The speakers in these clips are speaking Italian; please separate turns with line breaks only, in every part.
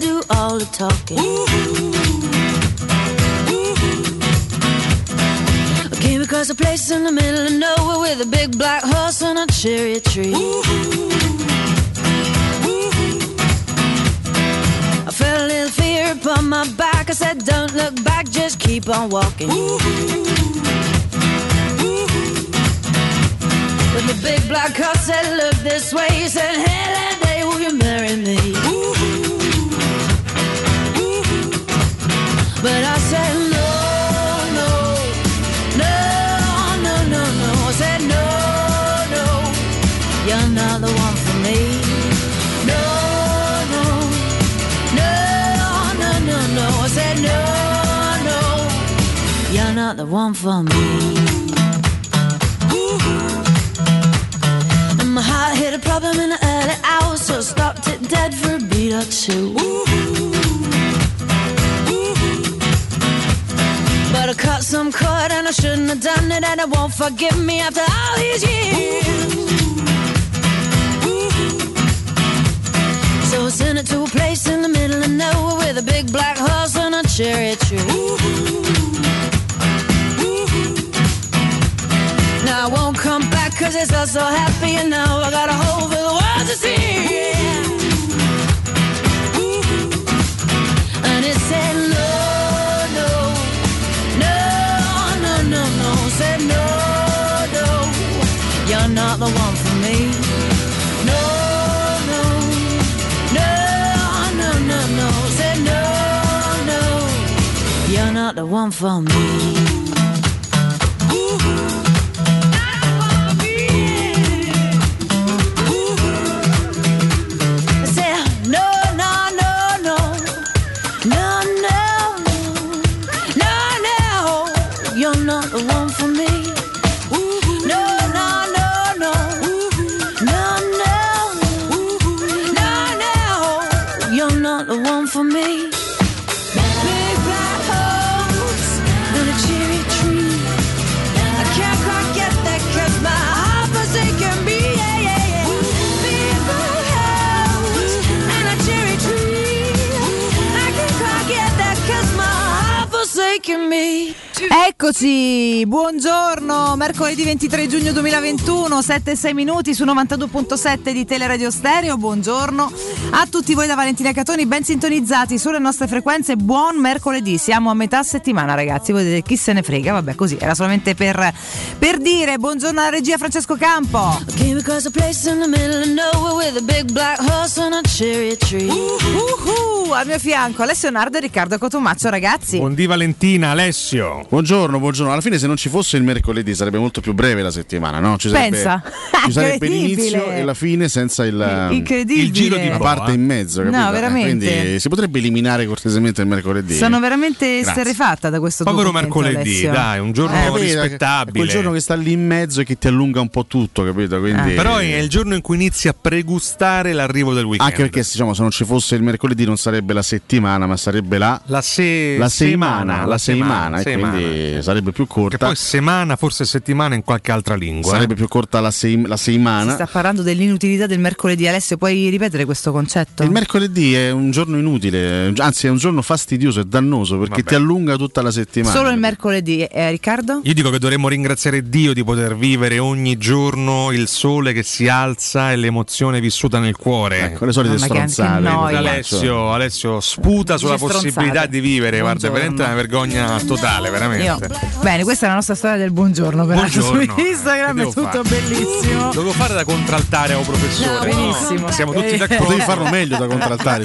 the talking. I came across a place in the middle of nowhere with a big black horse and a cherry tree. I felt a little fear upon my back. I said, Don't look back, just keep on walking. When the big black horse said, Look this way, he said, Hey, that day, will you marry me? But I said, No, no, no, no, no, no. I said, No, no, you're not the one for me. No, no, no, no, no, no. I said, No, no, you're not the one for me. And my heart hit a problem in the early hours, so I stopped it dead for a beat or two. But I cut some cord and I shouldn't have done it, and it won't forgive me after all these years. So I sent it to a place in the middle of nowhere with a big black horse and a cherry tree. Now I won't come back cause it's all so happy and now I got a hole for the world to see. And it said no, no, no, no, no, no. Said no, no, you're not the one for me. No, no, no, no, no, no. Said no, no, you're not the one for me. I said, no, no, no, no, no, no, no, no, you're not the one for me. No, no, no, no, no, no, no, no, you're not the one for me. Big black holes and a cherry tree. I can't quite get that 'cause my heart was aching me. Yeah, yeah, yeah. Big black house and a cherry tree. I can't quite get that 'cause my heart was aching me.
Eccoci, buongiorno, mercoledì 23 giugno 2021, 7 e 6 minuti su 92.7 di Teleradio Stereo, buongiorno a tutti voi da Valentina Catoni, ben sintonizzati sulle nostre frequenze, buon mercoledì, siamo a metà settimana ragazzi, voi dite chi se ne frega, vabbè così, era solamente per, per dire, buongiorno alla regia Francesco Campo,
I came across a place in the middle of nowhere with a big black horse and a cherry tree.
uhu, al mio fianco Alessio Nardo e Riccardo Cotomaccio ragazzi.
Buondì Valentina, Alessio.
Buongiorno, buongiorno. Alla fine se non ci fosse il mercoledì sarebbe molto più breve la settimana, no? Ci sarebbe,
Pensa.
Ci sarebbe l'inizio
Incredibile.
e la fine senza il,
Incredibile.
Il giro di
la
boa.
parte in mezzo.
No,
Capito? Eh,
veramente.
Quindi si potrebbe eliminare cortesemente il mercoledì.
Sono veramente
Grazie.
esterrefatta da questo tuo
Povero
commento,
mercoledì,
Alessio.
dai, un giorno
Eh, vedi, è
rispettabile.
Quel giorno che sta lì in mezzo e che ti allunga un po' tutto, capito? Quindi,
Ah. Però è il giorno in cui inizi a pregustare l'arrivo del weekend.
Anche perché diciamo, se non ci fosse il mercoledì non sarebbe la settimana, ma sarebbe la,
la, se-
la settimana. La settimana, e
semana.
quindi sarebbe più
Che
corta.
poi semana, forse settimana in qualche altra lingua.
Sarebbe
eh.
più corta la, sei- la
Si
settimana.
sta parlando dell'inutilità del mercoledì, Alessio, puoi ripetere questo concetto?
Il mercoledì è un giorno inutile, anzi è un giorno fastidioso e dannoso perché
Vabbè.
ti allunga tutta la settimana.
Solo il mercoledì, eh, Riccardo?
Io dico che dovremmo ringraziare Dio di poter vivere ogni giorno il sole che si alza e l'emozione vissuta nel cuore.
Ecco, le solite
Mamma, che anche
stronzate.
noia.
Alessio, Alessio sputa sulla
Dice stronzate.
possibilità di vivere. Guarda, è
Buongiorno.
veramente una vergogna totale,
Io.
veramente.
Bene, questa è la nostra storia del buongiorno, peraltro su
Buongiorno.
Instagram
Che
è
devo
tutto
fare?
bellissimo.
Dovevo fare da contraltare a un professore. no?
Benissimo.
Siamo tutti d'accordo.
Potevi farlo meglio da contraltare,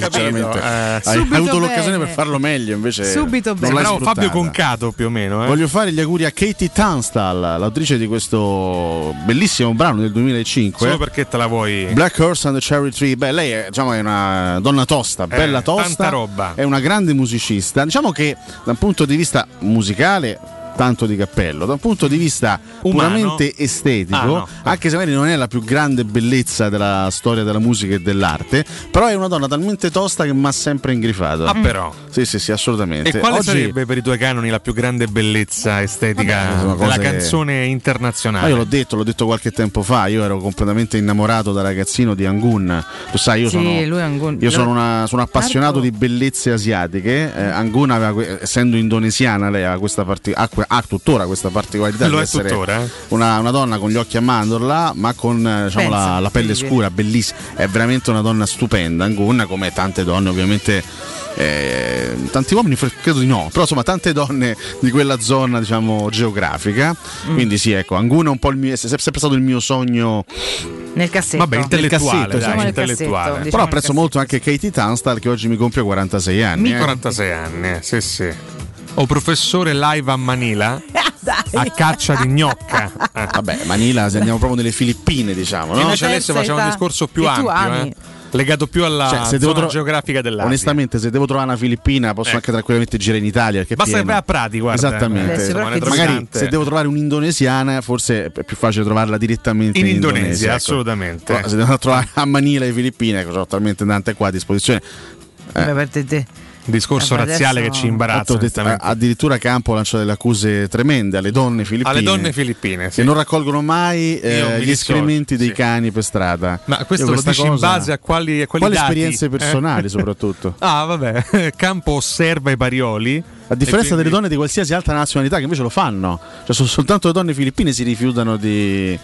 Capito,
sinceramente.
eh.
Hai
Subito
avuto
bene.
l'occasione per farlo meglio, invece.
Subito
non
bene.
l'hai
Bravo
sfruttata.
Fabio Concato più o meno. eh.
Voglio fare gli auguri a Katie Tunstall, l'autrice di questo bellissimo brano del 2005.
Solo perché te la vuoi.
Black Horse and the Cherry Tree, beh, lei è, diciamo, è una donna tosta, bella tosta,
Eh, tanta roba.
è una grande musicista. Diciamo che dal punto di vista musicale tanto di cappello. Da un punto di vista
Umano.
puramente estetico,
Ah, no.
anche se magari non è la più grande bellezza della storia della musica e dell'arte, però è una donna talmente tosta che mi ha sempre ingrifato.
Ah, però.
Sì, sì, sì, assolutamente.
E quale
Oggi-
sarebbe per i tuoi canoni la più grande bellezza estetica
sono cose
della
che-
canzone
Ma io l'ho
internazionale?
detto, l'ho detto qualche tempo fa, io ero completamente innamorato da ragazzino di Angun. Tu sai, io
Sì,
sono,
lui è Angun.
io sono, una- sono appassionato
Marco.
di bellezze asiatiche. eh, Angun, aveva que- essendo indonesiana, lei aveva questa parti- ha, que- ha tuttora questa particolarità
Lo
di
è
essere
tuttora? eh?
Una, una donna con gli occhi a mandorla, ma con eh, diciamo,
Pensa,
la, la pelle
incredibile.
scura, bellissima. È veramente una donna stupenda, Angun, come tante donne ovviamente. eh, tanti uomini fre- credo di no, però insomma tante donne di quella zona diciamo geografica.
Mm.
Quindi sì, ecco, Angun è un po' il mio, è sempre stato il mio sogno
Nel cassetto.
Vabbè, intellettuale,
cassetto,
dai,
diciamo nel
intellettuale.
cassetto,
Però
Diciamo
apprezzo
nel
molto anche Katie Tunstall che oggi mi compie 46 anni. eh.
46 anni, eh, sì, sì. O oh, professore live a Manila
Ah,
a caccia di gnocca. Eh.
Vabbè, Manila, se andiamo proprio nelle Filippine, diciamo,
No,
no?
invece adesso
terza
facciamo un
età
discorso più
che tu
ampio,
ami.
eh, legato più alla
Cioè, se devo
zona
tro-
geografica dell'Asia.
Onestamente, se devo trovare una Filippina, posso
Eh.
anche tranquillamente girare in Italia. perché è
Basta che
pieno.
vai a Prati, guarda.
Esattamente.
Adesso, però,
ne
che
trovi
Magari
tante.
se devo trovare un'indonesiana, forse è più facile trovarla direttamente in,
in Indonesia,
ecco.
assolutamente.
Però se devo trovare a Manila e Filippine, ecco, sono talmente tante qua a disposizione. eh.
cassetto. Vabbè, per te- te.
Discorso
Eh, ma
razziale
adesso-
che ci
Tanto
imbarazza.
ho detto, eh,
onestamente.
addirittura Campo lancia delle accuse tremende alle donne filippine.
Alle donne filippine, sì.
che non raccolgono mai eh,
Io mi
gli
dissocio,
escrementi dei
sì.
cani per strada.
Ma questo
Io
lo
questa
dici in
cosa-
base a quali, a quali
Quali
dati?
esperienze
Eh?
personali, soprattutto.
Ah, vabbè, Campo osserva i parioli.
A differenza
E quindi-
delle donne di qualsiasi altra nazionalità che invece lo fanno, cioè sono soltanto le donne filippine si rifiutano di.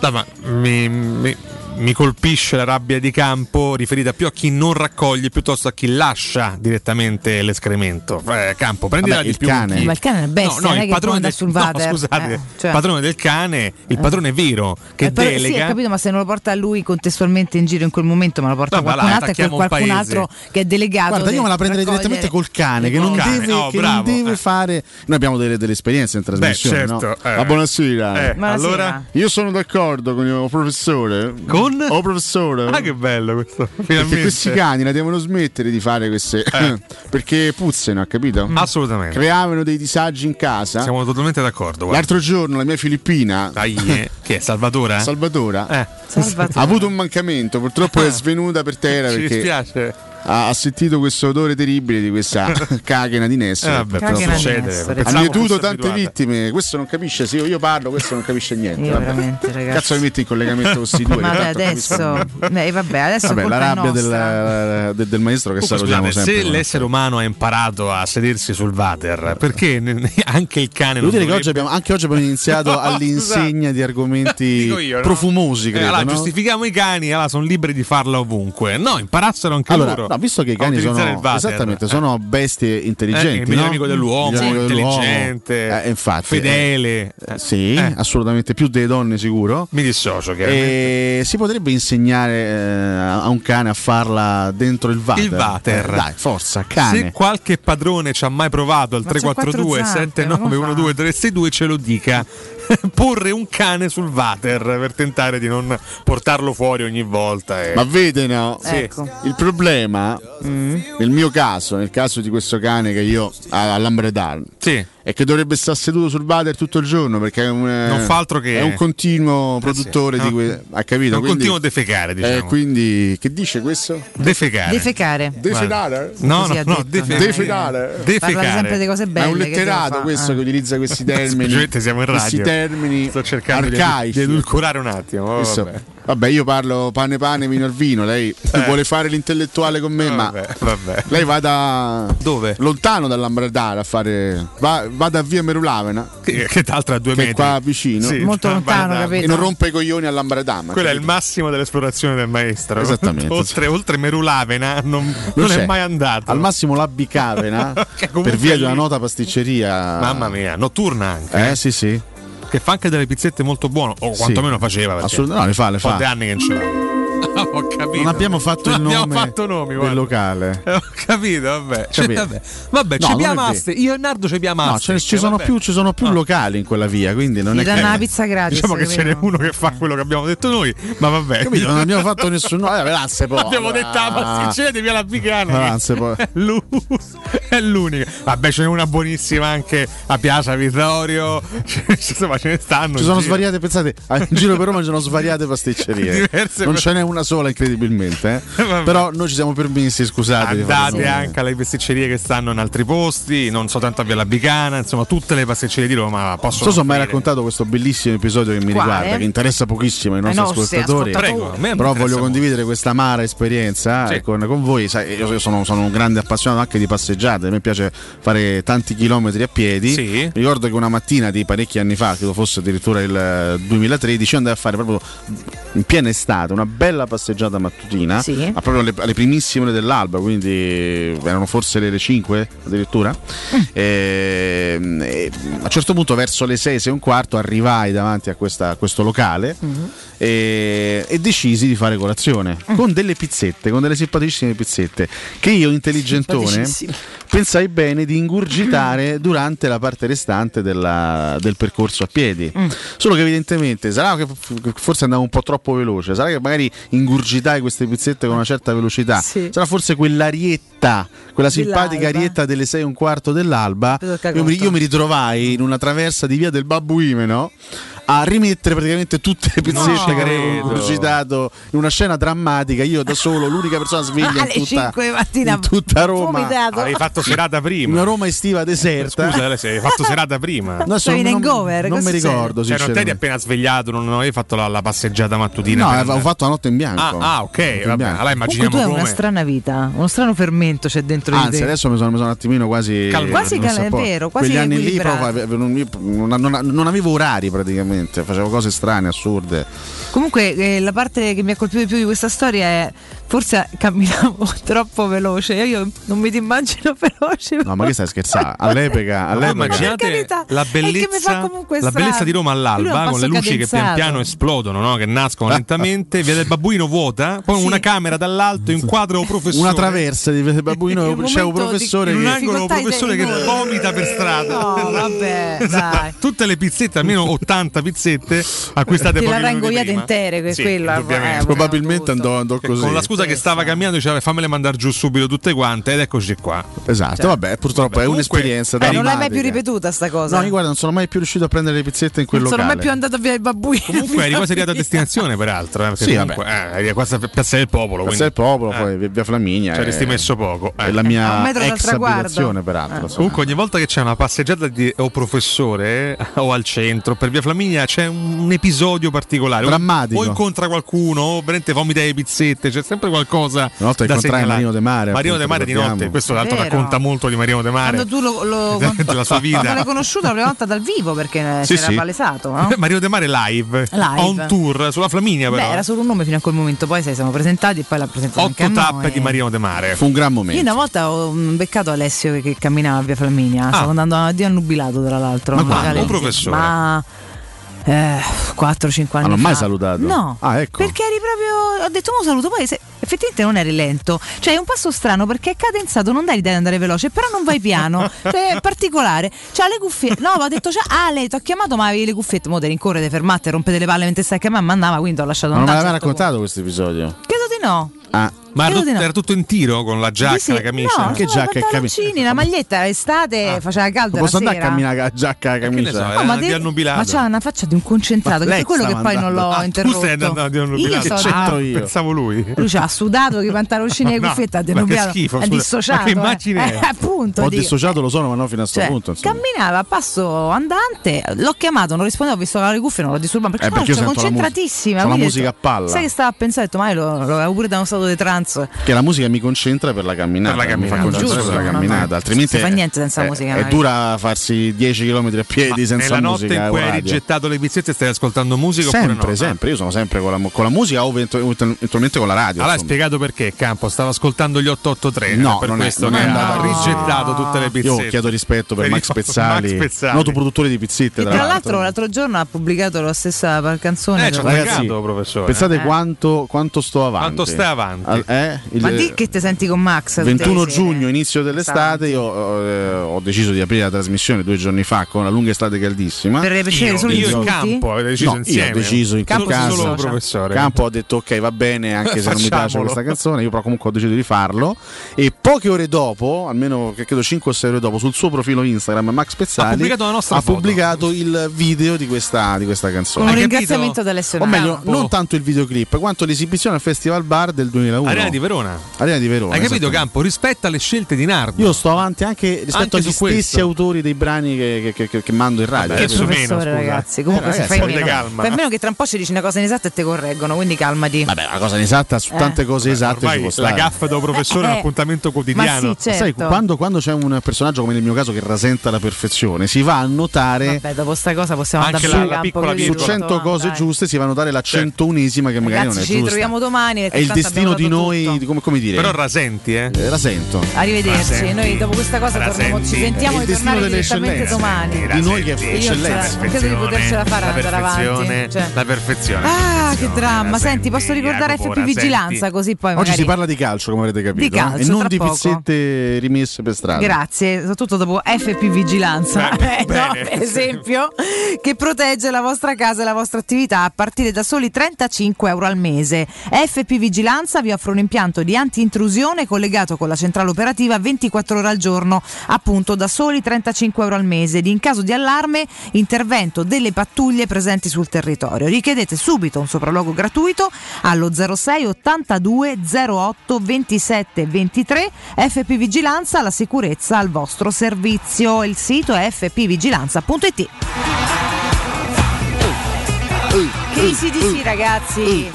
No, ma mi, mi- mi colpisce la rabbia di campo riferita più a chi non raccoglie piuttosto a chi lascia direttamente l'escremento. Eh, campo, prendila
Vabbè,
di
il
più.
cane.
chi-
Ma il cane è una bestia, non è che può andare sul
no,
water.
scusate,
Eh, cioè-
il padrone del cane, il padrone vero che
Eh, però- sì,
delega.
ho capito, ma se non lo porta lui contestualmente in giro in quel momento, ma lo porta
No, ma là,
qualcun altro, è quel
attacchiamo un
qualcun
paese.
altro che è delegato.
Guarda, io me la prenderei
raccogliere-
direttamente col cane, che
Col
non
cane,
deve,
oh,
che non
bravo,
deve
eh.
fare. Noi abbiamo delle, delle esperienze in trasmissione,
certo,
no?
eh.
Ma buonasera.
Eh,
Buonasera.
allora,
Io sono d'accordo con il professore.
Con?
Oh, professore.
ah, che bello questo.
perché
Finalmente. Eh.
questi cani la devono smettere di fare queste. perché puzzano, ha capito? Eh.
Assolutamente.
Creavano dei disagi in casa.
Siamo totalmente d'accordo. Guarda.
L'altro giorno la mia filippina,
Dai, eh. chi è Salvatore?
Salvadora,
Eh, Ah.
ha avuto un mancamento. Purtroppo è svenuta per terra
ci
perché
dispiace.
ha, ha sentito questo odore terribile di questa cagena di
Eh,
Nessere.
vabbè,
Cacchio,
può
non
succedere.
essere.
ha
Pensavo
mietuto
fosse
tante
abituata.
vittime. Questo non capisce. Se io, io parlo, questo non capisce niente.
Io
vabbè.
veramente, ragazzi.
Cazzo, mi metti in collegamento con questi due.
Ma
che
vabbè,
tanto capiscono.
adesso, eh, vabbè, adesso
certo. Vabbè, la
colpa
rabbia
è
del,
nostra.
del- del maestro che
Comunque,
salutiamo
scusate, se
sempre. eh.
l'essere umano ha imparato a sedersi sul water, perché n- anche il cane
Devo
non
dire che
dovrebbe-
oggi abbiamo, anche oggi abbiamo iniziato
No,
all'insegna di argomenti
Dico io, no?
profumosi,
Eh,
credo.
allora,
no?
giustifichiamo i cani, allora sono liberi di farla ovunque. No, imparassero anche
Allora,
loro.
no, visto che i
a
cani
utilizzare
sono,
il water.
esattamente, sono bestie
Eh, il
intelligenti,
miglior
no?
amico
Il
dell'uomo,
miglior amico dell'uomo.
intelligente,
Eh, infatti,
fedele.
eh,
Eh,
sì,
eh,
assolutamente più delle donne sicuro.
mi dissocio,
Eh,
chiaramente.
E si potrebbe insegnare eh, a un cane a farla dentro il water.
Il water.
Eh, dai, forza,
Se
cane.
qualche padrone ci ha mai provato al
Ma c'ha quattro
342
zampe, ma come
7912 362 ce lo dica. Porre un cane sul water per tentare di non portarlo fuori ogni volta. eh. e-
Ma vede no?
Sì.
Ecco.
Il problema, nel mio caso, nel caso di questo cane che io ha all'Ambredan,
Sì.
è che dovrebbe stare seduto sul water tutto il giorno perché è un, eh,
Non fa altro che-
è un continuo produttore
sì.
di
No.
que- ha capito?
Non
Quindi-
continuo a defecare, diciamo.
Eh, quindi che dice questo?
Defecare.
Defecare.
Defecare?
No,
Così
no,
ha
no,
detto,
defe-
no?
Defecare?
Parla sempre di
defecare.
cose
Ma
belle.
è un
che devo
letterato
fare?
questo
Ah.
che utilizza questi termini.
Semplicemente siamo in
Questi
radio.
termini
Sto cercando di-
arcaici.
di edulcorare un attimo. oh,
Questo-
vabbè. Eh.
Vabbè, io parlo pane pane, vino al vino. Lei vuole fare l'intellettuale con me, ma
Vabbè, vabbè.
lei vada
Dove?
lontano dall'Ambradara a fare. Va, vada a via Merulavena,
Che, che tra l'altro a due
che è
metri.
qua vicino,
Sì,
Molto
tra-
lontano,
guarda,
capito?
e non rompe i coglioni all'Ambradama.
Quello è il
capito?
massimo dell'esplorazione del maestro.
Esattamente.
oltre, oltre Merulavena non, non
c'è.
è mai andato.
Al massimo la bicavena
Che comunque
per via
è
di una
lì.
nota pasticceria.
Mamma mia, notturna anche.
Eh sì, sì.
Che fa anche delle pizzette molto buone. O quantomeno faceva. perché
Assolutamente, no, le fa, le
Un po'
fa.
di anni che non ce l'ha. Ho capito.
Non abbiamo fatto
Non
il
abbiamo
nome
fatto nomi,
del
guarda.
locale.
Eh, Ho capito, vabbè. Cioè,
Capito.
vabbè, vabbè
No,
ci
non è vero.
piamaste. Io e Nardo ci piamaste.
No, ce ne- ci,
Eh,
sono
vabbè.
più, ci sono più locali in quella via, quindi non
Gli
è che...
danno la pizza gratis.
Diciamo che ce n'è
capito?
uno che fa quello che abbiamo detto noi, ma vabbè.
Capito? Non abbiamo fatto nessuno. Eh, velasse poi.
Abbiamo detto "Ah, la pasticcera di Via La Picana.
Velasse poi.
È l'u- è l'unica. Vabbè, ce n'è una buonissima anche a Piazza Vittorio. Ce- Insomma, ce ne stanno.
Ci sono
in giro.
svariate, pensate, ah, in giro per Roma ci sono svariate pasticcerie.
Diverse
non ce n'è una sola, incredibilmente. eh.
Vabbè.
Però noi ci siamo permessi, scusate. di fare
Andate
il nome.
anche alle pasticcerie che stanno in altri posti, non soltanto a Via La Bicana, insomma, tutte le pasticcerie di Roma
Non
possono.
so se ho mai
offrire.
raccontato questo bellissimo episodio che mi
Quale?
riguarda, che interessa pochissimo ai nostri
Ai nostri
ascoltatori.
ascoltatori.
Prego, a me
Però
interessa
voglio
molto.
condividere questa amara esperienza
Sì.
eh, con, con voi. Sai, io io sono, sono un grande appassionato anche di passeggiate, a me piace fare tanti chilometri a piedi.
Sì.
Ricordo che una mattina di parecchi anni fa, credo fosse addirittura il eh, 2013, io andai a fare proprio in piena estate una bella passeggiata mattutina,
Sì.
ma proprio alle, alle primissime ore dell'alba, quindi erano forse le 5 addirittura.
Mm.
E, e, a un certo punto, verso le 6, 6 e un quarto, arrivai davanti a, questa- a questo locale
Mm-hmm.
e, e decisi di fare colazione
Mm.
con delle pizzette, con delle simpaticissime pizzette che io, intelligentone,
Simpaticissime.
pensai bene di ingurgitare durante la parte restante della- del percorso a piedi.
Mm.
Solo che, evidentemente, sarà che f- che forse andavo un po' troppo veloce, sarà che magari ingurgitai queste pizzette con una certa velocità,
Sì.
sarà forse quell'arietta, quella simpatica
Dell'alba.
arietta delle 6 e un quarto dell'alba.
Ti tocca
Io mi,
conto.
io mi ritrovai in una traversa di via del Babbo Imeno a rimettere praticamente tutte le pizzette
ci
che avevo
credo.
ingurgitato in una scena drammatica. Io da solo, l'unica persona sveglia
Alle
in tutta,
5 di mattina
in tutta Roma,
vomitato.
Avevi fatto serata
in
prima.
una Roma estiva deserta.
Scusa, Alessia, hai fatto serata prima.
No,
Stavi in
non,
hangover,
non
cosa
mi
succede?
ricordo.
Cioè, non te ti
sinceramente.
hai appena svegliato, non avevi fatto la, la passeggiata mattutina.
No,
per
avevo
andare-
fatto la notte in bianco.
Ah, ah,
La
ok.
notte in
Vabbè,
bianco.
allora
Comunque tu
immaginiamo
hai
come.
una strana vita, uno strano fermento c'è dentro di
Anzi,
te.
adesso mi sono, mi sono un attimino quasi.
Calmato.
Quasi
non so
cal- è
po'.
vero, quasi
Quegli anni lì
equilibrato.
proprio avevo- non, io non- non- non avevo orari praticamente, facevo cose strane, assurde.
Comunque eh, la parte che mi ha colpito di più di questa storia è forse camminavo troppo veloce, io non mi ti immagino veloce.
No, ma che stai scherzando? All'epoca,
Allora
all'epoca
immagina- Per
immaginate
carità,
la
è che mi fa
bellezza,
comunque
la
strano.
bellezza di Roma
Lui è
all'alba
un
con le
passo
luci che pian
cadenzato.
piano esplodono, no? che nascono lentamente, via del babbuino vuota, poi
Sì.
una camera dall'alto, in quadro professore.
una traversa di babbuino,
Il
c'è un
momento di-
professore
in un
che.
angolo un
Difficoltà
professore che
idee.
vomita per strada.
No, vabbè, dai.
Tutte le pizzette, almeno 80 pizzette, acquistate
Te
pochi
la
minuti
rangoiate
prima.
intere, que-
Sì,
quella,
indubbiamente.
eh,
Probabilmente
Giusto.
andò, andò
Che
così.
Con la scusa che stava cambiando, diceva fammele mandare giù subito tutte quante, ed eccoci qua.
Esatto, vabbè, purtroppo
Vabbè,
è
comunque-
un'esperienza
Eh, non l'hai mai
drammatica.
più ripetuta sta cosa.
No, io guarda, non sono mai più riuscito a prendere le pizzette in quel
non sono
locale.
mai più andato via il babbuino.
Comunque eri quasi arrivato a destinazione, peraltro. Eh, perché
Sì,
comunque, eh, eri a questa piazza del popolo.
Piazza del
quindi eh.
Popolo, poi via- via Flaminia.
Ci avresti
eh,
messo poco. eh.
È la
A un
mia
metro dal
ex
traguardo. Eh.
abitazione, peraltro. insomma.
Comunque ogni volta che c'è una passeggiata di, o professore eh, o al centro per via Flaminia c'è un, un episodio particolare. O-
Drammatico.
O incontra qualcuno, o veramente vomita le pizzette, c'è sempre qualcosa.
Una volta
da
incontrai
segnalare.
Marino De Mare,
Marino De
appunto,
Mare di
ricordiamo.
notte, questo tanto
Vero.
racconta molto di Marino De Mare.
Quando tu lo, lo
della sua vita.
quando l'hai conosciuto la prima volta dal vivo perché
Sì,
si era
sì.
palesato, no?
Mario De Mare live,
Live.
on tour sulla Flaminia
Beh,
però.
era solo un nome fino a quel momento, poi sai, siamo presentati e poi l'ha presentato anche a
Otto
noi.
tappe di Marino De Mare.
Fu un gran momento.
Io una volta ho mm, beccato Alessio che, che camminava a via Flaminia, stavo andando a Dio Nubilato tra l'altro.
Ma
un
quando?
locale-
Un professore?
Ma... Eh, 4-5 anni
non ho mai
fa.
salutato?
No,
Ah, ecco.
perché eri proprio. Ho detto, mo saluto. Poi se- effettivamente non eri lento, cioè è un passo strano perché è cadenzato. Non dai l'idea di andare veloce, però non vai piano, cioè è particolare. C'ha le cuffiette, no? Ma ho detto, ciao, Ale, ti ho chiamato, ma avevi le cuffiette. Mo te rincorrete, fermate, rompete le palle mentre stai chiamando. Ma andava, quindi ho lasciato
Ma non me
andare.
l'aveva
certo punto.
raccontato questo episodio.
Credo di no.
Ah,
Ma era
Credo
tutto,
di no.
era tutto in tiro con la giacca,
Sì, sì.
la camicia.
No,
Che
che
giacca
giacca
e camicia?
la maglietta, l'estate faceva caldo.
non Ah. posso
la
andare a
sera.
camminare con la giacca e la
Eh, che ne
camicia?
so,
No, ma
Era di annubilato.
ma c'ha una faccia di un concentrato,
Ma
che
lei
per quello che
stava
poi non l'ho
andando-
Ah, tu
interrotto.
stai andando a Dio
Io
Nubilato.
sono
C'è-
ah,
c'entro io.
Pensavo lui.
lui ci ha sudato che i pantaloncini e le
No,
cuffiette ha
ma che
denubiato,
schifo,
è
scusa.
dissociato.
Ma che immagine
eh.
è?
Eh, appunto,
Ho
dico.
dissociato lo sono, ma non fino a sto
Cioè,
punto. insomma.
camminava a passo andante, l'ho chiamato, non rispondevo, ho visto che aveva le cuffie, non l'ho disturbato perché,
Eh, perché io
no, c'era
sento la musica-
concentratissima.
c'ho la
quindi ho detto,
musica a palla.
Sai che stava a pensare, ho detto, ma io lo, lo avevo pure da uno stato di trance dance.
Che la musica mi concentra per la camminata.
Per la
Mi fa
camminata,
concentrare
giusto,
per la
no, no,
camminata.
no.
Altrimenti
Si fa
è-
niente senza
è-
musica,
È
no?
dura farsi 10 km a piedi
Ma
senza
nella notte
musica.
in
o
cui hai
radio.
rigettato le pizzette stai ascoltando musica oppure
Sempre,
no? Ah,
sempre, io sono sempre con la, mu- con la musica o eventu- eventualmente con la radio.
Allora hai
insomma.
spiegato perché Campo stava ascoltando gli 883
No,
per
non è-
questo
non
che
è
ha
andato a-
rigettato tutte le pizzette.
Io chiedo rispetto per
Per
Max
io-
Pezzali,
Max Pezzali.
noto produttore di pizzette.
Che
Tra,
tra l'altro l'altro giorno ha pubblicato la stessa canzone.
Eh, ci ho
però.
Ragazzi,
attaccato, professore.
Pensate
Eh.
quanto, quanto sto avanti.
Quanto stai avanti?
Al- eh? Il-
Ma di che ti senti con Max? Eh, tutte le
21
sere?
giugno, inizio
Esatto.
dell'estate, io eh, ho deciso di aprire la trasmissione due giorni fa con la lunga estate caldissima.
Per piacere
io,
solo
io
insulti?
e Campo avete deciso
No, io
insieme.
ho deciso in
Campo
quel caso-
solo professore.
Campo ho detto ok va bene anche se non mi piace
Facciamolo.
questa canzone io però comunque ho deciso di farlo e poche ore dopo almeno che credo 5 o 6 ore dopo sul suo profilo Instagram Max Pezzali
Ha pubblicato la nostra
ha
foto.
pubblicato il video di questa, di questa
Con
canzone
un
Hai capito?
ringraziamento da Alessio
o meglio
Nardo.
non tanto il videoclip quanto l'esibizione al Festival Bar del 2001
Arena di Verona.
Arena di Verona
Hai capito
esattamente.
Campo? Rispetta le scelte di Nardo.
io sto avanti anche rispetto
Anche
agli
su questo.
stessi autori dei brani che, che- che- che mando in radio eh,
Vabbè,
Che
adesso
Adesso-
professore,
meno, scusa.
ragazzi. Comunque,
Eh,
se
ragazzi,
fai
voglio
meno,
calma.
fai meno che tra un po' ci dici una cosa inesatta e te correggono. Quindi calmati.
Vabbè, la cosa inesatta su tante cose esatte ci
Ormai
può
la
stare.
gaffa da un professore è un
Eh.
appuntamento
Ma
quotidiano.
sì, certo.
Sai, quando, quando c'è un personaggio come nel mio caso che rasenta la perfezione, si va a notare
Vabbè, dopo sta cosa possiamo
Anche
andare
la-
fuori
la
campo,
piccola
che
su
io
virgola.
dico,
100
no,
cose
dai.
giuste, si va a notare la
Certo.
centunesima che magari
Ragazzi,
non è
ci
giusta.
ritroviamo domani. perché
È il
tanto
destino di
abbiamo dato
noi,
tutto.
di come, come dire,
Però rasenti, eh?
eh, rasento.
Arrivederci.
Rasenti.
Noi dopo questa cosa torniamo, ci
Rasenti.
sentiamo
È il
e
destino
tornare
delle
direttamente
eccellenze.
domani.
Di noi che è
Io non ce la-
eccellenza.
non credo di potercela fare ad andare avanti. Cioè.
La perfezione.
Ah, che dramma. Senti, posso ricordare
più
FP Vigilanza così poi
Oggi
magari...
si parla di calcio, come avete capito,
Di calcio,
eh, e non
tra
di
poco.
pizzette rimesse per strada.
Grazie, soprattutto dopo FP Vigilanza,
Beh,
eh, no,
bene.
per esempio, che protegge la vostra casa e la vostra attività a partire da soli 35 euro al mese. FP Vigilanza vi offre un impianto di anti-intrusione collegato con la centrale operativa 24 ore al giorno, appunto da soli 35 euro al mese. Ed in caso di allarme, intervento delle pattuglie presenti sul territorio. Richiedete subito un sopralluogo gratuito allo 06 82 08 27 23. FP Vigilanza, la sicurezza al vostro servizio. Il sito è fpvigilanza.it. Che si dici ragazzi?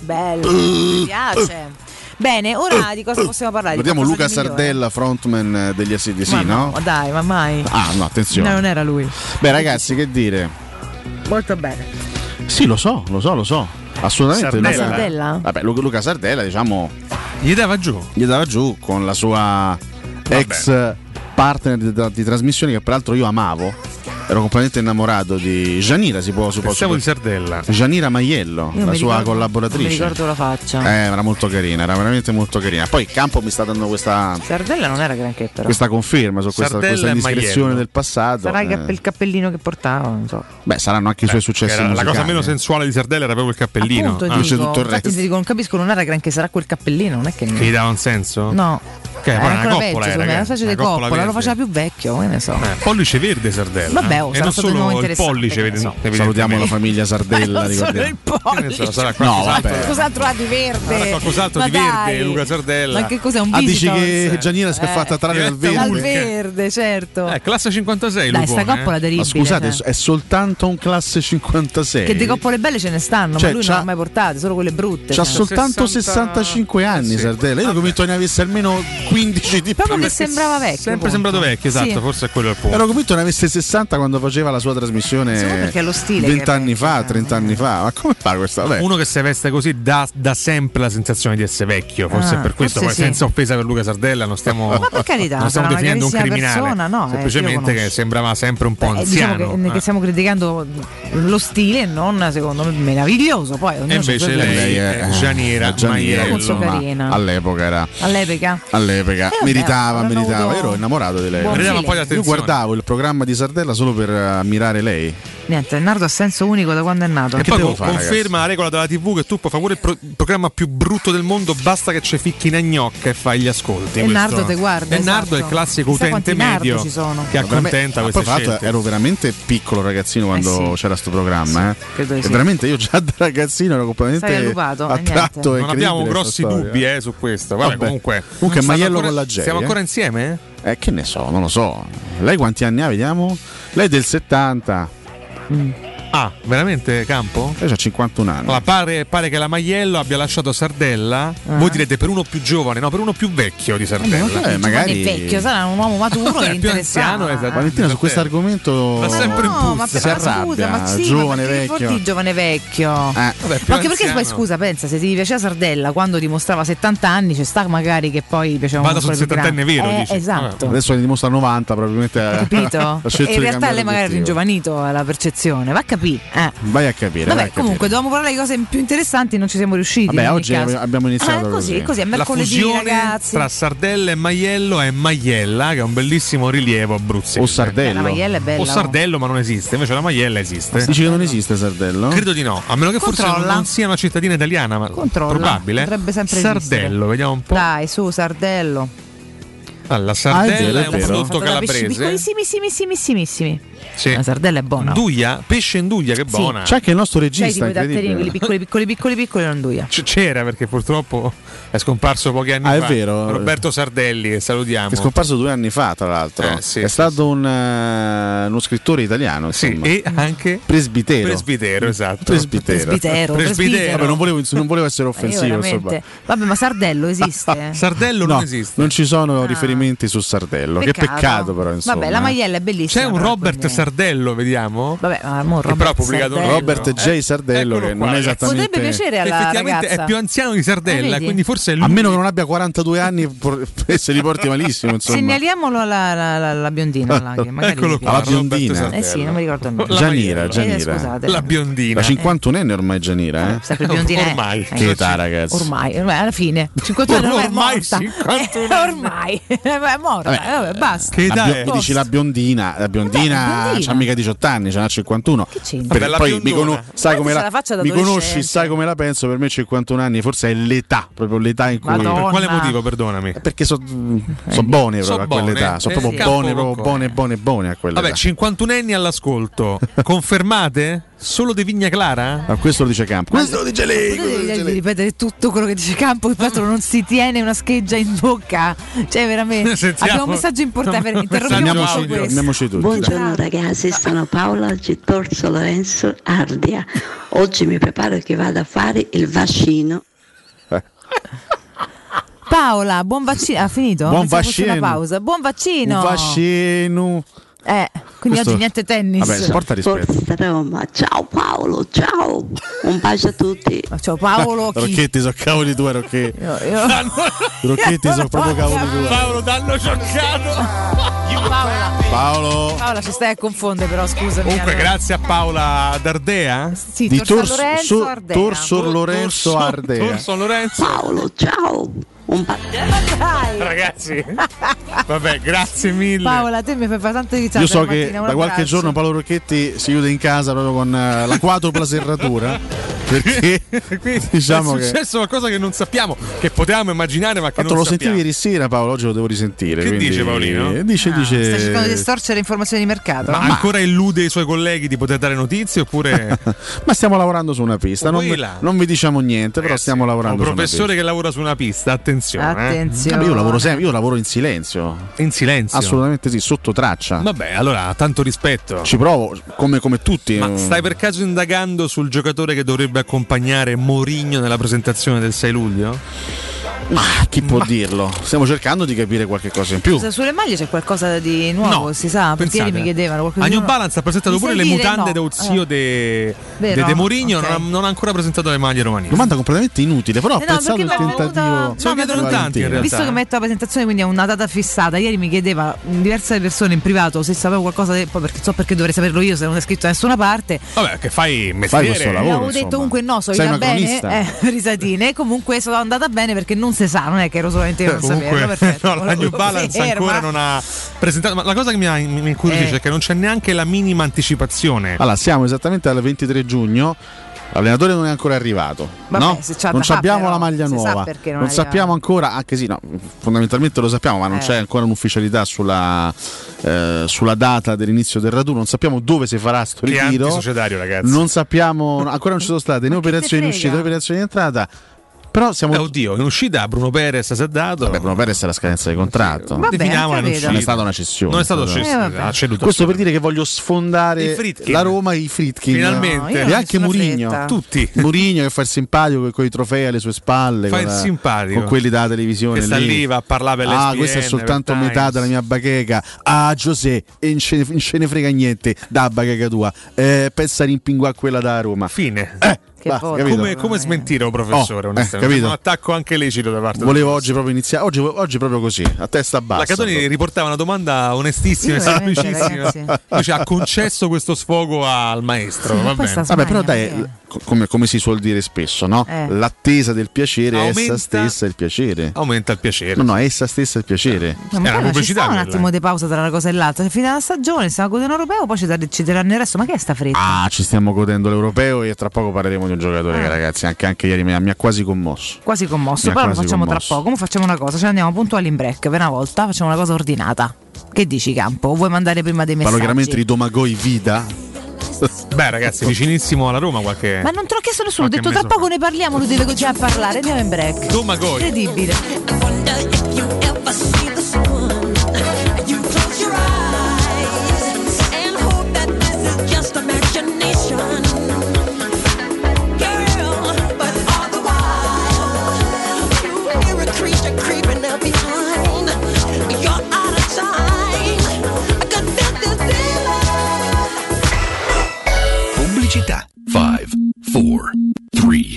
Bello, mi piace. Bene, ora di cosa possiamo parlare? Di
Guardiamo Luca
qualcosa di migliore?
Sardella, frontman eh, degli ACDC,
Ma
no?
Dai, ma mai.
Ah, no,
No,
attenzione.
non era lui.
Beh, ragazzi, che dire?
Molto bene.
Sì, lo so, lo so, lo so. Assolutamente.
Sardella.
Luca-
Sardella?
Vabbè, Lu- Luca Sardella, diciamo,
Gli dava giù.
gli dava giù con la sua ex partner di, di trasmissione che peraltro io amavo. Ero completamente innamorato di Gianira, si può
Pensavo
supporre.
di Sardella.
Gianira Maiello,
Io
la sua
mi ricordo- non Mi
collaboratrice.
ricordo la faccia.
Eh, era molto carina, era veramente molto carina. Poi il campo mi sta dando questa,
Sardella non era granché però.
questa conferma su questa,
Sardella
questa
e
indiscrezione
Maiello.
del passato.
Sarà il,
Eh,
cappe- il cappellino che portava, non so.
beh, saranno anche i suoi successi
Era la
musicali. eh.
cosa meno sensuale di Sardella era proprio il cappellino.
Appunto,
Ah,
dico,
c'è tutto il
infatti
resto.
ti dico, non capisco, non era granché, sarà quel cappellino, non è che
che gli dava un senso?
No.
Ok, poi
era
una
ancora
coppola
eh,
peggio,
era,
secondo me,
che-
una specie
una
di
coppola
coppola,
verde.
lo faceva più vecchio, che ne so.
Eh, pollice verde Sardella.
Vabbè, oh,
e
sarà
non
stato un
solo
uomo
il
interessante,
pollice,
che ne
vedi-
so.
no, evidentemente.
Salutiamo la famiglia Sardella,
non solo
ricordiamo.
il
Che ne so,
pollice.
sarà
No,
qualcos'altro.
vabbè.
Cos'altro ha di verde?
Sarà qualcos'altro
Ma
di verde,
dai.
Luca Sardella.
Ma che cos'è un Eh.
Ah, dici
visitors?
che Gianina si è fatta trarre dal
Diretta
Al
Hulk.
verde.
verde, certo.
Eh, classe 56
Dai,
Lucone,
sta coppola
eh.
terribile.
Ma scusate,
cioè.
è soltanto un classe 56.
che di coppole belle ce ne stanno,
Cioè,
ma lui
c'ha-
non le ha mai portate, solo quelle brutte.
C'ha
cioè.
soltanto
60
65 anni,
Eh sì.
Sardella. Io convinto ne avesse almeno 15 di più.
Proprio che sembrava vecchio.
Sempre
appunto.
sembrato vecchio, esatto,
Sì.
forse è quello il punto.
Ero convinto ne avesse 60 quando faceva la sua
Solo
trasmissione
perché è lo stile che è
20 anni
vecchio,
fa,
cioè,
30 anni fa. Ma come fa questa? Vabbè.
Uno che si veste così dà, dà sempre la sensazione di essere vecchio, forse
Ah,
per questo,
forse
poi
sì.
senza offesa per Luca Sardella, non stiamo,
Ma per carità,
non stiamo
sarà una
definendo un
grandissima
criminale,
persona, no, eh, io
semplicemente
conosco.
che sembrava sempre un po'
Beh,
anziano.
diciamo che,
eh.
che stiamo criticando lo stile e non, secondo me, meraviglioso. Poi ognuno
E
ha i suoi
invece
gusti.
Eh,
lei è Gianira,
Gianira,
Maiello.
Molto carina.
all'epoca era
all'epoca.
all'epoca
Eh, vabbè,
meritava,
avranno
meritava.
avuto-
Ero innamorato di lei.
Buon
Mi dava un po' di
Io
attenzione.
guardavo il programma di Sardella solo per eh, ammirare lei.
Niente, Nardo ha senso unico da quando è nato.
E
Che
poi
devo
con-
fare,
conferma la regola della TV che tu puoi fare pure il, pro- il programma più brutto del mondo, basta che ci ficchi una gnocca e fai gli ascolti.
E
questo-
Nardo te guarda,
E
esatto.
Nardo è il classico
Chissà
utente
quanti Nardo
medio
ci sono.
che accontenta queste
Ma poi, tra l'altro,
scelte.
ero veramente piccolo ragazzino quando
Eh sì.
c'era sto programma.
Sì,
eh.
credo di
E
sì.
veramente io già da ragazzino ero
Sei
completamente
allupato, eh,
attratto e
niente.
Non abbiamo grossi dubbi eh, su questo. Vabbè,
Vabbè.
comunque.
Comunque,
Stanno
maiello
ancora-
con la J,
Siamo
eh.
ancora insieme?
Eh, che ne so, non lo so. Lei quanti anni ha? Vediamo. Lei è del 70.
Ah, veramente Campo?
Lei ha 51 anni.
Allora, pare, pare che la Maiello abbia lasciato Sardella.
Ah.
Voi direte per uno più giovane, no, per uno più vecchio di Sardella.
Eh, magari.
Giovanni è vecchio, sarà un uomo maturo
Vabbè,
e
più
interessato.
anziano, esatto.
Valentina, su questo argomento.
Ma sempre in
No, ma,
puzza.
Si
ma scusa,
arrabbia,
ma sì,
giovane,
ma perché
vecchio.
porti giovane vecchio?
Eh,
Vabbè, più
Ma anche perché
anziano.
poi scusa, pensa, se ti piaceva Sardella quando dimostrava 70 anni, c'è sta magari che poi piaceva
Vada
ancora
sul
più grande.
70enne vero,
Eh,
dici.
Esatto.
Adesso ne dimostra 90, probabilmente. ha-
Capito?
ha scelto
E in
di
realtà
cambiare
lei magari è
obiettivo.
ringiovanito alla percezione, va a capire. Eh.
Vai a capire. vai a
Vabbè,
capire.
comunque, dovevamo parlare di cose più interessanti, non ci siamo riusciti.
Vabbè,
in ogni
oggi
caso.
abbiamo iniziato
Ah, è così,
così.
è così, è
La
mercoledì,
fusione
ragazzi.
tra Sardella e Maiello è Maiella, che è un bellissimo rilievo abruzzese.
O
Eh, la
Sardello.
Maiella è bella.
O
oh.
Sardello, ma non esiste, invece la Maiella esiste.
Dici che non esiste Sardello?
Credo di no, a meno che forse non-
Controlla.
non sia una cittadina italiana, ma
Controlla,
probabile.
potrebbe sempre
Sardello,
esistere.
vediamo un po'.
Dai, su, Sardello.
Ah, la Sardella
Ah,
è,
è vero,
un
è vero.
prodotto
Fatta da pesci
calabrese.
Piccolissimissimissimissimissimissimi.
Sì.
La Sardella è buona.
Duia, pesce in Duglia, che buona.
C'è anche il nostro
Sai, tipo
regista.
i
incredibile.
datterini, quelli piccoli, piccoli, piccoli, piccoli, non duia.
C- C'era perché purtroppo è scomparso pochi anni
Ah, è
fa.
vero.
Roberto Sardelli, che salutiamo.
Che è scomparso due anni fa, tra l'altro.
Eh, sì,
è
sì,
stato un, eh, uno scrittore italiano.
sì,
Insomma.
e anche
Presbitero.
presbitero, esatto.
Presbitero.
Presbitero,
Presbitero.
Vabbè, non volevo, non volevo essere
Ma io
offensivo.
Eh, veramente-
insomma.
Vabbè, ma Sardello esiste?
Sardello
No,
non esiste.
non ci sono riferimenti su Sardello. Che peccato, però. Insomma.
Ah.
eh.
Vabbè, la maiella è bellissima.
C'è un
però,
Robert
quindi-
Sardello, vediamo.
Vabbè, ma mo,
Che
Robert
però ha pubblicato un
Sardello.
Robert J.
Eh,
Sardello,
eccolo
che
qua,
non è
ragazzi.
esattamente.
Potrebbe piacere alla
Effettivamente
ragazza.
è più anziano di
Ah,
Sardella,
vedi?
quindi forse è lui.
A meno che non abbia 42 anni por- e se li porti malissimo. Insomma.
Segnaliamolo alla, alla- alla- alla biondina. là, che magari
Eccolo
gli
qua,
La
Roberto
biondina.
Sardello.
piace. Eh sì, non mi ricordo il nome.
La
Gianira,
Maiella.
Gianira.
Eh, scusate.
La biondina.
La 51enne ormai Gianira, eh?
Sempre biondina. eh.
Ormai.
Eh,
Che età, ragazzi.
Ormai, ormai, alla fine. 51 ormai, è
Ormai
morta.
51.
Eh, ormai è morta.
Vabbè,
eh, vabbè, basta.
Che
La
età
bio-
è?
mi dici la biondina, la biondina
biondina.
c'ha mica 18 anni, c'ha 51.
Che c'entra?
Per-
Vabbè, la
poi mi,
biondona.
cono- sai
Guarda
come
se
la,
la faccia da
mi conosci,
adolescente.
sai come la penso, per me 51 anni forse è l'età, proprio l'età in cui... Eh,
Madonna. Eh.
Per quale motivo, perdonami?
Perché sono buoni proprio
So
a quell'età,
buone,
sono
eh, sì.
proprio buoni,
Capo
proprio
boccone.
buone, buone, buone a quell'età.
Vabbè, 51enni all'ascolto. Confermate? Solo di Vigna Clara?
Ma questo lo dice Campo. Questo lo dice lei.
Potete
questo lo dice
dirgli di
lei.
ripetere tutto quello che dice Campo, che tra l'altro non si tiene una scheggia in bocca. Cioè, veramente.
Sentiamo.
Abbiamo un messaggio importante.
Un
Interrompiamo
messaggio
tutto
Andiamoci,
audio.
andiamoci
questo.
tutti.
Buongiorno ragazzi, sono Paola Gittorzo Lorenzo Ardia. Oggi mi preparo che vado a fare il vaccino.
Paola, buon vaccino. Ha finito?
Buon
Pensavo fosse
vaccino.
Una pausa. Buon
dai.
vaccino.
Un vaccino.
Eh, quindi
Questo-
oggi niente tennis.
Vabbè, porta rispetto.
Forza Roma, ciao Paolo, ciao. Un bacio a tutti.
Ciao Paolo, chi?
Rocchetti sono cavoli tuoi, Rocchetti.
Io- io-
Rocchetti sono proprio cavoli tuoi.
Paolo Danno scioccato.
Paola,
Paolo.
Paola, ci stai a confondere, però scusami.
Comunque,
allora.
grazie a Paola Dardea.
Sì,
di
Torso
Torso-
Lorenzo
Su-
Ardea.
Torso- Sor Lorenzo
Torso-
Ardea.
Torso Lorenzo.
Paolo, ciao. Un bacio.
Dai.
Ragazzi, vabbè, grazie mille.
Ah, Paola, te mi fai fare tante risate
Io so
la
che
mattina, un
da qualche
abbraccio.
giorno Paolo Rocchetti si chiude in casa proprio con eh, la quadrupla serratura perché
Qui è
diciamo che
successo qualcosa che non sappiamo, che potevamo immaginare, ma che
Tanto
non
lo
sappiamo.
sentivi ieri sera Paolo, oggi lo devo risentire.
Che
quindi-
dice Paolino?
Dice, dice...
Stai Ah, cercando di distorcere informazioni di mercato.
Ma, ancora illude i suoi colleghi di poter dare notizie oppure
Ma stiamo lavorando su una pista, non,
Quella. Eh
non vi diciamo niente, però stiamo lavorando
un
su una pista.
professore che lavora su una pista, attenzione, eh.
Attenzione.
Vabbè, Ah, io lavoro sempre, io lavoro in silenzio.
in silenzio.
Assolutamente sì, sotto traccia.
Vabbè, allora tanto rispetto.
Ci provo come, come tutti.
Ma stai per caso indagando sul giocatore che dovrebbe accompagnare Mourinho nella presentazione del 6 luglio?
Ma chi può dirlo? Stiamo cercando di capire qualche cosa in più.
Scusa, sulle maglie c'è qualcosa di nuovo,
No,
si sa, perché
pensate.
ieri mi chiedevano qualcosa
A
di
New
nuovo.
Balance ha presentato
Mi
pure
sai
le
dire?
mutande
No. Eh,
dello zio de, de,
Vero?
de Mourinho,
Ok.
non, ha, non ha ancora presentato le maglie romaniste.
Domanda completamente inutile, però ho
Eh no,
pensato il
perché mi è venuta-
tentativo.
Sono
di
chiedono tanti,
Valentina.
in realtà.
Visto che metto la presentazione, quindi è una data fissata. Ieri mi chiedeva mh, diverse persone in privato se sapevo qualcosa, de- poi perché so perché dovrei saperlo io se non è scritto da nessuna parte.
Vabbè, che fai
Fai
mestiere.
questo
Mi
lavoro.
avevo
insomma.
detto comunque no, so
Sei
io
una
bene,
cronista.
eh, risatine. Comunque sono andata bene perché non si sa, non è che ero solamente io a non
Comunque,
saperlo. perfetto.
no, la New Balance
Ferma.
ancora non ha presentato. Ma la cosa che mi, ha- mi- mi incuriosisce
Eh.
è che non c'è neanche la minima anticipazione.
Ecco.
Allora, siamo esattamente al 23 giugno. L'allenatore non è ancora arrivato.
Vabbè,
no?
se c'ha
Non
da fa,
abbiamo
però,
la maglia
si sa
nuova.
perché non
non
è
sappiamo ancora, anche sì, no, fondamentalmente lo sappiamo, ma non
Eh.
c'è ancora un'ufficialità sulla, eh, sulla data dell'inizio del raduno. Non sappiamo dove si farà sto
che è
ritiro.
antisocietario, ragazzi.
Non sappiamo, ancora non ci sono state né
chi te
operazioni in
frega?
uscita né operazioni in entrata. Però siamo.
Eh, oddio, in uscita Bruno Perez si è dato.
Vabbè, Bruno Perez è la scadenza di contratto.
Vabbè,
Definiamola in
capito.
uscita.
Non è stata una cessione.
Non è stato Ah,
Però-
cess-
Eh, vabbè.
ha ceduto.
Questo per dire che voglio
I
sfondare
Friedkin.
la Roma e i Fritkin.
Finalmente.
No, io non
E
ho
anche
nessuna
Murigno.
fretta.
Tutti.
Murigno che fa il simpatico con i trofei alle sue spalle.
Fa
con
il
la-
simpatico.
Con quelli della televisione.
Che sta lì, va a parlare per
Ah,
l'SPN,
questa è soltanto
per
metà
Times.
della mia bacheca. Ah, Giuseppe, e non ce ne- non ce ne frega niente da bacheca tua. Eh, pensa a rimpinguare quella da Roma.
Fine.
Eh,
Che
basta,
botta.
capito?
Come, come smentire un professore,
Oh,
onestamente?
eh, capito.
Un attacco anche lecito da parte
Volevo
del-
oggi proprio iniziare. Oggi, oggi proprio così, a testa bassa.
La Catoni riportava una domanda onestissima e
Io veramente,
semplicissima.
ragazzi.
Invece ha concesso questo sfogo al maestro.
Sì,
va
ma poi
bene.
sta
Vabbè, però
Smania,
dai,
perché?
l- co- come, come si suol dire spesso, no?
Eh.
L'attesa del piacere è
Aumenta-
essa stessa il piacere.
Aumenta il piacere.
No, no, è essa stessa il piacere.
Era
No, ma poi Eh, ci
pubblicità
sta un
quella,
attimo
eh.
di pausa tra una cosa e l'altra. È finita la stagione, stiamo con europeo, poi ci, dar- ci daranno il resto. Ma che è sta fretta?
Ah, ci stiamo godendo l'europeo e tra poco parleremo di un giocatore,
Ah.
che, ragazzi. Anche, anche ieri mi ha, mi ha quasi commosso.
Quasi commosso,
Mi ha
però lo
quasi
facciamo
commosso.
tra poco. Mo Facciamo una cosa, ce ne andiamo puntuali in break per una volta, facciamo una cosa ordinata. Che dici campo? O Vuoi mandare prima dei messaggi?
Parlo chiaramente di Domagoj Vida.
Beh, ragazzi, vicinissimo alla Roma qualche.
Ma non te l'ho chiesto nessuno, ho
Qualche
detto tra
mese
poco ne parliamo, lui deve continuare a parlare, andiamo in break.
Domagoj.
Incredibile.
Wonder if you ever see the sun. You close your eyes and hope that this is just imagination. Girl, but all the while, you hear a creature creeping up behind. You're out of time. I could feel this feeling.
Pubblicità. 5, 4, 3, 2,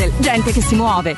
gente che si muove.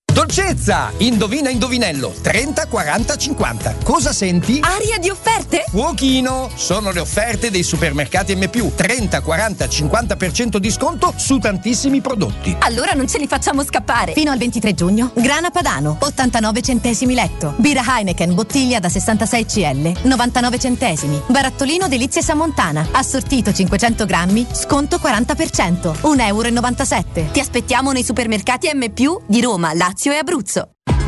Dolcezza! Indovina indovinello 30 40 50. Cosa senti?
Aria di offerte?
Pochino! Sono le offerte dei supermercati M+, 30 40 50% di sconto su tantissimi prodotti.
Allora non ce li facciamo scappare.
Fino al 23 giugno, grana padano, 89 centesimi letto. Birra Heineken, bottiglia da 66 CL, 99 centesimi. Barattolino Delizie Samontana, assortito 500 grammi, sconto 40%, 1,97 euro.
Ti aspettiamo nei supermercati M+, di Roma, Lazio e Abruzzo.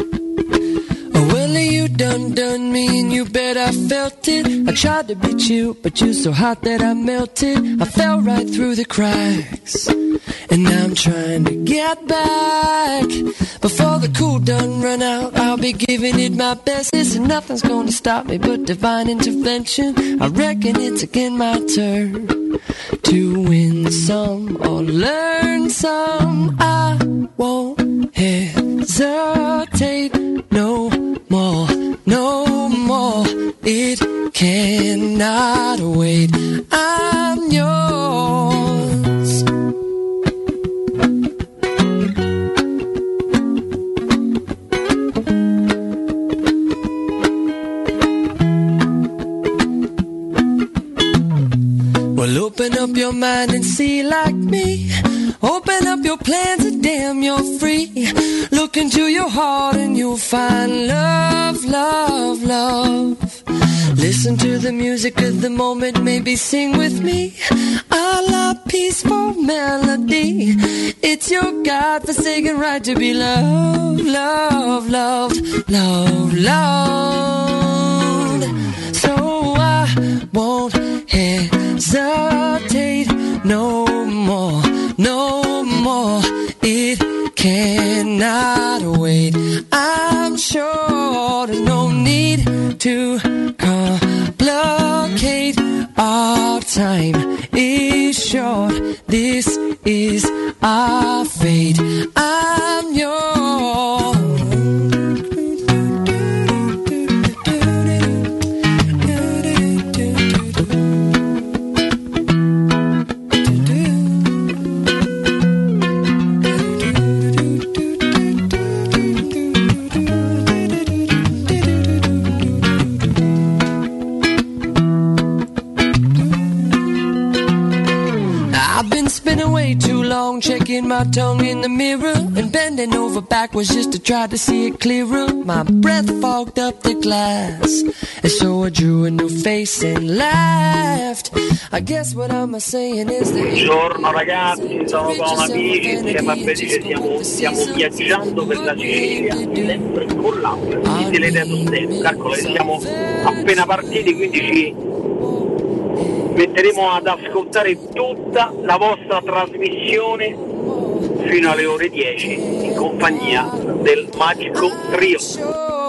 Oh, well, you done done me and you bet I felt it. I tried to beat you, but you're so hot that I melted. I fell right through the cracks. And now I'm trying to get back. Before the cool done run out, I'll be giving it my best. This and nothing's gonna stop me but divine intervention. I reckon it's again my turn to win some or learn some. I won't hesitate no more, no more. It cannot wait. I'm yours. Well, open up your mind and see like me. Open up your plans and damn, you're free. Look into your heart and you'll find love, love, love. Listen to the music of the moment, maybe sing with me. I love peaceful melody. It's your God-forsaken right to be loved, loved, loved, loved, loved. So I won't hesitate no more, no more. It cannot wait. I'm sure there's no need to complicate. Our time is short. This is our fate. I'm yours. I've been spinning way too long checking my tongue in the mirror and bending over backwards just to try to see it clearer. My breath fogged up the glass, and so I drew a new face and laughed. I guess what I'm saying is that.
Buongiorno ragazzi, sono con amici, insieme a Felice stiamo, stiamo viaggiando per la Sicilia, sempre con l'acqua, quindi le idee sono sempre, calcola che siamo appena partiti, quindi ci metteremo ad ascoltare tutta la vostra trasmissione fino alle ore 10 in compagnia del Magico Trio.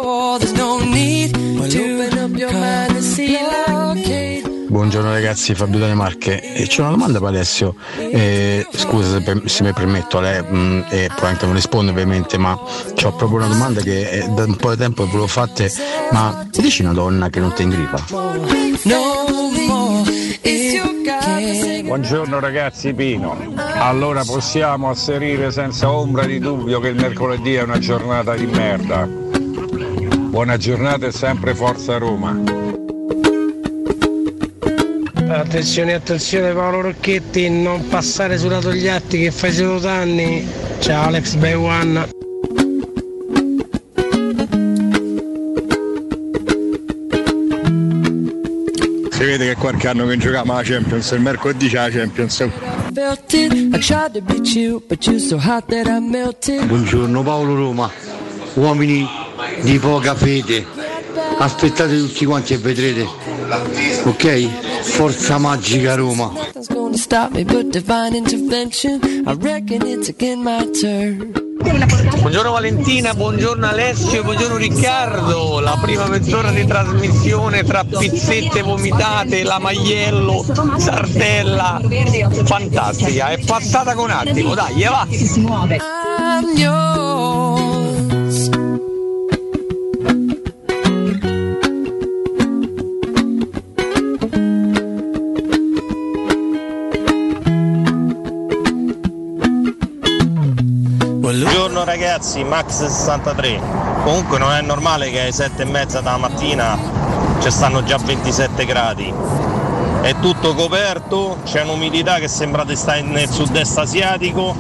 Oh, there's no need to open up your mind and see locate.
Buongiorno ragazzi, Fabio dalle Marche. E c'è una domanda per Alessio. Eh, scusa se, per- se mi permetto, lei mm, mh, e poi anche non risponde ovviamente, ma ho proprio una domanda che è da un po' di tempo che ve l'ho fatta, ma ti dici una donna che non ti ingripa?
No more. It's your guy.
Buongiorno ragazzi Pino, allora possiamo asserire senza ombra di dubbio che il mercoledì è una giornata di merda. Buona giornata e sempre forza Roma.
Attenzione, attenzione Paolo Rocchetti, non passare sulla Togliatti che fai solo danni. Ciao Alex Bay One.
Si vede che qualche anno che giochiamo alla Champions, il mercoledì c'è la Champions.
Felt it. I tried to beat you, but you're so hot that I melted.
Buongiorno Paolo Roma, uomini di poca fede, aspettate tutti quanti e vedrete, ok? Forza magica Roma.
Nothing's gonna stop me but divine intervention. I reckon it's again my turn.
Buongiorno Valentina, buongiorno Alessio, buongiorno Riccardo. La prima mezz'ora di trasmissione tra pizzette vomitate, la maiello, sartella, fantastica. È passata con attimo, dai, e va.
I'm yours.
Buongiorno ragazzi, Max63. Comunque non è normale che alle 7 e mezza della mattina ci stanno già 27 gradi. È tutto coperto, Certo, c'è un'umidità che sembra di stare nel sud-est asiatico,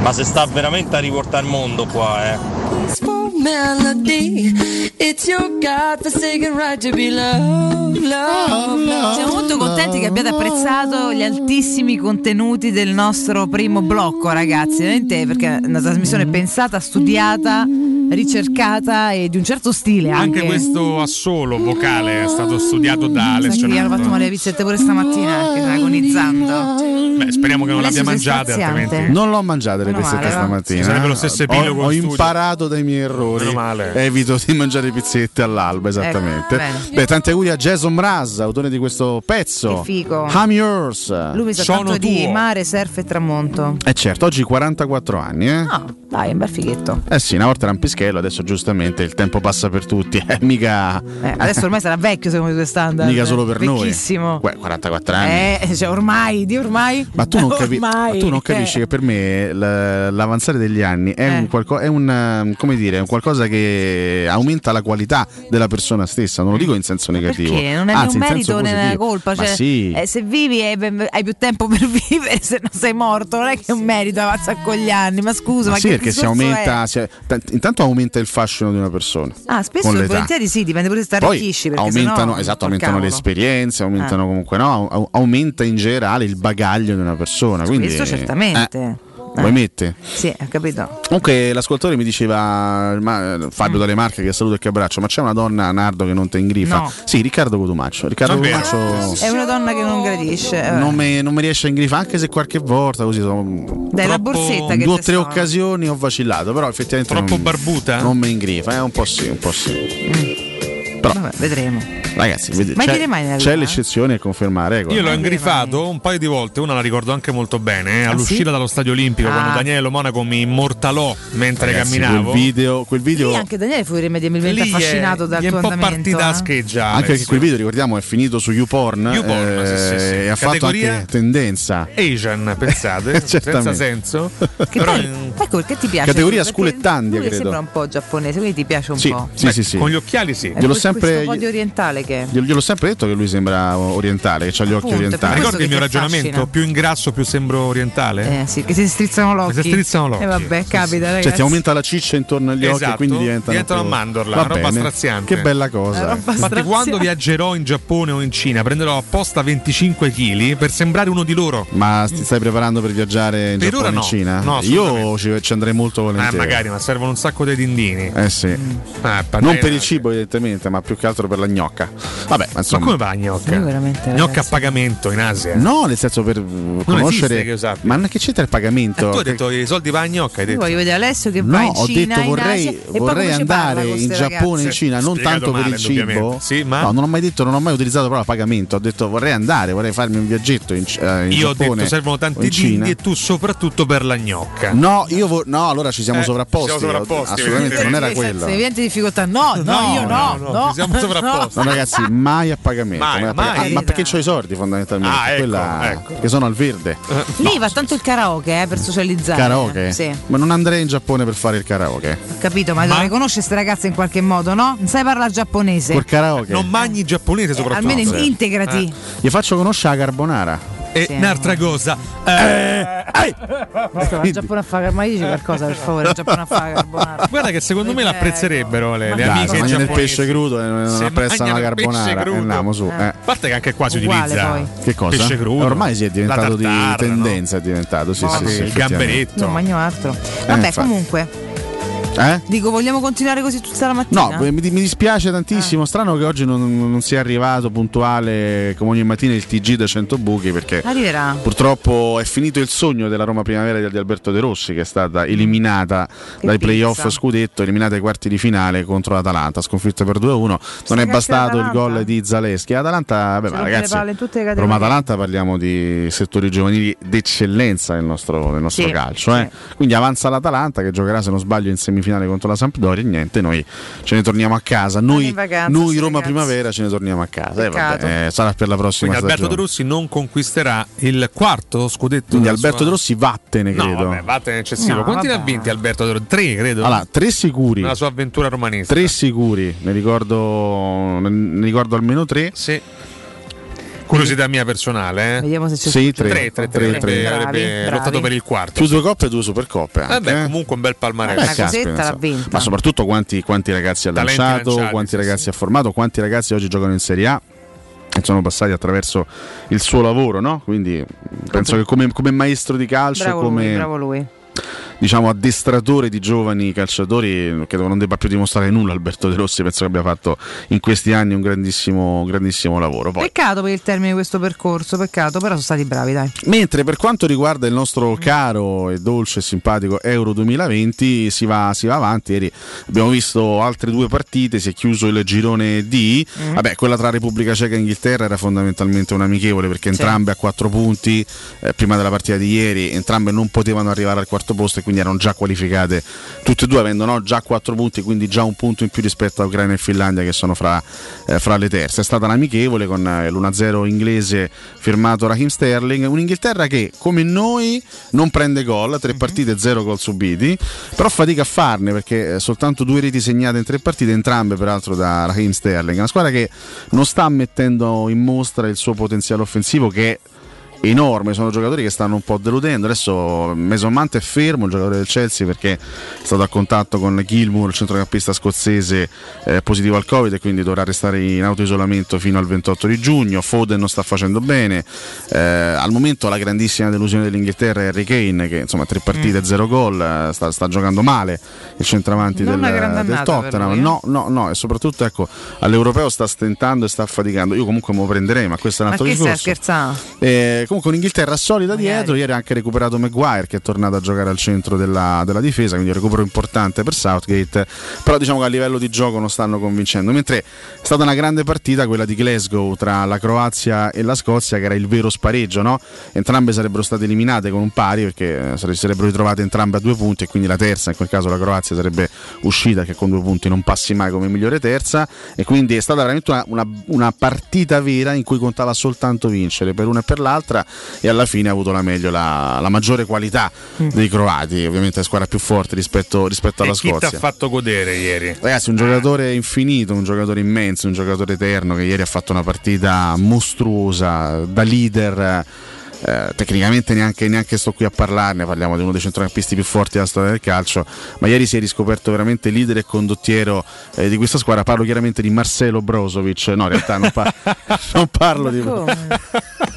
ma si sta veramente a riportare il mondo qua, eh.
It's for melody. It's your God-forsaken right to be loved, love, love.
Siamo molto contenti che abbiate apprezzato gli altissimi contenuti del nostro primo blocco, ragazzi. Veramente perché è una trasmissione pensata, studiata, ricercata e di un certo stile anche.
Anche questo assolo vocale è stato studiato da
Sai
Alessio
che gli hanno fatto
Nardo.
male le pizzette pure stamattina, anche agonizzando.
Beh, speriamo che non
Alessio,
l'abbia
sei
mangiata,
straziante.
altrimenti.
Non l'ho mangiata le
Meno
pizzette
male, va.
stamattina.
Ci sarebbe lo stesso
Ho,
epilogo
ho
in studio.
imparato dai miei errori. Eh, Evito di mangiare pizzette all'alba, esattamente.
Eh. bene.
Beh, tanti auguri a Jason Mraz, autore di questo pezzo.
Che figo.
I'm yours.
Lui mi sa tanto di mare, surf e tramonto.
Eh certo, oggi 44 anni, eh?
No, dai, è un bel fighetto.
Eh sì, una volta era un pischello, adesso giustamente il tempo passa per tutti. Eh, mica.
Eh, adesso ormai sarà vecchio secondo i tuoi standard.
Mica solo per noi.
Vecchissimo.
Beh, 44 anni.
Eh, cioè ormai, di ormai.
Ma tu non, capi-
Ormai,
ma tu non capisci
eh.
che per me l- l'avanzare degli anni è,
Eh.
un qualco- è un, ehm, come dire, un qualcosa che aumenta la qualità della persona stessa, non lo dico in senso negativo.
Perché non è né
Anzi,
un
in
merito
senso
né una
positivo.
colpa.
Ma
Cioè,
sì.
eh, se vivi hai, ben- hai più tempo per vivere, se no sei morto. Non è che è un merito avanza con gli anni. Ma scusa,
Ma
ma,
sì,
che
perché si
discorso
aumenta,
è?
si- tant- intanto aumenta il fascino di una persona.
Ah, spesso
con
e
l'età.
volentieri sì, dipende pure se ti
Poi
arricchisci. perché
aumentano,
sennò-
esatto,
porca
aumentano le
cavolo.
esperienze, aumentano
Eh.
comunque no, au- aumenta in generale il bagaglio di una persona. Quindi,
Questo certamente.
Eh, vuoi mette?
Sì, ho capito.
Comunque l'ascoltatore mi diceva ma, eh, Fabio dalle Marche che saluto e che abbraccio, ma c'è una donna Nardo che non te ingrifa?
No.
Sì, Riccardo Cotumaccio. Riccardo
Davvero?
Cotumaccio
È una donna che non gradisce. eh,
non mi, non mi riesce a ingrifa anche se qualche volta così sono
Dai, la borsetta che
due o
ci
tre
sono.
occasioni ho vacillato, però effettivamente troppo barbuta. Non mi ingrifa, è un po' sì, un po' sì. Però
Mm. vedremo.
Ragazzi, vedi-
Ma
c'è,
chi rimane alla-
c'è
eh?
l'eccezione eh, che conferma la regola.
Io l'ho ingrifato un paio di volte, una la ricordo anche molto bene, eh,
Ah,
all'uscita
sì?
dallo Stadio Olimpico
Ah.
quando Daniele Monaco mi immortalò mentre
Ragazzi,
camminavo.
Quel video, quel video
Lì anche Daniele fu irrimediabilmente
Lì è-
affascinato dal
gli è
tuo
un po'
andamento. eh?
partita a scheggia.
Anche perché
Alessio.
quel video, ricordiamo, è finito su YouPorn,
Ah,
eh,
YouPorn, sì, sì, sì.
e ha fatto
Categoria-
anche tendenza.
Asian, pensate, senza
Certamente.
senso.
Che
Però
poi-
in-
ecco perché ti piace.
Categoria
perché
sculettandia,
lui
credo.
sembra un po' giapponese, quindi ti piace un po'.
sì, sì, sì.
Con gli occhiali sì.
Eh,
Gliel'ho sempre sempre.
questo po' di orientale che è.
Glielo, gliel'ho sempre detto che lui sembra orientale, che ha gli occhi
Appunto, è per
orientali.
questo
Ricordi il mio ragionamento? Più ingrasso, più sembro orientale.
Eh sì, che si strizzano l'occhio.
Si strizzano l'occhio.
E Eh, vabbè, capita ragazzi.
Cioè, ti aumenta la ciccia intorno agli occhi
Esatto,
e quindi diventano.
diventano
più-
a mandorla,
Va
roba
bene.
straziante.
Che bella cosa. eh.
Infatti, quando viaggerò in Giappone o in Cina, prenderò apposta 25 kg per sembrare uno di loro.
Ma ti stai preparando per viaggiare in
Per
Giappone
ora no.
in Cina?
No,
Io ci, ci andrei molto
Eh,
volentieri.
magari, ma servono un sacco di dindini.
Eh sì.
Ah,
non per il cibo, evidentemente, ma più che altro per la gnocca. Vabbè, ma insomma.
Ma come va gnocca? Gnocca a pagamento in Asia.
No, nel senso per mm, conoscere.
esiste che io sappia.
ma non- che c'entra il pagamento?
Tu hai detto i soldi va a gnocca, hai
Io
detto.
voglio vedere Alessio che va
No,
in
ho
Cina,
detto
in Asia,
vorrei,
e poi
vorrei
come ci parla
andare
con
in
ste
Giappone e in
ragazze?
Cina, non
Spiegato
tanto per
male,
il cibo.
indubbiamente. Sì, ma-
No, non ho mai detto, non ho mai utilizzato la parola pagamento. Ho detto vorrei andare, vorrei farmi un viaggetto in, Ci- eh, in
Io ho
Giappone.
detto servono
o
tanti
in Cina.
dindi e tu soprattutto per la gnocca.
No, io vo- no, allora ci siamo
Eh,
sovrapposti.
ci siamo sovrapposti,
Assolutamente non era
Nel senso,
quello.
evidente difficoltà. No, no, io no, no.
ci siamo sovrapposti.
No, ragazzi, mai a pagamento.
Mai,
mai a pagamento.
mai.
Ah, ma perché c'ho i soldi fondamentalmente?
Ah, ecco,
Quella-
ecco.
Che sono al verde.
Lì va tanto il karaoke eh, per socializzare.
Karaoke?
Sì.
Ma non andrei in Giappone per fare il karaoke.
Ho capito, ma, dovrei conoscere queste ragazze in qualche modo, no? Non sai parlare giapponese.
Col karaoke. Eh.
Non mangi giapponese soprattutto.
almeno
Sì.
integrati.
Gli faccio conoscere la carbonara.
Eh, E un'altra cosa. Eh,
Ecco, la Giappone a fare, ma dici qualcosa per favore, la Giappone a fare carbonara.
Ah, guarda che secondo me l'apprezzerebbero le, le
Dai,
amiche
se mangiano il
giapponesi.
pesce crudo e non
Se mangiano
apprezzano la
il pesce
carbonara. Eh,
crudo.
andiamo su. eh.
A parte che anche qua si
Uguale,
utilizza
poi. Che cosa?
Pesce crudo.
Ormai si è diventato
La tartara,
di tendenza, è diventato, sì,
Ma
sì,
sì,
sì,
il gamberetto.
Non mangio altro. Vabbè,
Eh, infatti.
comunque,
Eh?
dico, vogliamo continuare così tutta la
No,
mattina?
beh, mi, di- mi dispiace tantissimo. Strano che oggi non, non sia arrivato puntuale come ogni mattina il TG da 100 buchi perché
Arriverà.
purtroppo è finito il sogno della Roma Primavera di Alberto De Rossi che è stata eliminata dai
pizza.
playoff scudetto, eliminata ai quarti di finale contro l'Atalanta, sconfitta per 2-1. Non è
cacchio
bastato il
l'Atalanta.
gol di Zaleschi. Atalanta, vabbè,
Si
ma
rompe le
ragazzi,
palle in tutte le categorie.
Roma-Atalanta parliamo di settori giovanili d'eccellenza nel nostro, nel nostro
Sì,
calcio. eh. Quindi avanza l'Atalanta che giocherà, se non sbaglio, in semifinale contro la Sampdoria. E niente, noi ce ne torniamo a casa. Noi,
in vacanza,
noi
sì,
Roma
ragazzi.
Primavera ce ne torniamo a casa. Eh,
Peccato.
vabbè, eh, sarà per la prossima
Quindi Alberto
stagione.
De Rossi non conquisterà il quarto scudetto.
Quindi
della
Alberto
sua-
De Rossi vattene,
No,
credo.
vabbè, vattene eccessivo.
No,
Quanti ne ha
vabbè.
vinti Alberto De Rossi? Tre, credo.
Allora, tre sicuri.
Nella sua avventura romanista.
Tre sicuri, ne ricordo, ne ricordo almeno tre.
Sì. Curiosità mia personale, eh.
Vediamo se c'è
Sì,
tre,
tre.
tre, tre,
Tre,
avrebbe-
tre.
avrebbe
Bravi,
lottato
bravi.
per il quarto.
Più due coppe e due supercoppe. Anche,
Vabbè,
eh.
comunque un bel palmarès.
Beh, caspita, insomma. Ma soprattutto quanti, quanti ragazzi ha
Talenti
lanciato,
lanciati,
quanti
sì,
ragazzi ha formato, quanti ragazzi oggi giocano in Serie A e sono passati attraverso il suo lavoro, no? Quindi penso che come, come maestro di calcio,
Bravo
come
lui, bravo lui.
diciamo addestratore di giovani calciatori credo non debba più dimostrare nulla Alberto De Rossi penso che abbia fatto in questi anni un grandissimo, un grandissimo lavoro Poi,
Peccato per il termine di questo percorso, peccato, però sono stati bravi, dai.
Mentre per quanto riguarda il nostro caro e dolce e simpatico Euro 2020 si va, si va avanti, ieri abbiamo visto altre due partite, si è chiuso il girone D, vabbè quella tra Repubblica Ceca e Inghilterra era fondamentalmente un amichevole perché entrambe a quattro punti eh, prima della partita di ieri, entrambe non potevano arrivare al quarto posto e quindi erano già qualificate tutte e due avendo no, già quattro punti, quindi già un punto in più rispetto a Ucraina e Finlandia che sono fra, eh, fra le terze. È stata un'amichevole con eh, l'1-0 inglese firmato Raheem Sterling, un'Inghilterra che come noi non prende gol, tre partite, zero gol subiti, però fatica a farne perché eh, soltanto due reti segnate in tre partite, entrambe peraltro da Raheem Sterling, una squadra che non sta mettendo in mostra il suo potenziale offensivo che è enorme, sono giocatori che stanno un po' deludendo. Adesso Mason Mount è fermo, il giocatore del Chelsea, perché è stato a contatto con Gilmour, il centrocampista scozzese eh, positivo al Covid e quindi dovrà restare in autoisolamento fino al 28 di giugno. Foden non sta facendo bene. Eh, al momento la grandissima delusione dell'Inghilterra è Harry Kane, che insomma tre
Mm.
partite, zero gol, eh, sta, sta giocando male il centravanti del,
Non una grande
del
annata per
Tottenham.
lui, eh.
No, no, no, e soprattutto ecco, all'Europeo sta stentando e sta faticando. Io comunque me lo prenderei, ma questo è un
Ma
altro
che stai
discorso.
scherzando?
Eh, comunque un'Inghilterra solida dietro, ieri ha anche recuperato Maguire che è tornato a giocare al centro della, della difesa, quindi un recupero importante per Southgate, però diciamo che a livello di gioco non stanno convincendo, mentre è stata una grande partita quella di Glasgow tra la Croazia e la Scozia che era il vero spareggio, no? entrambe sarebbero state eliminate con un pari perché eh, sare- sarebbero ritrovate entrambe a due punti e quindi la terza, in quel caso la Croazia sarebbe uscita che con due punti non passi mai come migliore terza e quindi è stata veramente una, una- una partita vera in cui contava soltanto vincere per una e per l'altra destra e alla fine ha avuto la meglio la, la maggiore qualità dei croati, ovviamente la squadra più forte rispetto, rispetto alla
Mm. e chi ti ha
Scozia. Eh,
fatto godere ieri?
Ragazzi, un giocatore infinito, un giocatore immenso, un giocatore eterno che ieri ha fatto una partita mostruosa da leader. eh, tecnicamente neanche, neanche sto qui a parlarne, parliamo di uno dei centrocampisti più forti della storia del calcio, ma ieri si è riscoperto veramente leader e condottiero eh, di questa squadra. Parlo chiaramente di Marcelo Brozovic, no in realtà non, par- non parlo di...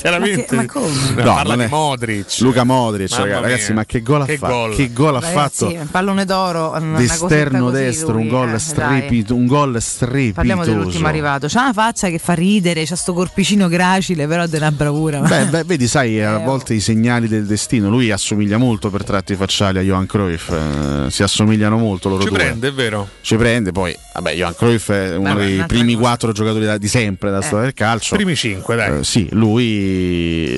Chiaramente.
Ma
No,
No,
parla
non
di
è-
Modric.
Luca Modric,
Mamma
ragazzi,
mia.
ragazzi, ma che gol ha
Che
fatto?
gol.
Che gol ha
Beh,
fatto?
sì, pallone d'oro, una
di
cosetta
esterno
così
destro,
lui,
un gol,
eh, dai.
strepito, un gol strepitoso.
Parliamo dell'ultimo arrivato. C'ha una faccia che fa ridere, c'ha sto corpicino gracile, però è una bravura.
Beh, beh, vedi, sai, a volte i segnali del destino. Lui assomiglia molto per tratti facciali a Johan Cruyff. eh, si assomigliano molto loro
Ci
due.
prende, è vero.
Ci prende, poi, vabbè, Johan Cruyff è uno Eh.
Vabbè,
dei
un'altra
primi quattro giocatori da- di sempre della storia del calcio.
Primi cinque, dai.
Eh, sì, lui,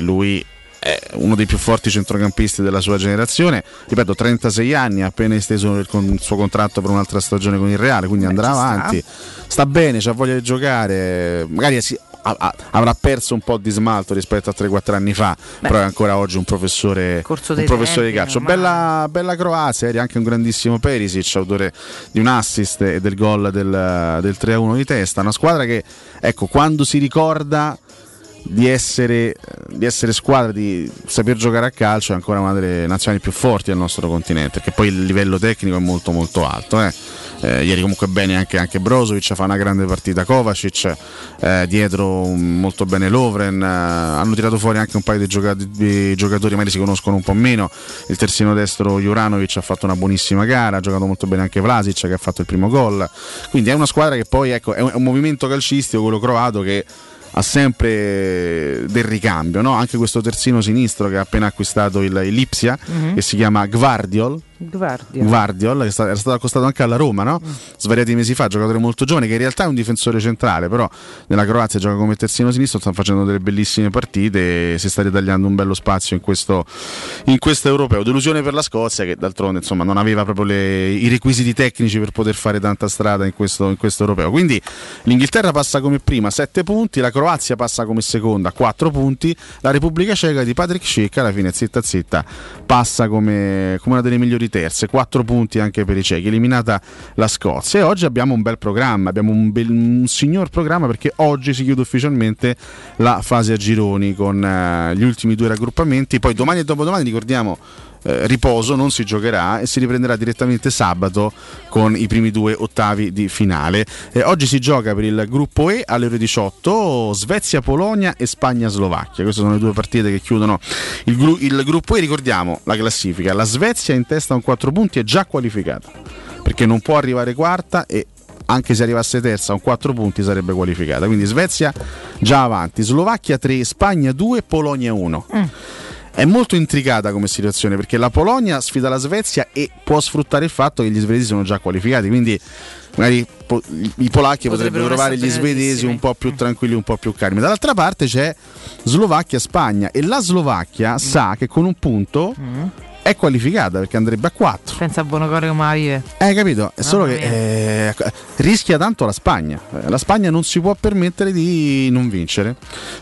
lui è uno dei più forti centrocampisti della sua generazione. Ripeto, 36 anni, ha appena esteso il, con- il suo contratto per un'altra stagione con il Reale, quindi andrà
ci sta.
avanti. Sta bene, ha voglia di giocare, magari si- a- a- avrà perso un po' di smalto rispetto a 3-4 anni fa, però è ancora oggi un professore, un
dei
professore di
tempi,
calcio.
ormai.
Bella, bella Croazia, eri anche un grandissimo Perisic, autore di un assist e del gol del, del 3-1 di testa. Una squadra che, ecco, quando si ricorda di essere, di essere squadra, di saper giocare a calcio, è ancora una delle nazionali più forti del nostro continente, che poi il livello tecnico è molto molto alto. eh. Eh, ieri comunque bene anche, anche Brozovic, fa una grande partita Kovacic, eh, dietro mm, molto bene Lovren, eh, hanno tirato fuori anche un paio di, gioca- di giocatori, magari si conoscono un po' meno, il terzino destro Juranovic ha fatto una buonissima gara, ha giocato molto bene anche Vlasic che ha fatto il primo gol, quindi è una squadra che poi ecco, è un- è un movimento calcistico quello croato che ha sempre del ricambio, no? anche questo terzino sinistro che ha appena acquistato il, il Lipsia,
Mhm.
che si chiama Gvardiol.
Guardia.
Guardiol, che è sta- era stato accostato anche alla Roma, no? svariati mesi fa, giocatore molto giovane che in realtà è un difensore centrale, però nella Croazia gioca come terzino sinistro, sta facendo delle bellissime partite e si sta ritagliando un bello spazio in questo, in questo europeo. Delusione per la Scozia che d'altronde insomma, non aveva proprio le- i requisiti tecnici per poter fare tanta strada in questo, in questo europeo. Quindi l'Inghilterra passa come prima, 7 punti, la Croazia passa come seconda, 4 punti, la Repubblica Ceca di Patrick Schick alla fine zitta zitta passa come, come una delle migliori terze, 4 punti anche per i cechi, eliminata la Scozia e oggi abbiamo un bel programma, abbiamo un, bel, un signor programma perché oggi si chiude ufficialmente la fase a gironi con eh, gli ultimi due raggruppamenti, poi domani e dopodomani ricordiamo eh, riposo, non si giocherà e si riprenderà direttamente sabato con i primi due ottavi di finale. Eh, oggi si gioca per il gruppo E alle ore 18 Svezia-Polonia e Spagna-Slovacchia. Queste sono le due partite che chiudono il, gru- il gruppo E. Ricordiamo la classifica, la Svezia in testa con 4 punti è già qualificata perché non può arrivare quarta e anche se arrivasse terza con 4 punti sarebbe qualificata. Quindi Svezia già avanti, Slovacchia 3, Spagna 2, Polonia 1. È molto intricata come situazione perché la Polonia sfida la Svezia e può sfruttare il fatto che gli svedesi sono già qualificati, quindi magari po- i polacchi potrebbero,
Potrebbero
trovare gli
essere
svedesi
bravissimi.
un po' più tranquilli, un po' più calmi. Dall'altra parte c'è Slovacchia-Spagna e la
Mm.
Slovacchia sa che con un punto è qualificata perché andrebbe a 4.
Pensa a Bonocore come la vive.
Eh, capito? È solo che eh, rischia tanto la Spagna. Eh, La Spagna non si può permettere di non vincere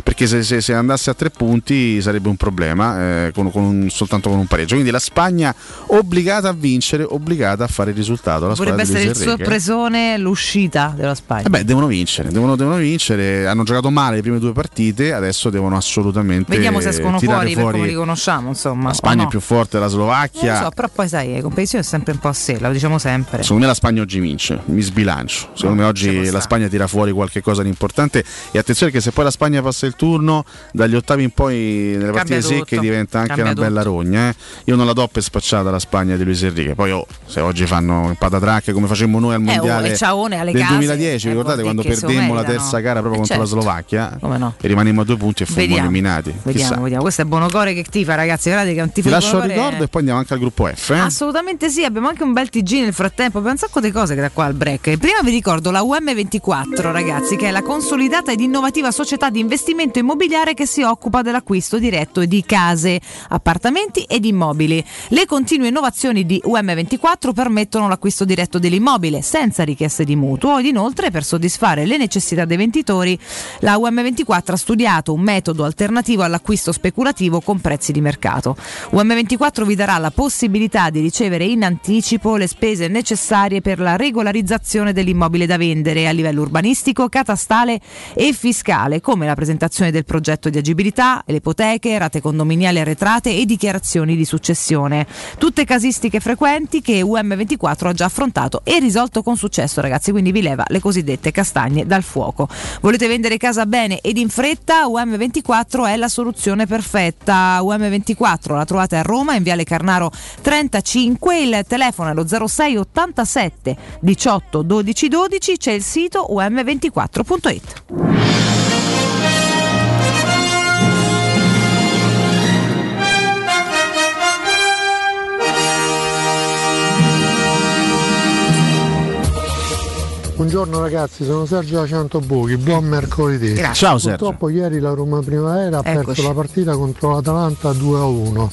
perché se, se- se andasse a tre punti sarebbe un problema eh, con- con un- soltanto con un pareggio. Quindi la Spagna obbligata a vincere, obbligata a fare il risultato. La squadra
Vorrebbe
di
essere il
Luis Enrique.
sorpresone l'uscita della Spagna.
Eh beh, devono vincere, devono, devono vincere. Hanno giocato male le prime due partite, adesso devono assolutamente
Vediamo se escono
tirare
fuori, per come li
la
conosciamo, insomma. o
Spagna
no.
è più forte della
Non
Slovacchia.
lo so, però poi sai, la competizione è sempre un po' a sé, lo diciamo sempre. Ah,
Secondo me la Spagna oggi vince, mi sbilancio. Secondo me oggi la Spagna tira fuori qualche cosa di importante. E attenzione che se poi la Spagna passa il turno, dagli ottavi in poi nelle partite
tutto,
secche diventa anche
cambia
una bella
tutto.
rogna. eh. Io non la do per spacciata la Spagna di Luis Enrique. Poi oh, se oggi fanno patatracche come facemmo noi al
oh,
mondiale
e ciaone alle
del
case,
2010,
eh,
ricordate
vuol
quando
dire che se lo
perdemmo la
meritano.
terza gara proprio
Eh,
contro la
certo.
Slovacchia
Come no?
e rimanemmo a due punti e fummo
Vediamo,
eliminati.
Vediamo,
Chissà.
vediamo. Questo è Bonocore che tifa, ragazzi. Guardate che è un tifo
Ti
di
lascio il
Bonocore,
ricordo e poi andiamo anche al gruppo F. eh?
Assolutamente Ah, sì, abbiamo anche un bel TG nel frattempo, abbiamo un sacco di cose che da qua al break. E prima vi ricordo la UM24, ragazzi, che è la consolidata ed innovativa società di investimento immobiliare che si occupa dell'acquisto diretto di case, appartamenti ed immobili. Le continue innovazioni di UM24 permettono l'acquisto diretto dell'immobile senza richieste di mutuo ed inoltre per soddisfare le necessità dei venditori la UM24 ha studiato un metodo alternativo all'acquisto speculativo con prezzi di mercato. UM24 vi darà la possibilità di ricevere in anticipo le spese necessarie per la regolarizzazione dell'immobile da vendere a livello urbanistico, catastale e fiscale, come la presentazione del progetto di agibilità, le ipoteche, rate condominiali arretrate e dichiarazioni di successione. Tutte casistiche frequenti che UM24 ha già affrontato e risolto con successo, ragazzi, quindi vi leva le cosiddette castagne dal fuoco. Volete vendere casa bene ed in fretta? UM24 è la soluzione perfetta. UM24 la trovate a Roma in Viale Carnaro 35, il telefono è lo 06 87 18 12 12, c'è il sito um24.it.
Buongiorno ragazzi, sono Sergio Aciantobuchi, buon mercoledì.
Grazie. Ciao, Sergio.
Purtroppo ieri la Roma Primavera ha perso la partita contro l'Atalanta 2-1,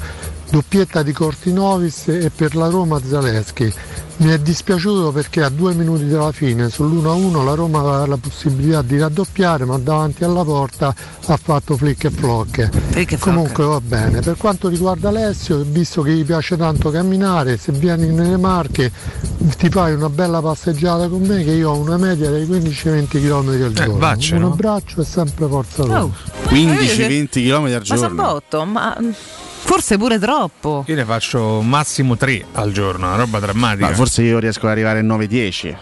doppietta di Cortinovis e per la Roma Zaleschi. Mi è dispiaciuto perché a due minuti dalla fine sull'1-1 la Roma aveva la possibilità di raddoppiare ma davanti alla porta ha fatto flick e flock. Comunque va bene. Per quanto riguarda Alessio, visto che gli piace tanto camminare, se vieni nelle Marche ti fai una bella passeggiata con me che io ho una media dei 15-20 km al giorno.
vaccelo.
Un abbraccio e sempre forza Roma.
Oh.
15-20 km al
Ma
giorno.
Sappotto, ma mm, forse pure troppo.
Io ne faccio massimo 3 al giorno, una roba drammatica.
Ma forse io riesco ad arrivare a 9-10.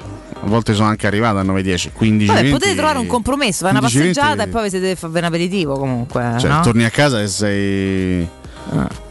A volte sono anche arrivato a 9-10. 15
Vabbè, potete trovare un compromesso, fai una
15-20.
passeggiata e poi vi siete fare un aperitivo comunque.
Cioè,
no?
torni a casa e sei.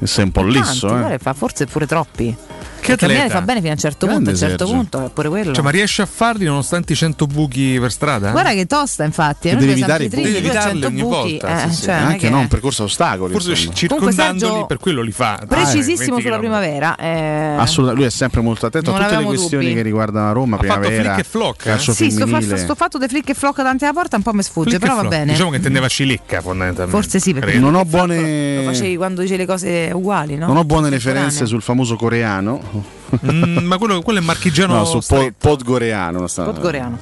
e sei un po' lisso,
Tanti, guarda,
eh.
fa forse pure troppi.
Che
Perché camminare
atleta.
fa bene fino a un certo punto, a un
Grande
certo
Sergio.
punto è pure quello.
Cioè, ma riesci a farli nonostante i 100 buchi per strada?
Guarda che tosta, infatti. eh, noi abbiamo sempre i
devi
tripli,
evitarli
100
ogni
buchi,
volta.
eh,
sì, sì.
cioè, non è che-
percorso a ostacoli.
Forse
insomma.
circondandoli,
Comunque, Sergio,
per quello li fa.
Precisissimo
20
sulla primavera. eh.
Assolutamente, lui è sempre molto attento
Non
a tutte le
avevamo
questioni
dubbi.
che riguardano la Roma,
Ha fatto
primavera,
flick e flock, eh?
calcio
Sì, sto, fa-
femminile.
sto fatto dei flick e flock davanti alla porta un po' mi sfugge,
Flick e
però va
flock.
bene.
Diciamo che intendeva Cilicca, fondamentalmente.
Forse sì, perché
non ho
Lo facevi
buone,
quando dici le cose uguali, no?
non ho buone
Contemporanee.
referenze sul famoso coreano.
Mm, ma quello, quello è marchigiano.
No, su po- Podgoreano. una sta-
Podgoreano.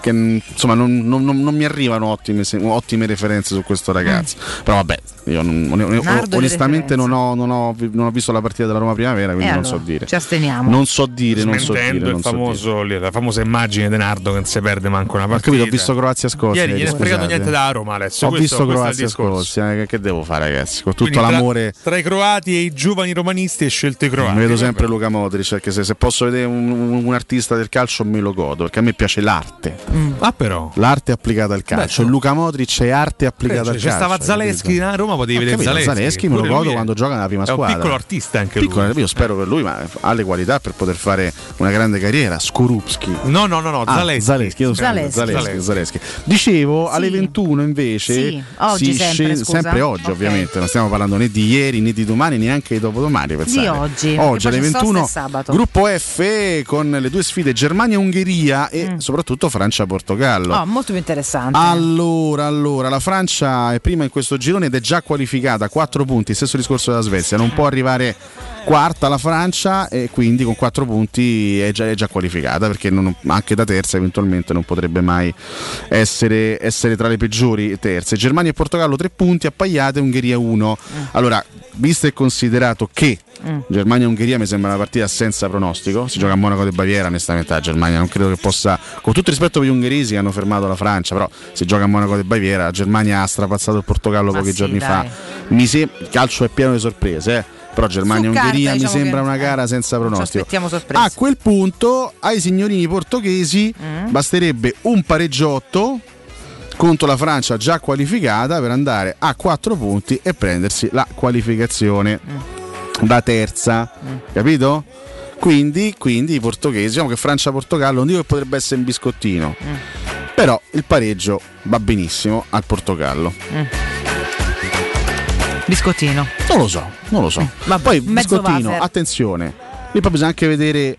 Che, insomma, non, non- non- non mi arrivano ottime, se- ottime referenze su questo ragazzo. Però vabbè, io non- on- on-
Mm. Nardo
onestamente
le referenze.
non ho, non ho vi- non ho visto la partita della Roma Primavera, quindi
Eh,
non
allora,
so dire.
Ci asteniamo.
Non so dire, non so dire.
Smentendo il
non so dire.
famoso, lì, la famosa immagine di Nardo che non si perde manco una
Ho
partita.
capito, ho visto Croazia-Scozia.
Ieri gliene è
scusate.
fregato niente da Roma, Alessio.
Ho
questo-
visto
questo è il
Croazia-Scozia, eh, che- che devo fare ragazzi? Con tutto
Quindi tra-
l'amore
Tra, i croati e i giovani romanisti è scelto i croati.
Mi vedo sempre Luca Modric eh, perché se, se posso vedere un, un- un artista del calcio me lo godo perché a me piace l'arte.
Ah però.
L'arte applicata al calcio. Luca Modric è arte applicata
Cioè,
al
c'è
calcio.
stava Zaleschi a Roma, potevi
Ho
vedere
capito,
Zaleschi.
Zaleschi me lo
Pure
godo
lui è-
quando gioca nella prima
è un
squadra.
piccolo artista anche
Piccolo,
lui.
Io spero per lui, ma ha le qualità per poter fare una grande carriera. Skorupski.
No, no, no, no,
Ah,
Zaleschi.
Zaleschi, io- Zaleschi, Zaleschi, esatto. Zaleschi. Dicevo, alle 21 invece
Sì, oggi
si
sempre,
scel-
scusa.
sempre oggi
Ok.
ovviamente, non stiamo parlando né di ieri né di domani neanche di dopodomani. pensate. Oggi
oggi, perché
alle
poi c'è sosta
21
e sabato.
gruppo F con le due sfide Germania-Ungheria e
Mm.
soprattutto Francia-Portogallo.
Oh, molto più interessante.
Allora, allora, la Francia è prima in questo girone ed è già qualificata, 4 punti, stesso discorso della Svezia, non può arrivare quarta la Francia e quindi con 4 punti è già, è già qualificata perché non- anche da terza eventualmente non potrebbe mai essere, essere tra le peggiori terze. Germania e Portogallo 3 punti, appaiate, Ungheria 1. Allora, visto e considerato che
Mm.
Germania e Ungheria mi sembra una partita senza pronostico. Si gioca a Monaco di Baviera, onestamente la Germania non credo che possa. Con tutto il rispetto per gli ungheresi che hanno fermato la Francia, però si gioca a Monaco di Baviera, la Germania ha strapazzato il Portogallo
Ma
pochi
sì,
giorni
dai.
fa. Mi sem- il calcio è pieno di sorprese, eh. però Germania
Su
e
carta,
Ungheria
diciamo
mi sembra
che-
una gara senza
Ci
pronostico. Ah,
aspettiamo sorprese.
A quel punto ai signorini portoghesi basterebbe un pareggiotto contro la Francia già qualificata per andare a 4 punti e prendersi la qualificazione da terza, capito? Quindi, quindi i portoghesi, diciamo che Francia-Portogallo, non dico che potrebbe essere un biscottino, però
Mm.
il pareggio va benissimo al Portogallo.
Biscottino. Eh,
Non lo so, non lo so. Ma poi
mezzo
biscottino,
wafer.
attenzione. Lì poi bisogna anche vedere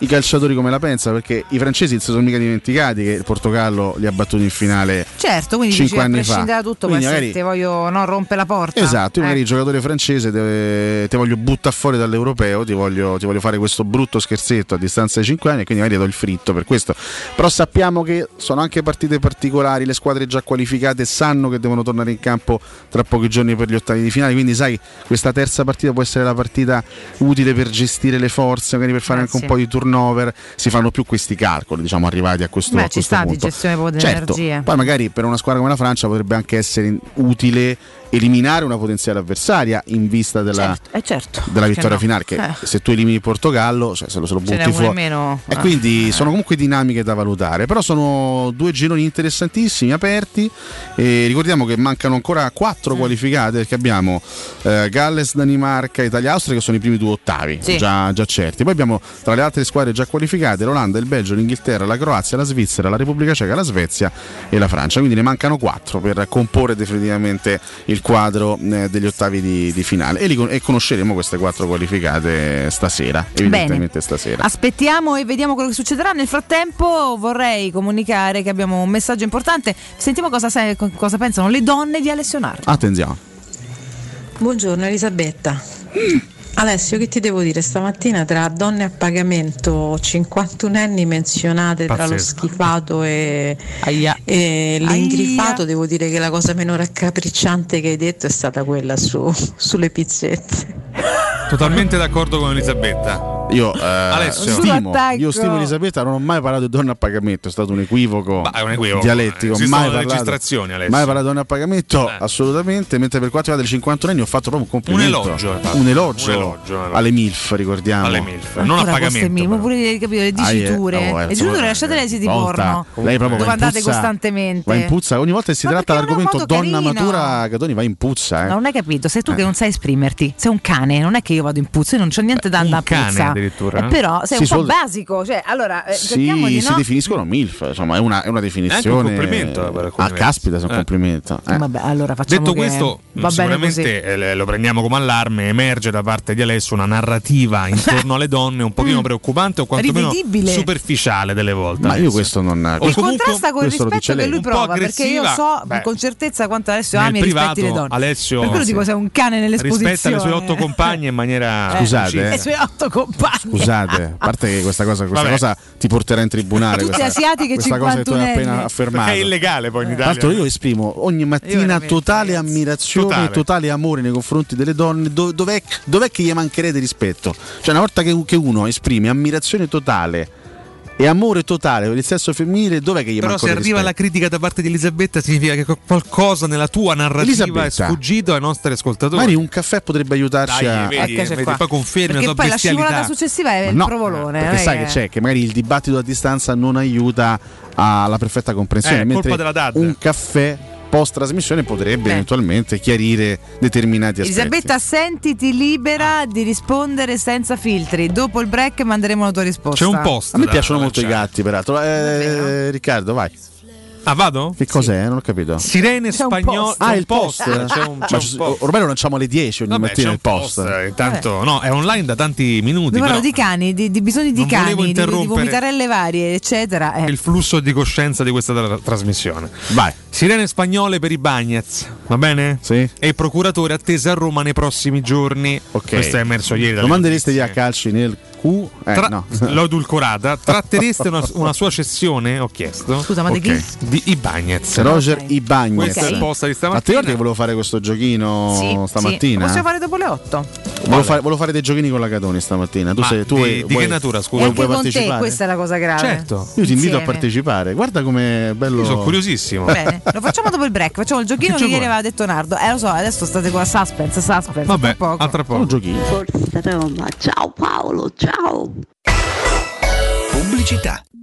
i calciatori come la pensano, perché i francesi non si sono mica dimenticati che il Portogallo li ha battuti in finale.
Certo, quindi
Cinque
dici, a
anni fa.
prescindere da tutto, può
Quindi
essere
magari-
te voglio no, rompe la porta.
Esatto, io magari
Eh.
il giocatore francese te, te voglio buttare fuori dall'europeo, ti voglio, ti voglio fare questo brutto scherzetto a distanza di 5 anni e quindi magari do il fritto per questo. Però sappiamo che sono anche partite particolari, le squadre già qualificate sanno che devono tornare in campo tra pochi giorni per gli ottavi di finale, quindi sai questa terza partita può essere la partita utile per gestire le forze, magari per fare
Eh,
anche
sì.
un po' di turnover, si fanno più questi calcoli, diciamo arrivati a questo,
Beh,
a
ci
questo
sta di
punto.
gestione proprio delle
Certo,
energie.
poi magari per una squadra come la Francia potrebbe anche essere in- utile eliminare una potenziale avversaria in vista della,
Certo, eh, certo.
della
Perché
vittoria
no?
finale. Che
Eh.
se tu elimini il Portogallo, cioè, se lo, se lo
Ce n'è
butti
uno in
fuori.
meno.
E
Ah.
quindi sono comunque dinamiche da valutare. Però sono due gironi interessantissimi, aperti. E ricordiamo che mancano ancora quattro qualificate perché abbiamo eh, Galles, Danimarca, Italia, Austria, che sono i primi due ottavi,
Sì.
già, già certi. Poi abbiamo tra le altre squadre già qualificate l'Olanda, il Belgio, l'Inghilterra, la Croazia, la Svizzera, la Repubblica Ceca, la Svezia e la Francia. Quindi ne mancano quattro per comporre definitivamente il quadro eh, degli ottavi di, di finale. E, li con- e conosceremo queste quattro qualificate stasera, evidentemente stasera.
Aspettiamo e vediamo quello che succederà. Nel frattempo vorrei comunicare che abbiamo un messaggio importante. Sentiamo cosa, se- cosa pensano le donne di Alessio Nardo.
Attenzione.
Buongiorno Elisabetta.
Mm.
Alessio, che ti devo dire? Stamattina tra donne a pagamento, 51enni menzionate tra lo
Pazzesco.
schifato e, e l'ingrifato, devo dire che la cosa meno raccapricciante che hai detto è stata quella su- sulle pizzette.
Totalmente d'accordo con Elisabetta.
Io eh,
Alessio.
stimo,
Sull'attacco.
io stimo Elisabetta, non ho mai parlato di donna a pagamento, è stato un equivoco,
è un equivoco. eh,
dialettico.
Esistono
Mai
le
parlato,
registrazioni, Alessio. Eh.
mai parlato di donna a pagamento, assolutamente. Mentre per quanto riguarda i 51 anni ho fatto proprio un complimento.
Un elogio, hai fatto.
un elogio,
Un elogio, allora.
alle MILF, ricordiamo.
Alle MILF,
Eh,
non a Ancora pagamento, queste
Ma pure capito, le
Ah, eh,
diciture.
oh, eh,
le
insomma, eh,
diciture lasciate le siti
volta.
porno.
Lei proprio
dove
va in
andate
puzza-
costantemente.
Va in puzza, ogni volta che si tratta l'argomento
modo
donna
carino.
matura, Catoni va in puzza. Eh.
No, non hai capito, sei tu che non sai esprimerti, sei un cane, non è che io vado in puzza, io non c'ho niente da andare a
cane
puzza.
addirittura?
Eh, però sei
Si
un po'
suol-
basico, cioè, allora, eh,
si,
cerchiamo di
si
no.
definiscono MILF, insomma, è una, è una definizione.
complimento, eh, per alcuni
ah, caspita, è un complimento. eh.
Vabbè, allora facciamo
Detto
che
questo,
va bene così.
sicuramente eh, lo prendiamo come allarme, emerge da parte di Alessio una narrativa intorno alle donne un pochino preoccupante o quantomeno
Mm. Rivedibile.
superficiale delle volte.
Ma io
Alessio.
questo non. eh,
O
Che
comunque-
contrasta con il
questo lo dice
rispetto che
lei.
lui
Un po'
prova, perché io
aggressiva,
so
beh,
con certezza quanto Alessio
nel
ami e rispetti
privato,
le donne.
Alessio-
per quello dico
sì.
sei un cane nell'esposizione.
Rispetta le sue otto compagne in maniera.
Eh,
Scusate,
Le
eh.
sue otto compagne.
Scusate, a parte che questa cosa, questa
Oh, Vabbè.
cosa ti porterà in tribunale.
Tutte
questa,
asiatiche Eh.
questa cosa che tu hai
51enne.
appena affermato.
Perché è illegale poi in
Tra l'altro
Italia.
io esprimo ogni mattina totale ammirazione
Totale.
e totale amore nei confronti delle donne. Do- dov'è, dov'è che gli mancherete rispetto? Cioè una volta che, che uno esprime ammirazione totale e amore totale per il sesso femminile, dov'è che gli
Però se
manca il
arriva la critica da parte di Elisabetta significa che co- qualcosa nella tua narrativa
Elisabetta.
è sfuggito ai nostri ascoltatori.
Magari un caffè potrebbe aiutarci
Dai,
a...
vedi,
Eccoci
vedi,
Ecco, qua.
poi confermi
Perché
la tua
poi la scivolata
bestialità.
successiva è
Ma
Eh, il
no,
provolone. eh. non
Perché
è
sai che c'è, che magari il dibattito a distanza non aiuta alla perfetta comprensione.
Eh,
mentre
colpa della DAD.
un caffè post trasmissione potrebbe eventualmente chiarire determinati aspetti.
Elisabetta, sentiti libera di rispondere senza filtri. Dopo il break manderemo la tua risposta.
A me piacciono molto i gatti, peraltro. Eh, Riccardo, vai.
Ah, vado?
Che cos'è? Non ho capito.
Sirene spagnole.
Ah, il post.
C'è un, c'è
Ma
un
ci-
post.
Ormai lo lanciamo alle 10 ogni
Vabbè,
mattina
c'è
il
un
post.
eh, Tanto, no, è online da tanti minuti.
Dovevano
Però
di cani, di, di bisogni di
Non
cani,
volevo
di, di
interrompere.
vomitarelle varie, eccetera. Eh.
il flusso di coscienza di questa tra- trasmissione.
Vai.
Sirene spagnole per i Bagnets, va bene?
Sì.
E il procuratore attesa a Roma nei prossimi giorni. Questo è emerso ieri
Lo
dalle
mandereste via a calci nel Q? Eh,
Tra-
no.
L'ho edulcorata. Trattereste una, una sua cessione? Ho chiesto.
Scusa, ma di
Ok.
chi?
Di Ibagnez.
Roger Ibagnez.
Questo è il post di
Ma ti
stamattina.
ricordi che volevo fare questo giochino
Sì, sì. Lo
stamattina? eh.
possiamo fare dopo le 8.
Volevo fare, volevo fare dei giochini con la Catoni stamattina. Tu
Ma
sei, tu
di-
vuoi-
di che
vuoi-
natura, scusa? Certo.
Vuoi,
E anche
vuoi
con te,
partecipare?
questa è la cosa grave.
Io ti invito a
Insieme.
partecipare. Guarda com'è bello.
Io sono curiosissimo.
Bene, lo facciamo dopo il break. Facciamo il giochino
Che
che
gioco
ieri
è?
aveva detto Nardo. Eh, lo so, adesso state con la suspense. Suspense.
Vabbè,
tra poco.
a tra poco. Un
giochino.
Forza Roma, ciao Paolo, ciao.
Pubblicità.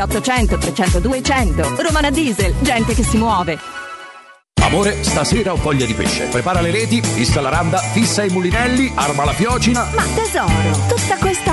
800 302 100. Romana Diesel, gente che si muove.
Amore, stasera ho voglia di pesce. Prepara le reti, fissa la randa, fissa i mulinelli, arma la fiocina.
Ma tesoro, tutta questa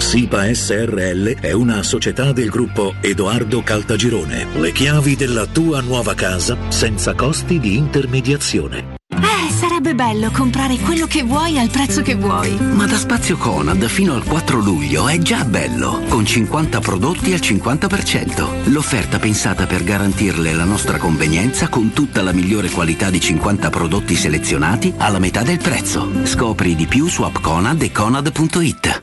SIPA SRL è una società del gruppo Edoardo Caltagirone. Le chiavi della tua nuova casa senza costi di intermediazione.
Eh, sarebbe bello comprare quello che vuoi al prezzo che vuoi.
Ma da Spazio Conad fino al 4 luglio è già bello, con 50 prodotti al 50%.
L'offerta pensata per garantirle la nostra convenienza con tutta la migliore qualità di 50 prodotti selezionati alla metà del prezzo. Scopri di più su app Conad e conad.it.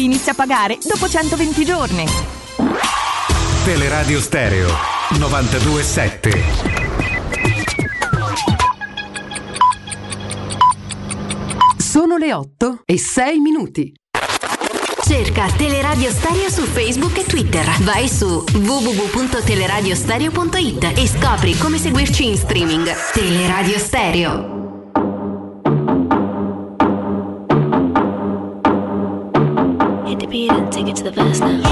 inizia a pagare dopo 120 giorni.
Teleradio Stereo 927.
Sono le 8 e 6 minuti.
Cerca Teleradio Stereo su Facebook e Twitter. Vai su www.teleradiostereo.it e scopri come seguirci in streaming. Teleradio Stereo.
Hit the beat and take it to the verse now.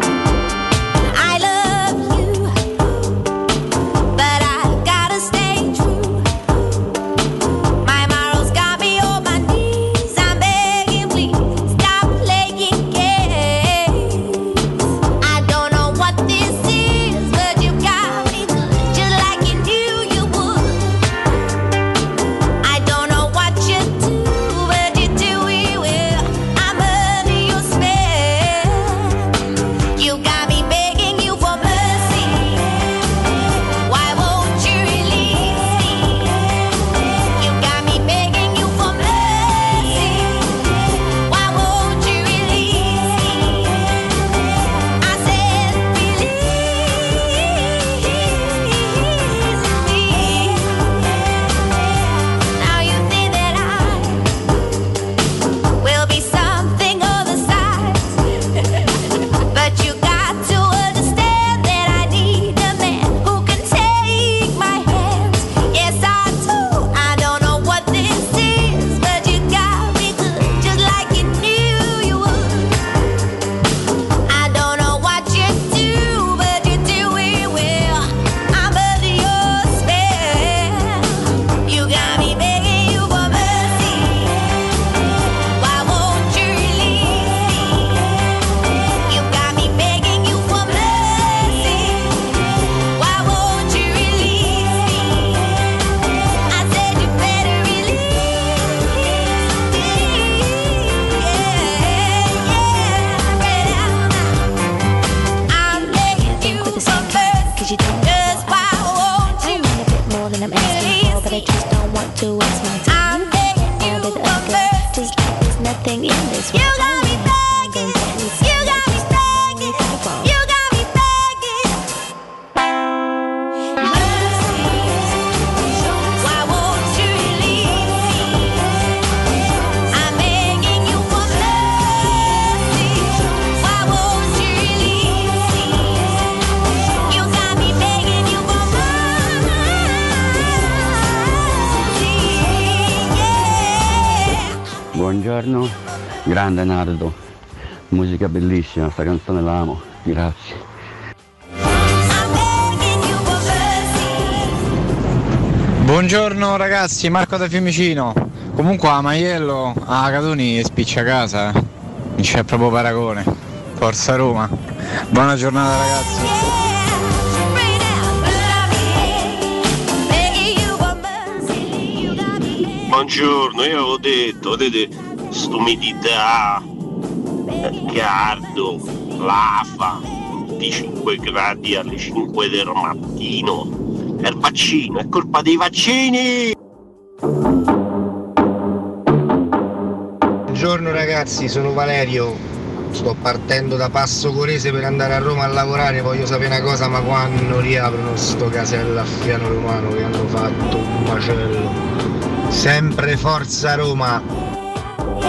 I love you, but I gotta stay true. My morals got me on my knees. I'm begging, please stop playing games. I don't know what this is, but you got me good, just like you knew you would. I don't know what you do, but you do it well. I'm under your spell. You got me begging you for mercy. Why won't you release me? You got me begging you for mercy. Why won't you release me? I said, release me. Now you think that I will be something other side. But you got to understand that I need a man who can take my hands. Yes, I do. I don't know what this is, but you got me good, just like you knew you would. I don't know what you do, but you do it well. I'm under your spell. You got me begging you for mercy. Why won't you release me? You got me begging you for mercy. Why won't you release me? I said you better release I'm begging you for mercy. Just why won't you
More than I'm asking for, but I just don't want to. It's my
I'm begging you
all the other. Just like there's nothing in this
You
world.
got me begging. You got me begging. You got me begging. Why won't you release me? I'm begging you for mercy. Why won't you release me? You got me begging you for mercy.
Buongiorno, grande Nardo, musica bellissima, sta canzone l'amo, grazie.
Buongiorno ragazzi, Marco da Fiumicino. Comunque a Maiello, a Catoni e spiccia casa, eh. non c'è proprio paragone. Forza Roma. Buona giornata ragazzi.
Buongiorno, io avevo detto, vedete, st'umidità, caldo, lava, 25 gradi alle 5 del mattino, è il vaccino, è colpa dei vaccini!
Buongiorno ragazzi, sono Valerio. Sto partendo da Passo Corese per andare a Roma a lavorare. Voglio sapere una cosa, ma quando riaprono sto casello a Fiano Romano che hanno fatto un macello. Sempre Forza Roma!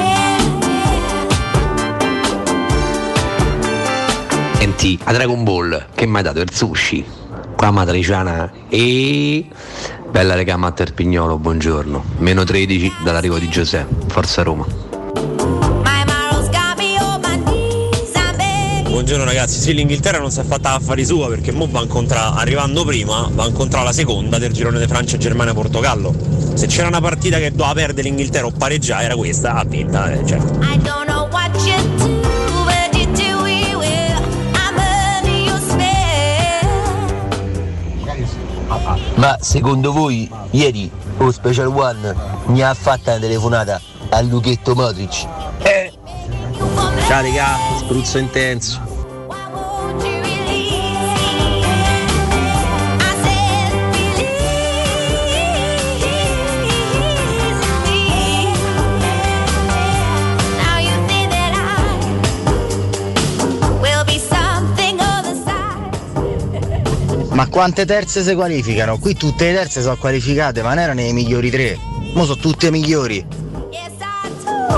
Senti, a Dragon Ball, che mi hai dato? Il sushi? Qua matriciana e... Bella regama a Terpignolo, buongiorno. Meno 13 dall'arrivo di Giuseppe, Forza Roma.
Buongiorno
buongiorno ragazzi. Sì, l'Inghilterra non si è fatta affari sua perché mo va incontra, arrivando prima, va incontra la seconda del girone di Francia, Germania, Portogallo. Se c'era una partita che doveva perdere l'Inghilterra o pareggiare era questa, ha vinta, eh, certo.
I don't know what you do, but you do it well. I'm under your spell.
Ma secondo voi ieri lo Special One Eh. mi ha fatta una telefonata a Luchetto Modric?
Eh. Ciao raga, spruzzo intenso.
Now you think that I will be something of the side.
Ma quante terze si qualificano? Qui tutte le terze sono qualificate, ma non erano i migliori tre. Mo sono tutte migliori.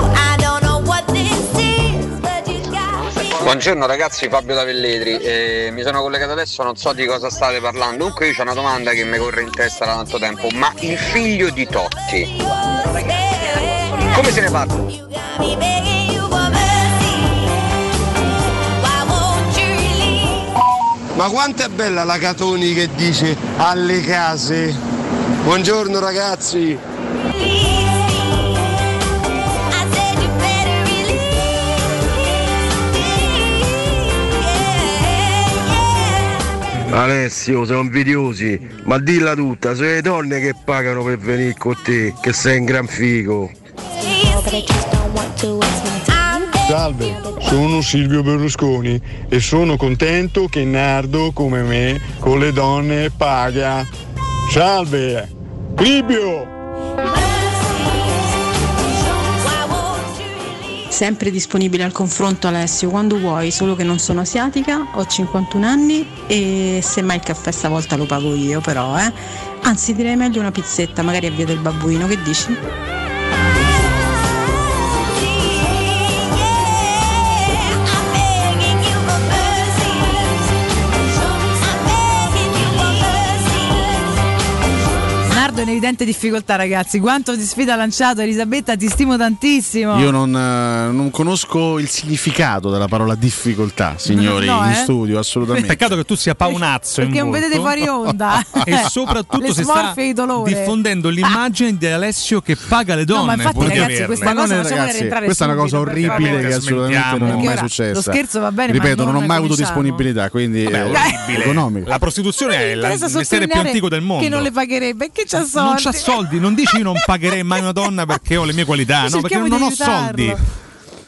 I don't know what this is, but you got me.
Buongiorno ragazzi, Fabio da Velletri. Eh, mi sono collegato adesso, non so di cosa state parlando. Dunque, io ho una domanda che mi corre in testa da tanto tempo. Ma il figlio di Totti, come se ne parla?
Ma quanto è bella la Catoni che dice alle case. Buongiorno ragazzi. Alessio, sono invidiosi, ma dilla tutta, sono le donne che pagano per venire con te, che sei un gran figo.
Salve, sono Silvio Berlusconi e sono contento che Nardo come me con le donne paga. Salve, Cribio!
Sempre disponibile al confronto Alessio, quando vuoi, solo che non sono asiatica, ho 51 anni e semmai il caffè stavolta lo pago io però, eh. Anzi direi meglio una pizzetta, magari a via del babbuino, che dici?
Nardo è in evidente difficoltà, ragazzi. Quanto di sfida ha lanciato Elisabetta, ti stimo tantissimo.
Io non, eh, non conosco il significato della parola difficoltà, signori,
No, eh.
in studio, assolutamente.
Peccato che tu sia paonazzo.
Perché non vedete fuori onda.
e soprattutto
Le
si sta
smorfie di dolore.
diffondendo l'immagine di Alessio che paga le donne.
No, ma infatti,
Vuol
ragazzi,
averle.
questa Ma cosa non è- facciamola ragazzi, rientrare
Questa è una cosa
subito, per
orribile
favore.
che assolutamente non è
Perché
mai
ora
successa.
lo scherzo va bene, ma
Ripeto, non ho
non
mai avuto
cominciamo.
disponibilità, quindi
Vabbè,
eh,
orribile.
economico.
La prostituzione è la- il
Adesso
mestiere più
sottolineare
antico del mondo.
Che non le pagherebbe, che c'ha soldi.
non c'ha soldi, non dici io non pagherei mai una donna perché ho le mie qualità, no? Perché
Cerchiamo
non
di
ho
aiutarlo.
soldi. Eh.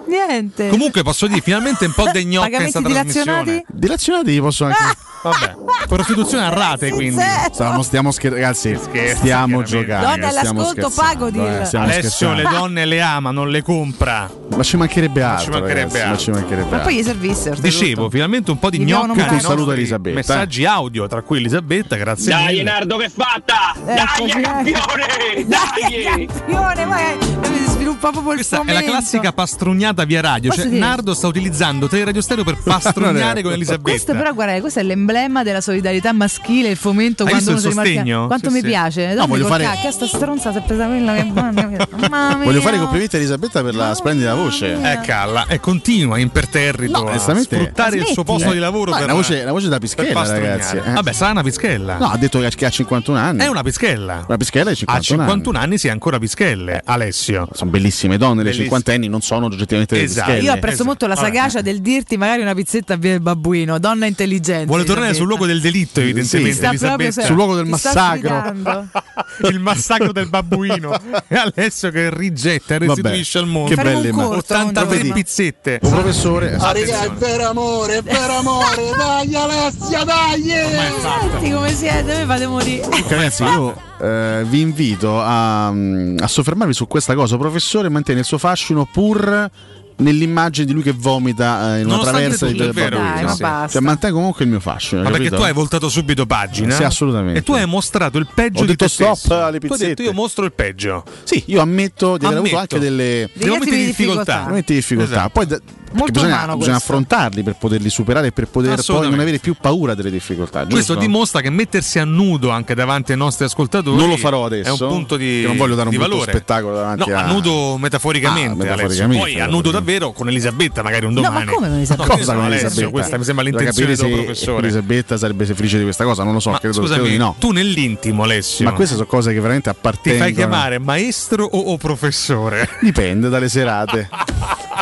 Niente.
Comunque posso dire, finalmente un po' degnocca in questa
Pagamenti dilazionati?
trasmissione.
Dilazionati posso anche.
Ah!
Vabbè, prostituzione a rate quindi.
Stiamo, stiamo scher- ragazzi, stiamo giocando.
Donne
stiamo
all'ascolto,
scherzando,
pago Dil.
eh, stiamo
Alessio
scherzando.
le donne le ama, non le compra.
Ma ci mancherebbe altro.
mancherebbe
ragazzi, ma
altro.
ci mancherebbe
Ma
altro.
poi gli servisse. oltretutto.
Dicevo, finalmente un po' di
Gli diamo
gnocca.
un
nei
saluto a
nostri
Elisabetta,
Messaggi audio, tra cui Elisabetta, grazie
Dai,
mille.
Nardo, che fatta!
Ecco,
Dai,
sì.
campione! Dai!
Campione, vai, eh, sviluppa proprio il
Questa è la classica pastrugnata via radio.
Posso
Cioè,
dire?
Nardo sta utilizzando Teleradio Stereo per pastrugnare con Elisabetta.
Questo però guarda, questo è l'emblema della solidarietà maschile, il fomento
Hai
quando
visto
uno si
il
rimarca.
sostegno?
Quanto
Sì,
mi
sì.
piace?
No,
Donne
voglio
col
fare-
cacca, sta stronza si è presa quella che è buona. che- Mamma mia.
Voglio fare i complimenti a Elisabetta per la splendida voce.
Eh, calla, e continua imperterrito
No,
a
onestamente-
sfruttare il suo posto di lavoro
Ma è
per
una voce, una voce da pischella,
pastrugnare.
ragazzi. eh.
Vabbè, sarà una pischella.
No, ha detto che ha- che ha 51 anni.
È una pischella.
Una pischella di
A
51 anni. Eh.
51 anni si è ancora pischelle, Alessio.
Sono bellissime donne, le
Bellissime.
cinquantenni non sono oggettivamente delle
Esatto.
pischelle.
Io apprezzo molto la sagacia del dirti magari una pizzetta a via il babbuino, donna intelligente.
Vuole tornare sul luogo del delitto, evidentemente,
Sì, sta proprio
Elisabetta.
sul luogo del
cioè, ti sta
massacro.
sfidando.
il massacro del babbuino. E Alessio che rigetta e
Vabbè,
restituisce al mondo.
che Faremo belle un immagini. corto,
83
un
pizzette.
Un professore.
Esatto. Attenzione.
vero amore, è vero amore, dai Alessia, dai! Eh, Senti come siete, mi fate morire.
Ragazzi, io eh, vi invito a, mm, a soffermarvi su questa cosa. Professore mantiene il suo fascino pur nell'immagine di lui che vomita eh, in una
Nonostante
traversa di
tutto, è vero,
Babbuino.
Dai, ma basta.
Cioè, mantengo comunque il mio fascino.
Ma perché
capito?
tu hai voltato subito pagina?
Sì, assolutamente.
E tu hai mostrato il peggio
Ho
di
detto
te
stop
stesso.
alle
Tu hai detto
pizzette.
io mostro il peggio.
Sì, io ammetto di aver avuto
Ammetto.
anche delle
Dei momenti di difficoltà. Esatto.
momenti di difficoltà. Poi da- Perché bisogna,
umano
bisogna
questo.
affrontarli per poterli superare e per poter poi
Assolutamente.
non avere più paura delle difficoltà.
Questo
giusto?
dimostra che mettersi a nudo anche davanti ai nostri ascoltatori
Non lo farò adesso,
È un punto di
che non voglio dare un
di
brutto
valore.
spettacolo davanti
No,
a-
a nudo metaforicamente,
Ah,
Alessio.
metaforicamente,
Poi a nudo davvero con Elisabetta magari un
No, ma
domani.
come con Elisabetta?
No,
Cosa con
Alessio,
Elisabetta?
Questa mi sembra
Bisogna
l'intenzione
capire
del
se
professore.
Elisabetta sarebbe felice di questa cosa, non lo so,
Ma
credo, credo
scusami,
di no.
tu nell'intimo Alessio.
Ma queste sono cose che veramente
ti
appartengono.
fai chiamare maestro o, o professore?
Dipende dalle serate.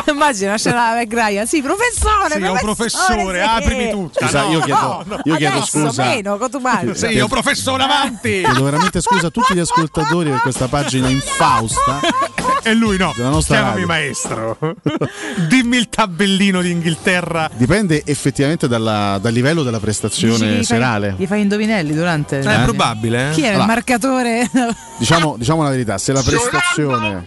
Immagina c'è la vecchiaia. Sì, professore.
Sì, è un professore,
sì.
aprimi tutta.
Scusa,
no,
io chiedo-
no, no.
io chiedo
Adesso
scusa.
meno, Cotumaccio.
Sì, io professore avanti.
Chiedo veramente scusa a tutti gli ascoltatori per questa pagina infausta.
e lui no.
Della nostra
Chiamami
radio.
maestro. Dimmi il tabellino d'Inghilterra.
Dipende effettivamente dalla- dal livello della
Dici che gli
prestazione
fai-
serale.
Gli fai indovinelli durante.
Eh, è probabile, eh.
Chi era il
Allora.
marcatore?
Diciamo, diciamo la verità, se la prestazione.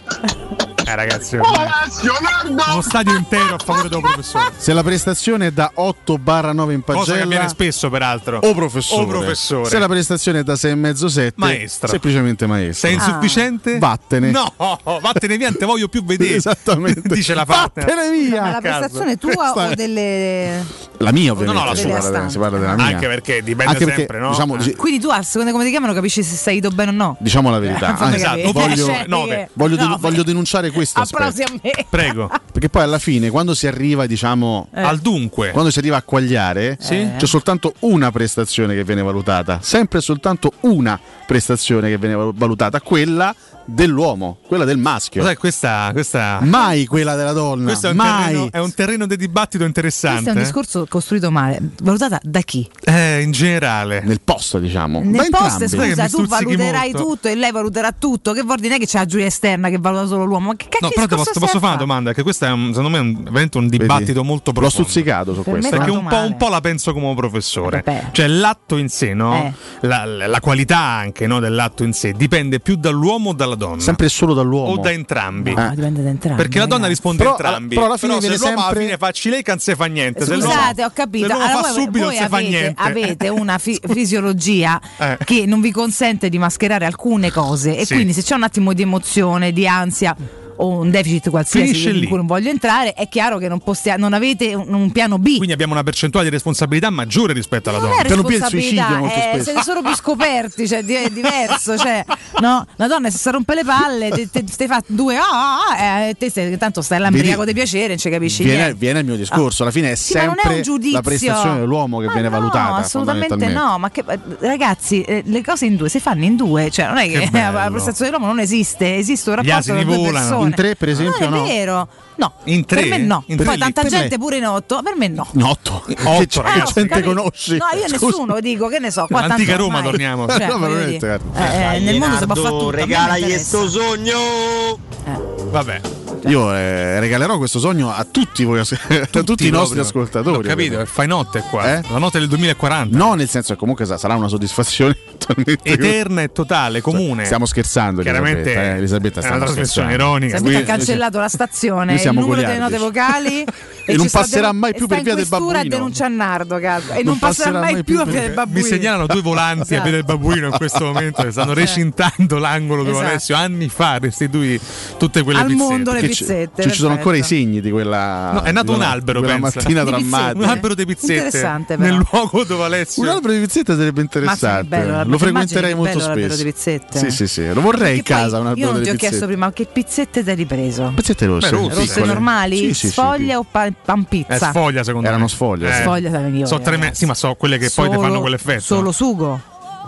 Eh ragazzi,
Oh,
oh,
uno stadio intero a favore del professore.
Se la prestazione è da 8 barra 9 in pagella
Cosa che avviene spesso, peraltro.
o professore.
O professore.
Se la prestazione è da 6,5 7
Maestro.
semplicemente maestro. Ah.
Sei insufficiente?
Vattene.
No, vattene via, non te voglio più vedere.
Esattamente.
Dice la parte.
Vattene via.
Ma la prestazione è tua
Questa
o
è-
delle.
La mia ovviamente,
No, no, la
si,
sua.
parla della, si parla della mia.
Anche perché dipende
Anche perché,
sempre, no?
diciamo, dic-
Quindi tu, a seconda come ti chiamano, capisci se sei ido bene o no.
diciamo la verità.
Fatemi
Anzi,
capire.
voglio,
Cioè, che-
voglio
no,
denun- voglio denunciare questo
Applausi
aspetto.
a me.
Prego.
Perché poi alla fine, quando si arriva, diciamo,
Eh. Al dunque.
quando si arriva a quagliare,
Eh.
Sì.
c'è soltanto una prestazione che viene valutata. Sempre soltanto una prestazione che viene val- valutata, quella dell'uomo, quella del maschio.
Sai, questa, questa...
Mai quella della donna.
Questo è un,
mai.
terreno, è un terreno di dibattito
Questo
interessante.
è un discorso costruito male. Valutata da chi?
Eh, in generale.
Nel posto, diciamo.
Nel post,
Sai che
scusa,
mi
tu
stuzzichi
valuterai
molto.
tutto e lei valuterà tutto. Che vuol dire non è che c'è la giuria esterna che valuta solo l'uomo? Ma che cacchio
No, però te
discorso
posso, posso
serve?
fare una domanda, che questo è un- secondo me è un- veramente un dibattito molto profondo.
L'ho stuzzicato su
Per
questo.
me
eh.
Perché un po', un po' la penso come professore.
Vabbè.
Cioè l'atto in sé, no?
Eh.
La, la- la qualità anche no, dell'atto in sé dipende più dall'uomo o dalla donna.
Sempre solo dall'uomo.
O da Ah, entrambi.
No, dipende da entrambi.
Perché la donna risponde
Però-
entrambi.
però alla fine
se
viene
l'uomo
sempre-
alla fine fa cileica non si fa niente. se l'uomo-
Eh, Scusate, ho capito.
se l'uomo
Allora,
fa
voi,
subito non
voi
si fa
avete,
niente.
avete una fi- fisiologia
Eh.
che non vi consente di mascherare alcune cose. E
Sì.
quindi se c'è un attimo di emozione, di ansia o un deficit
Finisce
qualsiasi in
lì.
cui non voglio entrare, è chiaro che non, possia- non avete un, un piano B.
Quindi abbiamo una percentuale di responsabilità maggiore rispetto alla
non
donna.
è responsabilità, eh, siete solo più scoperti, cioè, di- è diverso. Cioè, no? La donna se si rompe le palle, te, te, te fa due ah, ah, ah, eh, te stai- tanto stai all'ambriaco
Vedi?
di piacere, non ci capisci
Viene,
niente.
viene il mio discorso, alla fine è
Sì, ma non è
sempre
un giudizio.
la prestazione dell'uomo che viene valutata.
No, assolutamente
fondamentalmente.
no, ma che, eh, ragazzi, eh, le cose in due si fanno in due, cioè non è che,
Che
la
bello.
prestazione dell'uomo non esiste, esiste un
Gli
rapporto
asini
tra due
volano.
persone.
In tre, per esempio,
non è
no?
vero. No,
In
per
tre?
me no.
In
Poi
tre,
tanta
per me-
gente pure in otto, per me no. Cioè,
In Otto, che,
Otto,
che
ragazzi.
gente
Capito?
conosci?
No, io
Scusa.
nessuno dico, che ne so, qua
L'antica
tanto
Roma
ormai-
torniamo.
Cioè,
No,
voglio
veramente,
dire,
guarda.
eh, eh, nel mondo si può fare tutto. a me non interessa.
sogno. Vabbè.
Io eh, regalerò questo sogno a tutti voi, as- a Cioè, tutti i nostri
proprio.
ascoltatori.
Ho capito,
perché-
fai notte qua. La notte del 2040.
No, nel senso che comunque sa- sarà una soddisfazione totalmente-
Eterna e totale,
Cioè,
comune.
Stiamo scherzando,
Chiaramente
Elisabetta, eh, Elisabetta,
è una
stiamo
trasmissione
scherzando.
ironica.
Sapete, ha cancellato la stazione,
noi
il
siamo
numero delle
goliardici.
note vocali
E non
ci sta
passerà
denun-
mai
e
più
sta
per
in
via del
questura
babbuino.
a denuncia Nardo, cazzo. E non,
Non
passerà,
passerà
mai
mai
più a
più
via del
per-
babbuino.
Mi segnalano due volanti
Eh.
a Via del Babbuino in questo momento che stanno recintando l'angolo dove
Esatto.
Alessio anni fa restituì tutte quelle
Al
pizzette.
mondo le
Che
Ci-
ci-
pizzette.
ci sono ancora i
perfetto.
segni di quella.
No, è nato
di quella-
un albero,
di quella
pensa.
mattina
Di pizzette?
drammatica.
Un albero di pizzette.
Interessante,
Nel
però.
luogo dove Alessio.
Un albero di pizzette sarebbe
Mazza, che
interessante.
bello, l'albero-
lo frequenterei
immagini che
molto
bello l'albero
spesso.
delle pizzette.
Sì, sì, sì. Lo vorrei in
Perché poi
casa un albero
Io non ti
delle
ho
pizzette.
chiesto prima che pizzette ti hai ripreso?
Pizzette rosse.
Beh, rosse,
rosse
piccole.
normali,
Sì, sì, sì,
sfoglia o pa- pan
È
pizza?
Eh, sfoglia secondo
Erano
me.
sfoglia, sì.
Sfoglia sono migliori,
Sono treme-
ragazzi.
sì, ma so quelle che poi ti
Solo-
fanno quell'effetto.
Solo sugo,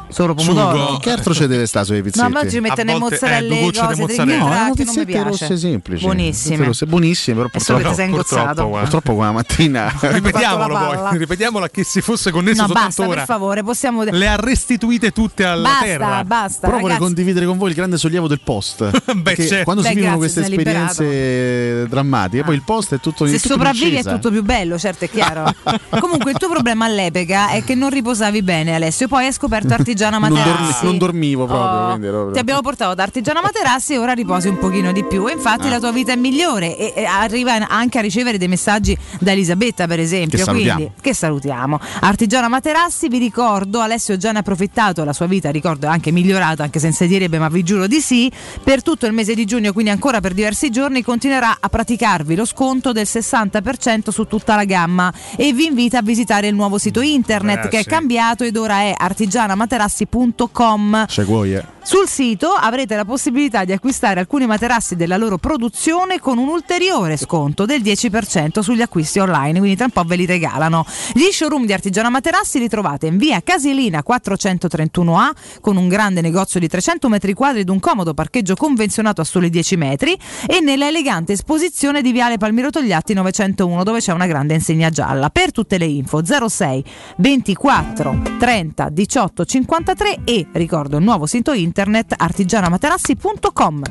solo pomodoro.
Sugo.
Che altro c'è deve stare sulle pizzette?
No, ma oggi mettono le
eh,
mozzarella, le cose,
No,
trigliatrate,
erano
non mi
pizzette
piace.
rosse semplici. Pizzette
Buonissime.
rosse buonissime, però
È solo che
purtroppo,
ti sei ingozzato.
purtroppo, eh.
guarda.
purtroppo qua la mattina
Ripetiamolo
Ho fatto la
poi,
palla.
ripetiamolo a chi si fosse connesso
no,
soltanto
basta,
ora.
per favore, possiamo.
Le ha restituite tutte alla
basta,
terra.
basta.
Però vorrei
ragazzi.
condividere con voi il grande sollievo del post. Perché
certo.
Quando si
Beh,
vivono queste
grazie, mi sono
esperienze drammatiche, poi il post è tutto
Se
tutto in
sopravvivi è
discesa.
tutto più bello, certo, è chiaro. Comunque, il tuo problema all'epoca è che non riposavi bene, Alessio. Poi hai scoperto Artigiana
Non, dormi-
Materassi.
non dormivo proprio,
Oh,
quindi ero proprio-
Ti abbiamo portato da Artigiana Materassi e ora riposi un pochino di più. E infatti
Ah.
la tua vita è migliore e, e arriva anche a ricevere dei messaggi da Elisabetta, per esempio.
Che
quindi,
salutiamo.
che salutiamo. Artigiana Materassi, vi ricordo, Alessio già ne ha approfittato, la sua vita ricordo è anche migliorata, anche senza direbbe, ma vi giuro di sì. Per tutto il mese di giugno, quindi ancora per diversi giorni, continuerà a praticarvi lo sconto del 60% su tutta la gamma e vi invita a visitare il nuovo sito internet
Eh,
che è
sì.
cambiato ed ora è artigianamaterassi.com.
C'è cuoie.
Sul sito avrete la possibilità di acquistare alcuni materassi della loro produzione con un ulteriore sconto del 10% sugli acquisti online, quindi tra un po' ve li regalano. Gli showroom di Artigiana Materassi li trovate in via Casilina 431A con un grande negozio di 300 metri quadri ed un comodo parcheggio convenzionato a soli 10 metri e nella elegante esposizione di Viale Palmiro Togliatti 901 dove c'è una grande insegna gialla. Per tutte le info 06 24 30 18 53 e ricordo il nuovo sito internet artigianamaterassi.com.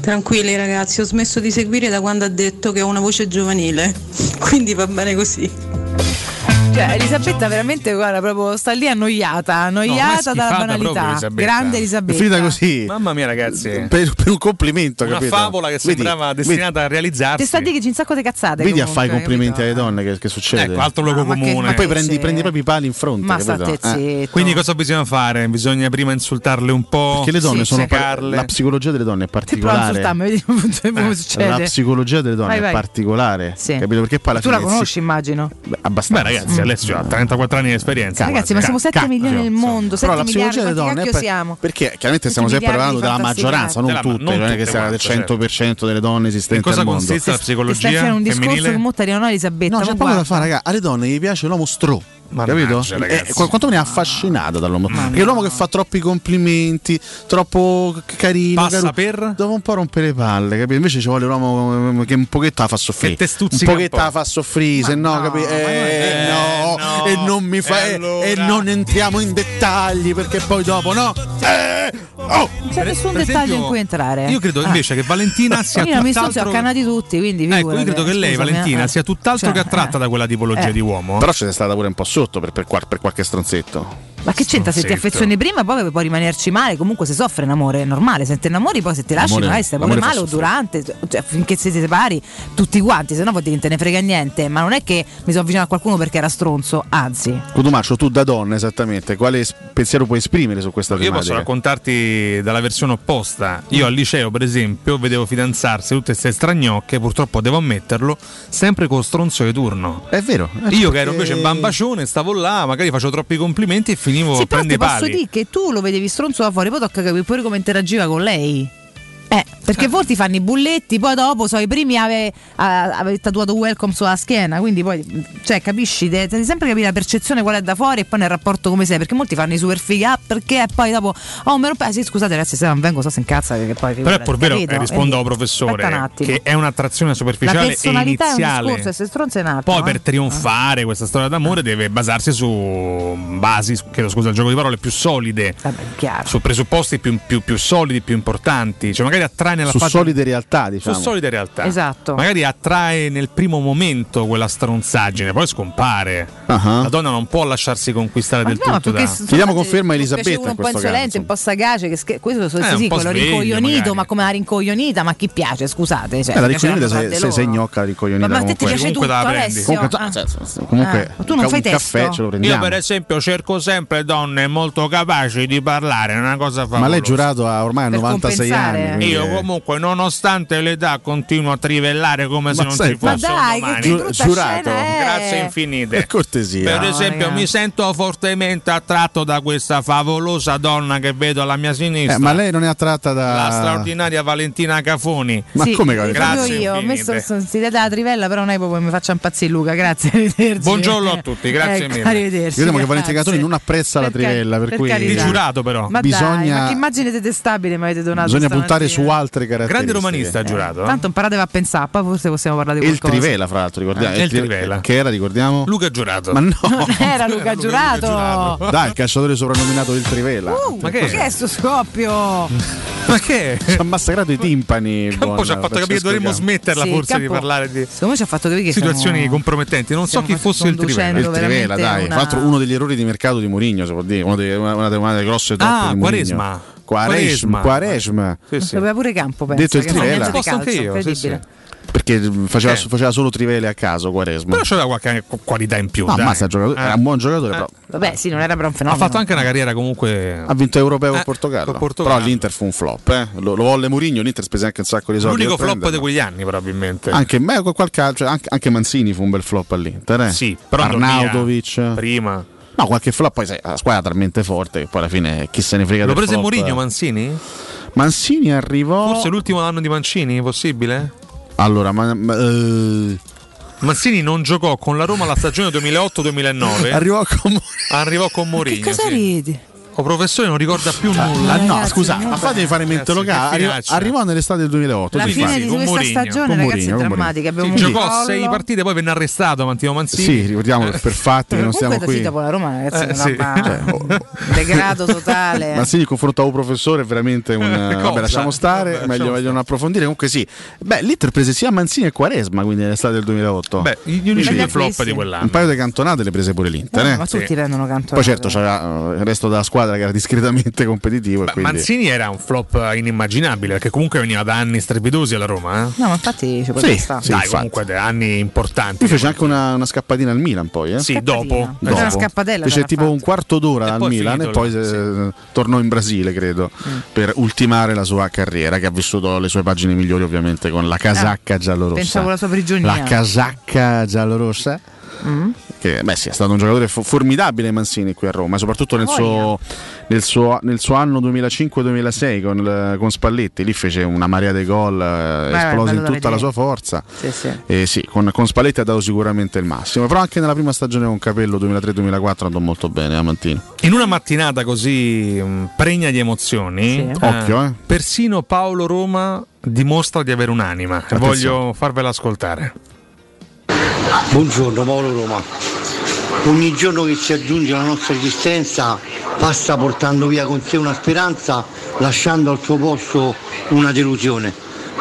Tranquilli ragazzi, ho smesso di seguire da quando ha detto che ho una voce giovanile, quindi va bene così.
Cioè, Elisabetta veramente guarda, proprio sta lì annoiata, annoiata dalla
schifata
banalità.
proprio, Elisabetta.
Grande
È
Elisabetta.
finita così.
Mamma mia, ragazzi.
Per, per un complimento,
Eh. Una
capito?
favola che
Vedi,
sembrava
vedi-
destinata a realizzarsi.
Ti sta a dire che c'è un sacco di cazzate.
Vedi a
comunque,
fare i complimenti alle donne che, Ah, che succede.
Ecco, altro luogo
ma che-
comune.
ma
poi
che
prendi,
c'è?
prendi proprio i pali in fronte.
Ma
capito?
state
Eh.
zitto.
Quindi cosa bisogna fare? Bisogna prima insultarle un po'.
Perché le donne sono par-
secarle.
la psicologia delle donne è
Prova a
particolare.
insultarmi, vedi come succede.
Eh, La psicologia delle donne
Vai, vai.
è particolare,
Sì.
capito? Perché poi alla
Tu la
fine
conosci, immagino.
Sì, beh, abbastanza.
Beh, ragazzi, Alessio ha 34 anni di esperienza. cioè.
Ragazzi, ma siamo 7 milioni nel mondo, 7
Però la
miliardi,
psicologia delle
quanti
donne è
cacchio
per-
siamo?
perché chiaramente stiamo
Tutti
sempre parlando della
miliardi di
maggioranza, non
Della ma-
tutte,
non
non, è che
tutte
sarà del
quante, certo.
100% delle donne esistenti
In cosa
al mondo.
consiste la Ti- ti
Ti stai facendo un discorso che mo ti arrivano Elisabetta.
No,
ma
c'è poco da
guarda.
fare, raga. Alle donne gli piace l'uomo stro. Capito?
Mannaggia,
Eh,
ragazzi.
qu- quanto me ne ha affascinato dall'uomo? Perché l'uomo che fa troppi complimenti, troppo c- carino,
Passa
per dopo un po' rompere le palle, capito? Invece ci vuole l'uomo eh, che un pochetto la fa soffrire.
Che te
un
stuzzica un
pochetto
po'.
la fa soffrire, se no, capi- Eh, no, e non mi fa eh, e non entriamo in dettagli perché poi dopo no. Eh, oh!
Non c'è nessun
per
dettaglio
esempio,
in cui entrare. Ah.
Io credo invece che Valentina sia
Io mi sto
tutt'altro-
accanati tutti, quindi
Ecco, io credo che lei, Valentina, sia tutt'altro che attratta da quella tipologia
Cioè, eh.
di uomo.
Però ce n'è stata pure un po' sotto per, per qual- per qualche stronzetto.
Ma che c'entra se ti
Stronzetto.
affezioni prima, poi puoi rimanerci male, comunque se soffre in amore, è normale, se ti innamori poi se ti lasci
L'amore-
magari stai pure
l'amore fa
male o durante, cioè, finché siete separi tutti quanti, se no vuol dire che te ne frega niente, ma non è che mi sono avvicinato a qualcuno perché era stronzo, anzi.
Cotumaccio, tu da donna esattamente, quale es- pensiero puoi esprimere su questa
Io
tematica?
posso raccontarti dalla versione opposta. Io al liceo, per esempio, vedevo fidanzarsi tutte queste stragnocche, purtroppo devo ammetterlo, sempre con stronzo di turno.
È vero. eh,
Io che ero
perché-
invece bambacione, stavo là, magari facevo troppi complimenti e finivo
sì,
a
però ti
prendere
posso
Oh, pali.
dire che tu lo vedevi stronzo da fuori, poi tocca capire pure come interagiva con lei. Eh, perché
cioè.
voi ti fanno i bulletti, poi dopo so, i primi ave, a- avete tatuato welcome sulla schiena, quindi poi, cioè, capisci, te- devi sempre capire la percezione qual è da fuori e poi nel rapporto come sei, perché molti fanno i super fighi, ah, perché e poi dopo, oh, mi rompe, ah, sì, scusate ragazzi, se non vengo so se incazza, perché poi...
Però è
figurati,
pur vero,
capito?
eh, rispondo al
Eh, aspetta un
professore,
attimo.
che è un'attrazione
La
superficiale e
personalità è un
iniziale.
discorso, e se stronzo è un altro.
Poi
eh.
per trionfare questa storia
Ah.
d'amore deve basarsi su basi, chiedo scusa, il gioco di parole più solide, su presupposti più, più- più solidi, più importanti, cioè magari attrae nella
su
fase-
solide realtà, diciamo.
su solide realtà.
Esatto.
Magari attrae nel primo momento quella stronzaggine, poi scompare. La donna non può lasciarsi conquistare del
No, ma
tutto
perché
da...
s- insomma, se- piace uno un po' insolente, un po' sagace, che sch- questo so,
Eh,
sì,
un
sì,
po'
quello
sveglio,
rincoglionito,
magari.
ma come la rincoglionita, ma chi piace, scusate. Cioè,
Eh, la
perché
ricoglionita
erano
sei,
fatte
sei, sei
loro.
gnocca la ricoglionita.
Ma a te ti
comunque.
piace tutto, Alessio?
Comunque,
Ah.
cioè, senso, comunque,
Ah, ma tu non
un
fai testo?
caffè ce lo
Io
prendiamo.
per esempio cerco sempre donne molto capaci di parlare, è una cosa favolosa.
Ma lei è giurato a ormai a 96 anni. quindi
Io
è-
comunque, nonostante l'età, continuo a trivellare come se
Ma
non
sai,
ci fosse
ma
un
dai,
domani.
che Giu- brutta giurato. scena è.
Grazie infinite.
Per cortesia.
Per
No,
esempio,
raga.
mi sento fortemente attratto da questa favolosa donna che vedo alla mia sinistra.
Eh, ma lei non è attratta da.
La straordinaria Valentina Cafoni.
Ma
Sì,
come
proprio
Grazie
io, ho
infinite.
messo considerata della trivella, però non è proprio che mi faccia impazzire Luca, grazie, arrivederci.
Buongiorno a tutti, grazie
Ecco,
mille.
Arrivederci.
Vediamo che
grazie.
Valentina Catoni non apprezza la
Per cari-
trivella, per,
per
cui
carità. Di giurato,
però.
Ma dai,
bisogna,
ma che immagine detestabile mi avete donato
bisogna
stamattina.
puntare su altre altre caratteristiche.
Eh.
romanista, giurato.
Tanto imparate a pensare, poi forse possiamo parlare di
E il
qualcosa.
Trivela, fra l'altro, ricordiamo.
Eh, il
Tri-
Trivela.
Che era, ricordiamo?
Luca Giurato.
Ma no,
Non era Luca Giurato.
dai, il calciatore soprannominato il Trivela.
Uh, ma che è sto scoppio?
Ma che?
Ci ha massacrati i timpani.
Campo ci ha fatto capire che dovremmo smetterla
Sì,
forse di
Campo-
parlare di
Secondo me ci ha fatto capire che
situazioni
siamo-
compromettenti. Non so
stiamo
chi fosse il Trivela.
conducendo
Il Trivela,
veramente
dai.
una-
Tra l'altro, uno degli errori di mercato di Mourinho, si può dire. Uno dei- Una, una, delle- una delle grosse troppe
Ah,
di
Quaresma.
Mourinho.
Quaresma.
Quaresma. Quaresma.
Sì, sì.
Aveva pure campo, penso.
Detto il
che non sa
Trivela.
niente di
Posso anche
calcio,
io, sì,
incredibile.
Perché faceva,
Eh.
faceva solo Trivele a caso, Quaresma.
Però c'aveva qualche qualità in più.
No,
dai.
ammazza, giocatore-
Eh.
era un buon giocatore,
Eh.
però
Vabbè, sì, non era però un
Ha
fenomeno.
fatto anche una carriera comunque.
ha vinto Europeo
Eh,
con Portogallo.
col Portogallo.
Però l'Inter fu un flop. eh. Lo, lo volle Mourinho, l'Inter spese anche un sacco di soldi.
L'unico
per
flop di
prenderlo.
quegli anni, probabilmente.
Anche, me, con qualche, cioè, anche, anche Manzini fu un bel flop all'Inter. Eh.
Sì, però
Arnautovic.
Prima.
No, qualche flop, poi sai, la squadra è talmente forte che poi alla fine chi se ne frega
Lo
del
prese
flop.
Mourinho Mancini?
Mancini arrivò.
Forse l'ultimo anno di Mancini, possibile?
Allora, ma, ma- eh,
Mancini non giocò con la Roma la stagione 2008-2009.
Arrivò con
Arrivò con Mourinho.
Cosa
sì.
ridi?
O professore non ricorda più nulla.
ah, no, scusa, ma fatemi fare mente locale. Arri-
finaccia.
arrivò nell'estate del 2008.
La
sì,
fine
infatti.
di questa stagione,
Con
ragazzi,
Mourinho,
è
con
drammatica. Abbiamo
Sì,
un
giocò
crollo.
sei partite, poi venne arrestato Mantino Mancini.
Mourinho. Sì, ricordiamo per fatti che non stiamo
Comunque,
qui. Cioè,
sì, dopo la Roma, ragazzi,
Eh,
è
sì.
una degrado totale.
Ma sì, il confronto a oh, un professore è veramente un. eh, vabbè,
cosa?
lasciamo stare,
Vabbè,
meglio,
lasciamo
meglio non approfondire. Comunque, sì, beh, l'Inter prese sia Manzini e Quaresma, quindi nell'estate del 2008.
Beh, gli unici
Quindi
due flop di
Un
quell'anno.
paio di cantonate le prese pure l'Inter.
No,
eh.
ma tutti
Sì.
prendono canto.
Poi, certo, c'era eh, il resto della squadra che era discretamente competitivo. e
Beh,
quindi...
Mancini era un flop eh, inimmaginabile, perché comunque veniva da anni strepitosi alla Roma. Eh?
No, ma infatti ci poteva
Sì,
stare.
sì,
Dai,
infatti.
comunque da anni importanti.
Lui fece anche una, una scappatina al Milan, poi. Eh?
Sì, dopo.
Era una scappadella
Fece
sarà
tipo un quarto d'ora al
poi è
Milan e
finito
poi
là,
eh, tornò in Brasile, credo,
Mm.
per ultimare la sua carriera, che ha vissuto le sue pagine migliori ovviamente con la casacca giallorossa.
Ah, pensavo la sua prigionia.
La casacca giallorossa. Che, beh, sì, è stato un giocatore fo- formidabile Mancini qui a Roma, soprattutto nel, suo, nel suo- nel suo anno 2005-2006 con, il- con Spalletti. Lì fece una marea di gol, eh,
Beh,
esplose
bello
in
da
tutta la
vedere.
sua forza.
Sì, sì.
Eh sì, con, con Spalletti ha dato sicuramente il massimo, però anche nella prima stagione con Capello 2003-2004 andò molto bene eh, a Mantino.
In una mattinata così mh, pregna di emozioni,
Sì. Occhio, eh.
persino Paolo Roma dimostra di avere un'anima. E
Attenzione.
Voglio farvela ascoltare.
Buongiorno Paolo Roma. Ogni giorno che si aggiunge alla nostra esistenza passa portando via con sé una speranza, lasciando al suo posto una delusione.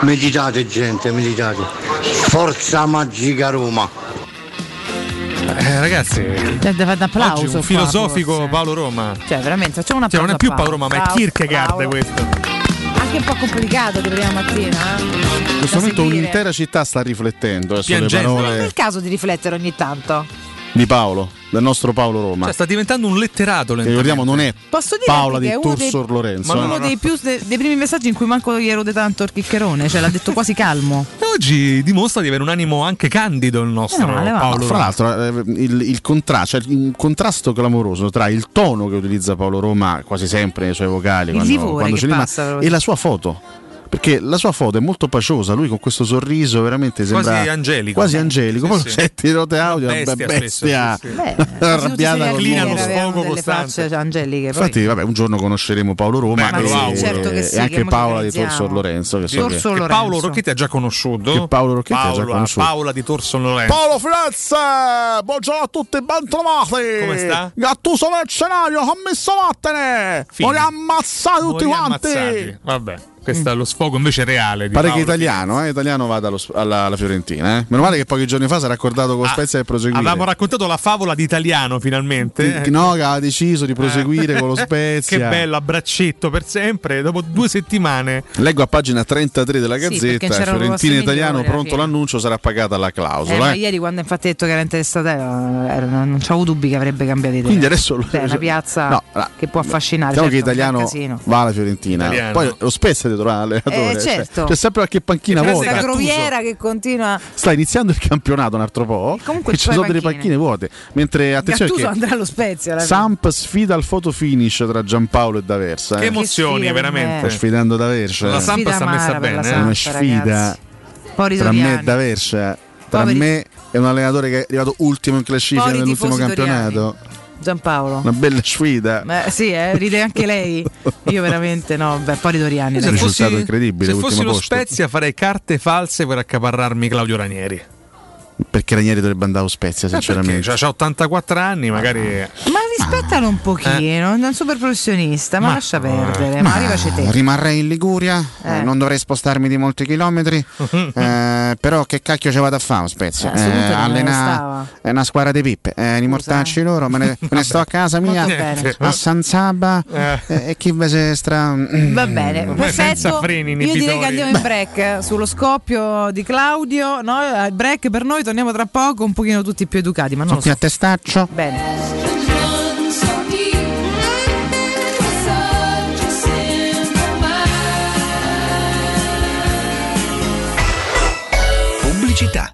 Meditate gente, meditate. Forza magica Roma.
Eh, ragazzi,
Cioè, deve fare un applauso.
oggi un
qua,
filosofico
forse.
Paolo Roma. Cioè,
Cioè, veramente, facciamo una
non è più Paolo Roma, ma è Kierkegaard questo. Cioè,
Anche un po' complicato di prima mattina. Eh?
In questo momento un'intera città sta riflettendo eh, sulle
Piangendo.
È
parole
il caso di riflettere ogni tanto.
di Paolo, del nostro Paolo Roma.
sta diventando un letterato
che ricordiamo non è
Posso dire
Paola
anche
di
che è uno dei-
Tursor Lorenzo.
Ma
eh.
uno dei, più, de- dei primi messaggi in cui manco gli ero de tanto il chiccherone, cioè l'ha detto quasi calmo.
Oggi dimostra di avere un animo anche candido il nostro
Eh, male, va.
Paolo
Fra
Roma.
l'altro, eh, il, il contra- cioè, il contrasto clamoroso tra il tono che utilizza Paolo Roma quasi sempre nei suoi vocali
Il
quando,
livore
quando
che
ce li ma-
passa, proprio.
e la sua foto. Perché la sua foto è molto paciosa, lui con questo sorriso veramente
Quasi
sembra
angelico.
Quasi angelico.
Sì,
poi
sì.
senti le note audio,
Una
bestia,
bestia
bestia
spesso, sì,
Ah, arrabbiata col
Inclina lo
mondo.
sfogo
avevano delle
costante.
facce cioè, angeliche. poi-
Infatti, vabbè, un giorno conosceremo Paolo Roma
Beh, ma
e,
lo auguro.
Certo che sì,
e
che
anche
mo
Paola di
organizziamo.
Torsor Lorenzo. Che so
Che-
che-
Torso
che
Lorenzo.
Paolo Rocchetti ha già conosciuto.
Che Paolo Rocchetti ha già
Paola-
conosciuto.
Paola di Torso Lorenzo.
Paolo Firenze, buongiorno a tutti, bentrovati.
Come sta?
Gattuso nel scenario, ha messo vattene.
Fine.
Vuole ammazzare tutti
Voi
quanti.
ammazzati. Vabbè, questo è lo sfogo invece reale. Di
Pare che
Paolo.
italiano, eh, italiano vada allo- alla, alla Fiorentina. eh. Meno male che pochi giorni fa si era accordato con
Ah,
Spezia e proseguire.
Avevamo raccontato la favola di italiano finalmente. Eh.
Che- no, che ha deciso di proseguire con lo Spezia.
Ah. Che bello, a braccetto per sempre. Dopo due settimane.
Leggo a pagina 33 della
Sì, perché
Gazzetta,
c'erano
Fiorentina
proposte
italiano
migliori alla
pronto
fine.
l'annuncio, sarà pagata la
Eh, ma
clausola. eh.
ieri quando infatti ha detto che era interessata non c'avevo dubbi che avrebbe cambiato idea.
Quindi adesso lo-
Cioè, è una piazza
No, allora,
che può affascinare.
Diciamo
certo,
che
è un
italiano
casino.
va alla Fiorentina,
Italiano.
poi lo Spezia devi trovare l'allenatore.
Eh,
cioè,
certo.
c'è sempre qualche panchina
Questa
vuota.
groviera che continua.
Sta iniziando il campionato un altro po'.
comunque
e ci
poi
sono delle
panchine.
panchine vuote. Mentre attenzione
Gattuso
che
andrà allo Spezia. alla fine.
Samp sfida al photo finish tra Giampaolo e D'Aversa.
Che
eh.
emozioni,
sfiga per
Sta
veramente.
sfidando D'Aversa.
La
eh.
Samp
Sfida
sta messa
amara per la
bene. eh.
Samp.
Una
Samp,
sfida
ragazzi. Poveri
tra me e
Doriani.
D'Aversa. Tra
Poveri-
me e un allenatore che è arrivato ultimo in classifica
Poveri
nell'ultimo
tifosi
campionato.
Giampaolo.
Una bella sfida.
Eh, sì, eh, ride anche lei. Io veramente no, beh, poi Doriani.
Se fossi- risultato incredibile,
Se fossi
l'ultimo
lo
posto.
Spezia farei carte false per accaparrarmi Claudio Ranieri.
Perché Ranieri dovrebbe andare a Spezia,
Perché
sinceramente.
cioè, c'ha 84 anni, magari.
Ma rispettalo un pochino, è un super professionista, Eh. ma, eh. lascia perdere, ma, arrivaci te.
Eh, Rimarrei in Liguria,
Eh.
eh, non dovrei spostarmi di molti chilometri, eh, però che cacchio ci vado a fare, Spezia?
Eh, a sto punto non me ne
allena-
stava.
è una squadra di pippe, eh, i mortacci loro, me ne, me ne sto a casa mia,
Molto bene.
a San Saba eh, e chi ve se stra...
Va bene, perfetto. Io direi che andiamo in
Beh,
break eh, sullo scoppio di Claudio. No, al break per noi, torniamo tra poco, un pochino tutti più educati, ma
Sono
non lo
qui
so.
a testaccio.
Bene.
Pubblicità.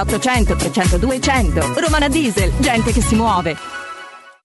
800 302 100. Romana Diesel, gente che si muove.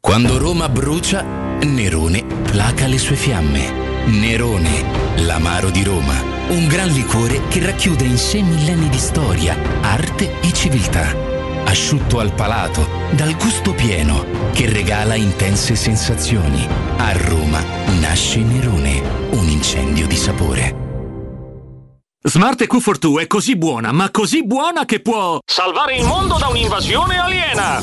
Quando Roma brucia, Nerone placa le sue fiamme. Nerone, l'amaro di Roma. Un gran liquore che racchiude in sé millenni di storia, arte e civiltà. Asciutto al palato, dal gusto pieno, che regala intense sensazioni. A Roma nasce Nerone, un incendio di sapore.
Smart Q42 è così buona, ma così buona che può salvare il mondo da un'invasione aliena.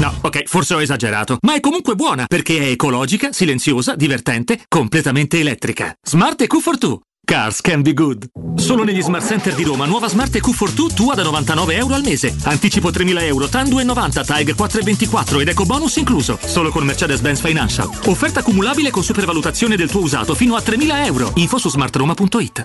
No, ok, forse ho esagerato, ma è comunque buona perché è ecologica, silenziosa, divertente, completamente elettrica. Smart Q42. Cars can be good. Solo negli Smart Center di Roma, nuova Smart Q42 tua da 99 euro al mese. Anticipo 3.000 euro, TAN 2,90, Tiger 4,24 ed eco bonus incluso. Solo con Mercedes-Benz Financial. Offerta cumulabile con supervalutazione del tuo usato fino a 3.000 euro. Info su smartroma.it.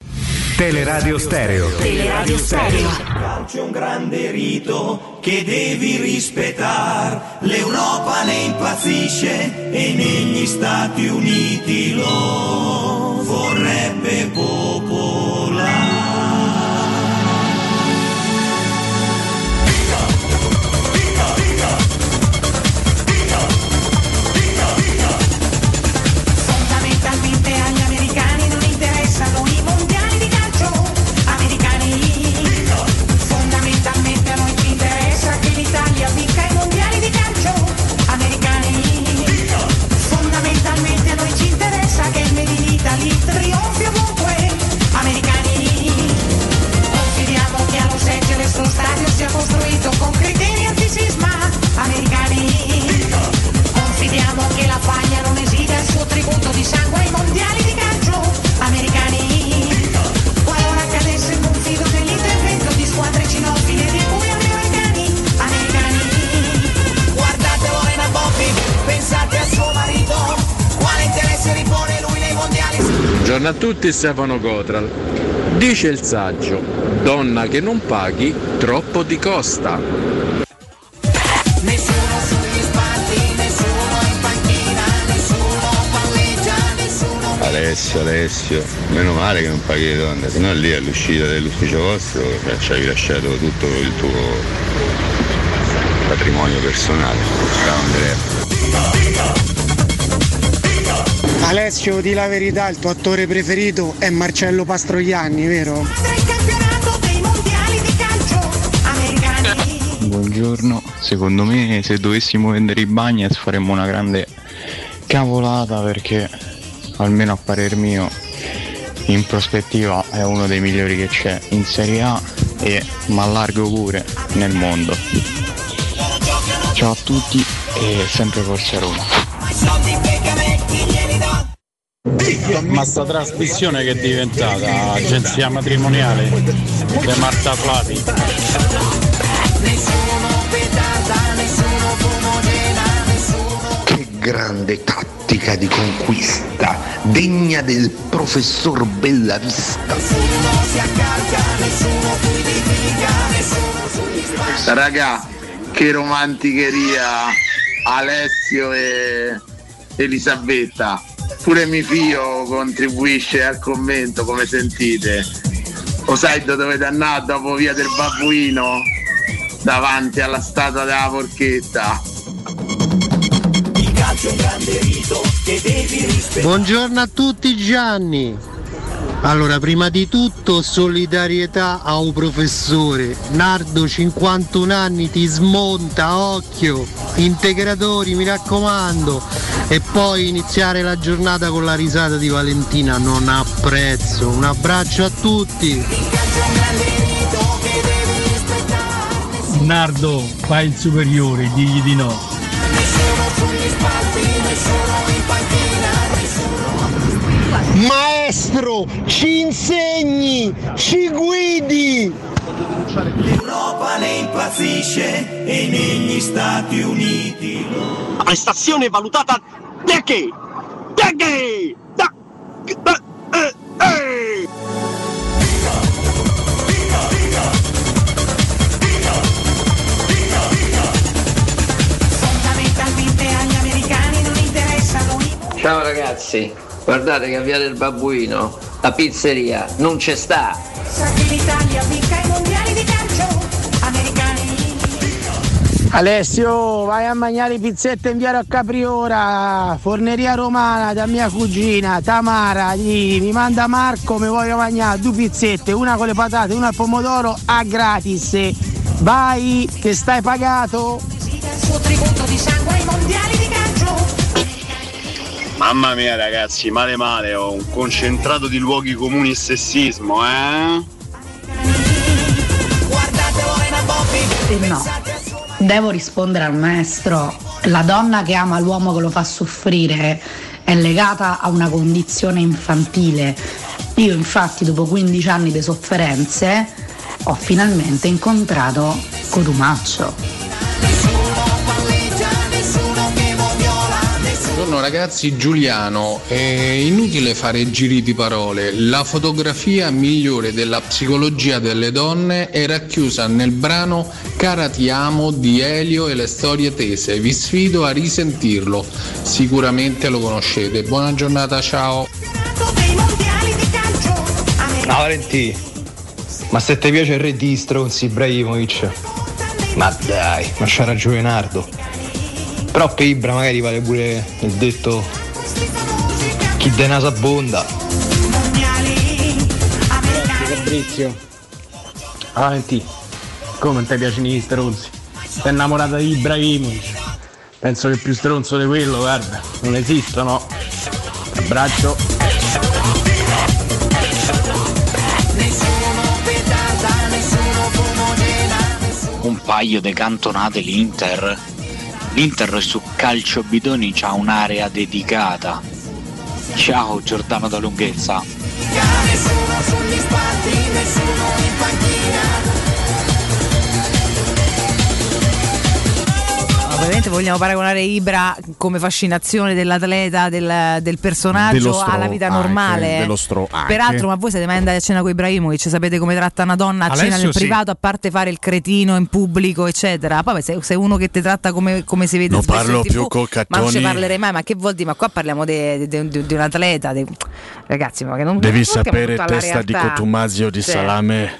Teleradio Stereo.
Teleradio Stereo.
C'è un grande rito che devi rispettare. L'Europa ne impazzisce e negli Stati Uniti lo vorrebbe
Fondamentalmente agli americani non interessano i mondiali di calcio americani. Fondamentalmente a noi ci interessa che l'Italia vinca i mondiali di calcio americani. Fondamentalmente a noi ci interessa che il Made in Italy trionfi ovunque americani. Confidiamo che a Los Angeles lo stadio sia costruito con criteri antisisma americani. Confidiamo che la Spagna non esida il suo tributo di sangue ai mondiali di calcio americani. Qualora cadesse confido nell'intervento di squadre cinofile di cui americani, americani.
Guardate Lorena Bobbi, pensate al suo marito. Quale interesse ripone lui nei mondiali?
Buongiorno a tutti, Stefano Cotral. Dice il saggio, donna che non paghi, troppo ti costa.
Nessuno sugli spalti, nessuno in panchina, nessuno palleggia, nessuno.
Alessio, Alessio, meno male che non paghi le donne, se no lì all'uscita dell'ufficio vostro eh, ci hai lasciato tutto il tuo patrimonio personale. Ciao Andrea.
Alessio, di la verità, il tuo attore preferito è Marcello Pastroianni, vero?
Buongiorno, secondo me se dovessimo vendere i Bagnets faremmo una grande cavolata perché almeno a parer mio in prospettiva è uno dei migliori che c'è in Serie A e ma allargo pure nel mondo. Ciao a tutti e sempre Forza Roma.
Ma sta trasmissione che è diventata agenzia matrimoniale di Marta Flati.
Nessuno petarda, nessuno fumogena, nessuno...
Che grande tattica di conquista, degna del professor Bellavista.
Nessuno si accarca, nessuno critica, nessuno sugli spalti.
Raga, che romanticheria Alessio e Elisabetta. Pure mio figlio contribuisce al commento, come sentite. Lo sai da dove andare dopo via del babbuino? Davanti alla statua della porchetta.
Il calcio è un grande rito che devi rispettare.
Buongiorno a tutti Gianni. Allora, prima di tutto solidarietà a un professore. Nardo, 51 anni, ti smonta, occhio. Integratori, mi raccomando. E poi iniziare la giornata con la risata di Valentina non ha prezzo. Un abbraccio a tutti.
Nardo, fai il superiore, digli di no.
Maestro, ci insegni, ci guidi.
L'Europa ne impazzisce e negli Stati Uniti lo...
La prestazione valutata da che? Da che? Da... eh,
Fondamentalmente agli americani non interessano i
Ciao ragazzi, guardate che a Via del Babbuino la pizzeria non c'è sta.
Sa che l'Italia vinca i mondiali di calcio americani.
Alessio, vai a mangiare pizzette in via Capriora, forneria romana da mia cugina Tamara, gli- mi manda Marco, mi voglio mangiare due pizzette, una con le patate, una al pomodoro a gratis. Vai, che stai pagato.
Il suo tributo di sangue ai mondiali di calcio.
Mamma mia ragazzi, male male, ho un concentrato di luoghi comuni e sessismo, eh?
Guardate Lorena Bobbi, pensate al suo Devo rispondere al maestro. La donna che ama l'uomo che lo fa soffrire è legata a una condizione infantile. Io infatti dopo 15 anni di sofferenze ho finalmente incontrato Cotumaccio.
Buongiorno ragazzi, Giuliano, è inutile fare giri di parole, la fotografia migliore della psicologia delle donne è racchiusa nel brano Cara ti amo di Elio e le storie tese, vi sfido a risentirlo, sicuramente lo conoscete, buona giornata, ciao!
No, Valentì, ma se ti piace il registro con Ibrahimovic, ma dai, ma c'ha ragione Nardo. Però per Ibra magari vale pure il detto chi de nasa abbonda.
Fabrizio. Avanti. Come non ti piacciono gli stronzi? Sei innamorata di Ibrahimovic. Penso che più stronzo di quello, guarda. Non esistono. Abbraccio.
Nessuno petarda, nessuno fumogena,
un paio di cantonate l'Inter. L'Inter su calcio bidoni c'ha un'area dedicata. Ciao Giordano da lunghezza.
nessuno sugli spalti, nessuno in panchina.
Ovviamente vogliamo paragonare Ibra come fascinazione dell'atleta, del, del
Dello
personaggio
stro-
alla vita
anche,
normale.
dello stro- anche.
Peraltro, ma voi siete mai andati a cena con Ibrahimovic? Sapete come tratta una donna a cena
Alessio
nel
sì.
privato, a parte fare il cretino in pubblico, eccetera? Poi beh, se sei uno che ti tratta come, come si vede
Non
spesso in
parlo
TV,
più con
Ma non ci
Cattoni.
parlerei mai, ma che vuol dire? Ma qua parliamo de- de- de- di un atleta. de- Ragazzi, ma che non
Devi
non portiamo
sapere,
tutto alla
testa di
realtà.
Cotumazio di
Cioè,
Salame,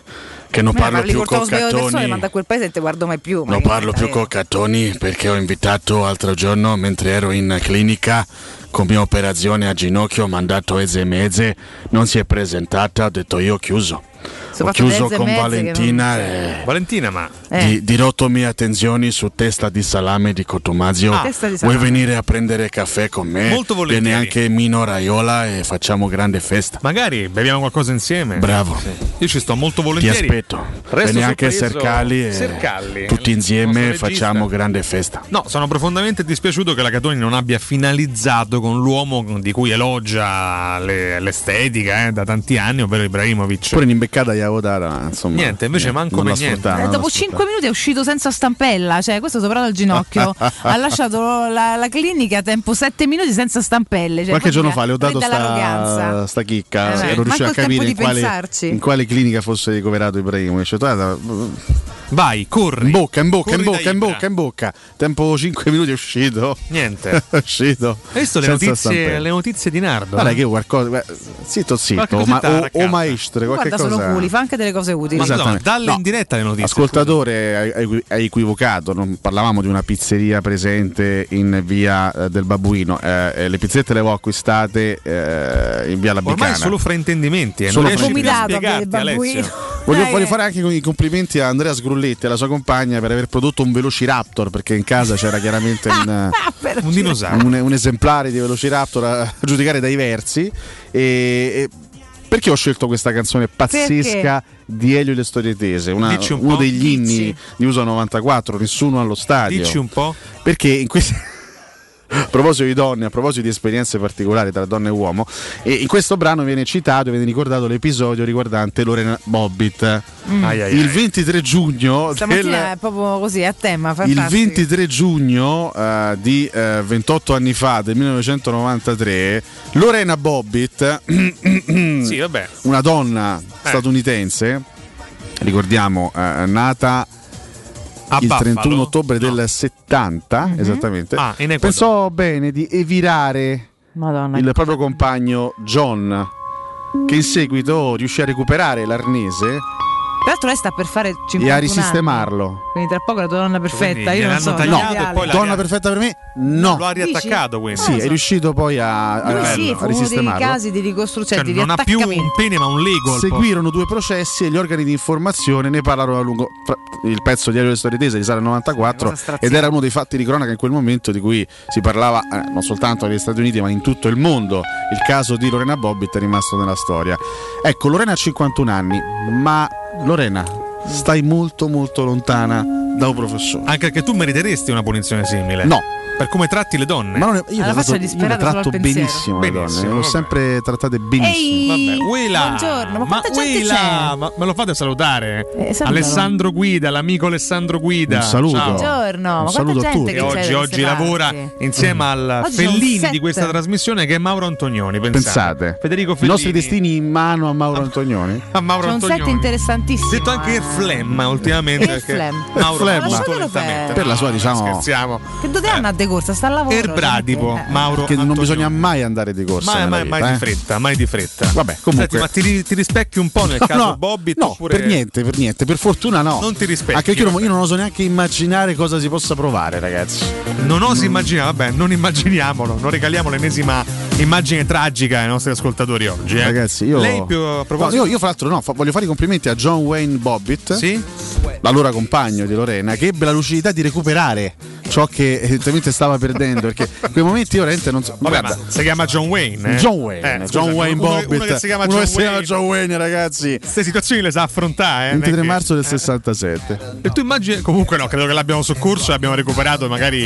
che non
me ne
parlo
parli
più
col
con
Tosbeo di persone,
Cattoni.
ma da quel paese non ti guardo mai più. ma
Non
che-
parlo più con Cattoni perché ho invitato l'altro giorno, mentre ero in clinica, con mia operazione a ginocchio, ho mandato Eze Meze, non si è presentata, ho detto io ho chiuso. Ho
Soprattutto
chiuso
Eze
con
Meze che
Valentina
non-
e...
Valentina, ma
Eh.
Di, dirotto mie attenzioni su testa di salame di Cotomazio.
Ah. Testa di
Vuoi
salame.
venire a prendere caffè con me?
Molto volentieri.
Viene anche Mino Raiola e facciamo grande festa.
magari beviamo qualcosa insieme.
Bravo.
Sì. Io ci sto molto
Ti
volentieri.
aspetto.
Resto
Viene anche
sorpreso-
Sercali e
Sercalli.
tutti
nostro
insieme
regista.
facciamo grande festa.
No, sono profondamente dispiaciuto che la Catoni non abbia finalizzato con l'uomo di cui elogia le- l'estetica eh, da tanti anni, ovvero Ibrahimovic.
Pure un'imbeccata gli avevo data, insomma.
Niente, invece manco
non
per
l'ho
niente.
sfruttata,
Eh,
non l'ho
dopo
sfruttata.
5 minuti è uscito senza stampella, cioè questo sopra al ginocchio. ha lasciato la, la clinica a tempo 7 minuti senza stampelle. Cioè,
Qualche giorno
voglio dire,
fa le ho dato
prenda l'arroganza.
sta, sta chicca,
Eh, sì.
ero riuscito
Manco
a
il tempo
capire
di
in quale,
pensarci.
in quale clinica fosse ricoverato Ibrahimovic. Ho detto, "Guarda, mm,
Vai, corri.
In bocca, in bocca,
Corri
in bocca,
da
in bocca, in bocca. Tempo 5 minuti è uscito.
Niente.
è uscito.
Hai visto le
Senza
notizie,
stampelle.
le notizie di Nardo?
Guarda che qualcosa. guarda, Zitto, zitto.
Qualche
Ma,
cosetta
o,
raccatta.
o maestre, qualche
Guarda solo
cosa.
culi, fa anche delle cose utili.
Esattamente. No,
diretta le notizie.
Ascoltatore, hai- hai, hai equivocato. Non parlavamo di una pizzeria presente in via eh, del Babuino. Eh, eh, le pizzette le avevo acquistate eh, in via Labicana.
Ormai solo fraintendimenti, eh,
Solo
non riesci più a
fraintendimenti.
spiegarti, Alessio.
Voglio, voglio fare anche i complimenti a Andrea Sgrulletti e alla sua compagna per aver prodotto un Velociraptor perché in casa c'era chiaramente un, eh,
Eh,
un dinosaurio.
Un, un esemplare di Velociraptor a giudicare dai versi. E, e perché ho scelto questa canzone pazzesca di Elio e le storie tese? Una-
Dici un
uno
po'.
degli inni
Dici.
di USA 94, nessuno allo stadio.
Dici un po'.
Perché in questi. A proposito di donne, a proposito di esperienze particolari tra donna e uomo, e in questo brano viene citato e viene ricordato l'episodio riguardante Lorena Bobbit.
Mm. Ai, ai,
Il
ai.
23 giugno
Stamattina
del-
è proprio così, a tema.
il
fantastico.
23 giugno eh, di eh, 28 anni fa, del 1993, Lorena Bobbitt,
Sì, vabbè. Eh.
una donna statunitense, ricordiamo, eh, nata
A
il 31
Buffalo?
ottobre del 70, esattamente,
Ah, in Ecuador.
pensò bene di evirare
Madonna.
il proprio compagno John. che in seguito riuscì a recuperare l'arnese
Tra l'altro lei sta per fare 51
e a
anni,
risistemarlo.
Quindi tra poco la tua donna perfetta,
Quindi
io non
gliel'hanno
so.
tagliato
no.
e poi la- Donna perfetta per me? No.
Lo ha riattaccato quindi.
Sì, è riuscito poi a, a,
Eh, Lui sì,
a
fu uno dei
risistemarlo.
casi di ricostruzione,
Cioè,
di
non ha più un
riattaccamento.
pene ma un lego.
Seguirono due processi e gli organi di informazione ne parlarono a lungo. Fra- il pezzo Diario delle Storie Tese di Sara 94 ed era uno dei fatti di cronaca in quel momento di cui si parlava eh, non soltanto negli Stati Uniti ma in tutto il mondo. Il caso di Lorena Bobbitt è rimasto nella storia. Ecco, Lorena ha 51 anni, ma Lorena, stai molto molto lontana da un professore.
Anche perché tu meriteresti una punizione simile.
No.
Per come tratti le donne.
Ma non è, io, le tratto, io le tratto benissimo le donne, le
Benissimo.
ho sempre trattate benissimo.
Ehi,
Vabbè, Willa.
buongiorno, ma quanta gente
Ehi là,
c'è? Eh,
ma me lo fate salutare?
salutalo.
Alessandro Guida, l'amico Alessandro Guida.
Un saluto.
Ciao.
Buongiorno, ma Un quanta saluto a gente tutti. che
E
c'è da
oggi,
queste
oggi lavora
parti?
insieme al
Oggi sono
Fellini
sette.
di questa trasmissione che è Mauro Antonioni. Pensate.
Pensate,
Federico
i
Fellini.
nostri destini in mano a Mauro Antonioni.
A Mauro
C'è un set
Antonioni.
interessantissimo. eh.
Detto anche il flemma ultimamente.
Il
perché
flemma.
Mauro
Il
è
flemma.
molto
Lasciatelo
lentamente.
perdere.
Per la sua,
No,
diciamo-
Scherziamo.
Che dove anna a De Corsa? Sta al lavoro.
Erbradipo,
Eh.
Mauro
Che non bisogna mai andare di corsa.
Mai,
nella
mai,
vita,
mai di
eh.
fretta, mai di fretta.
Vabbè, comunque.
Senti, ma ti, ri- ti rispecchi un po' nel
No,
caso
no,
Bobby?
no, per niente, per niente, per fortuna no.
Non ti rispecchi,
Anche perché io, non- io non oso neanche immaginare cosa si possa provare, ragazzi.
Non osi immaginare, vabbè, non immaginiamolo, non regaliamo l'ennesima immagine tragica ai nostri ascoltatori oggi. eh.
Ragazzi, io.
Lei più a proposito.
No, io, io fra l'altro no, fa- voglio fare i complimenti a John Wayne Bobbitt,
Sì?
l'allora compagno di Lorena, che ebbe la lucidità di recuperare ciò che evidentemente stava perdendo. Perché in quei momenti io veramente non so.
Vabbè,
guarda,
ma si chiama John Wayne. eh?
John Wayne,
Eh, scusa,
John Wayne
uno- uno
Bobbitt,
che si chiama
uno
John
che si chiama
Wayne.
John Wayne, ragazzi.
Queste situazioni le sa affrontare. eh, non è
23
che-
marzo del 67.
E tu immagini, comunque no, credo che l'abbiamo soccorso e abbiamo recuperato magari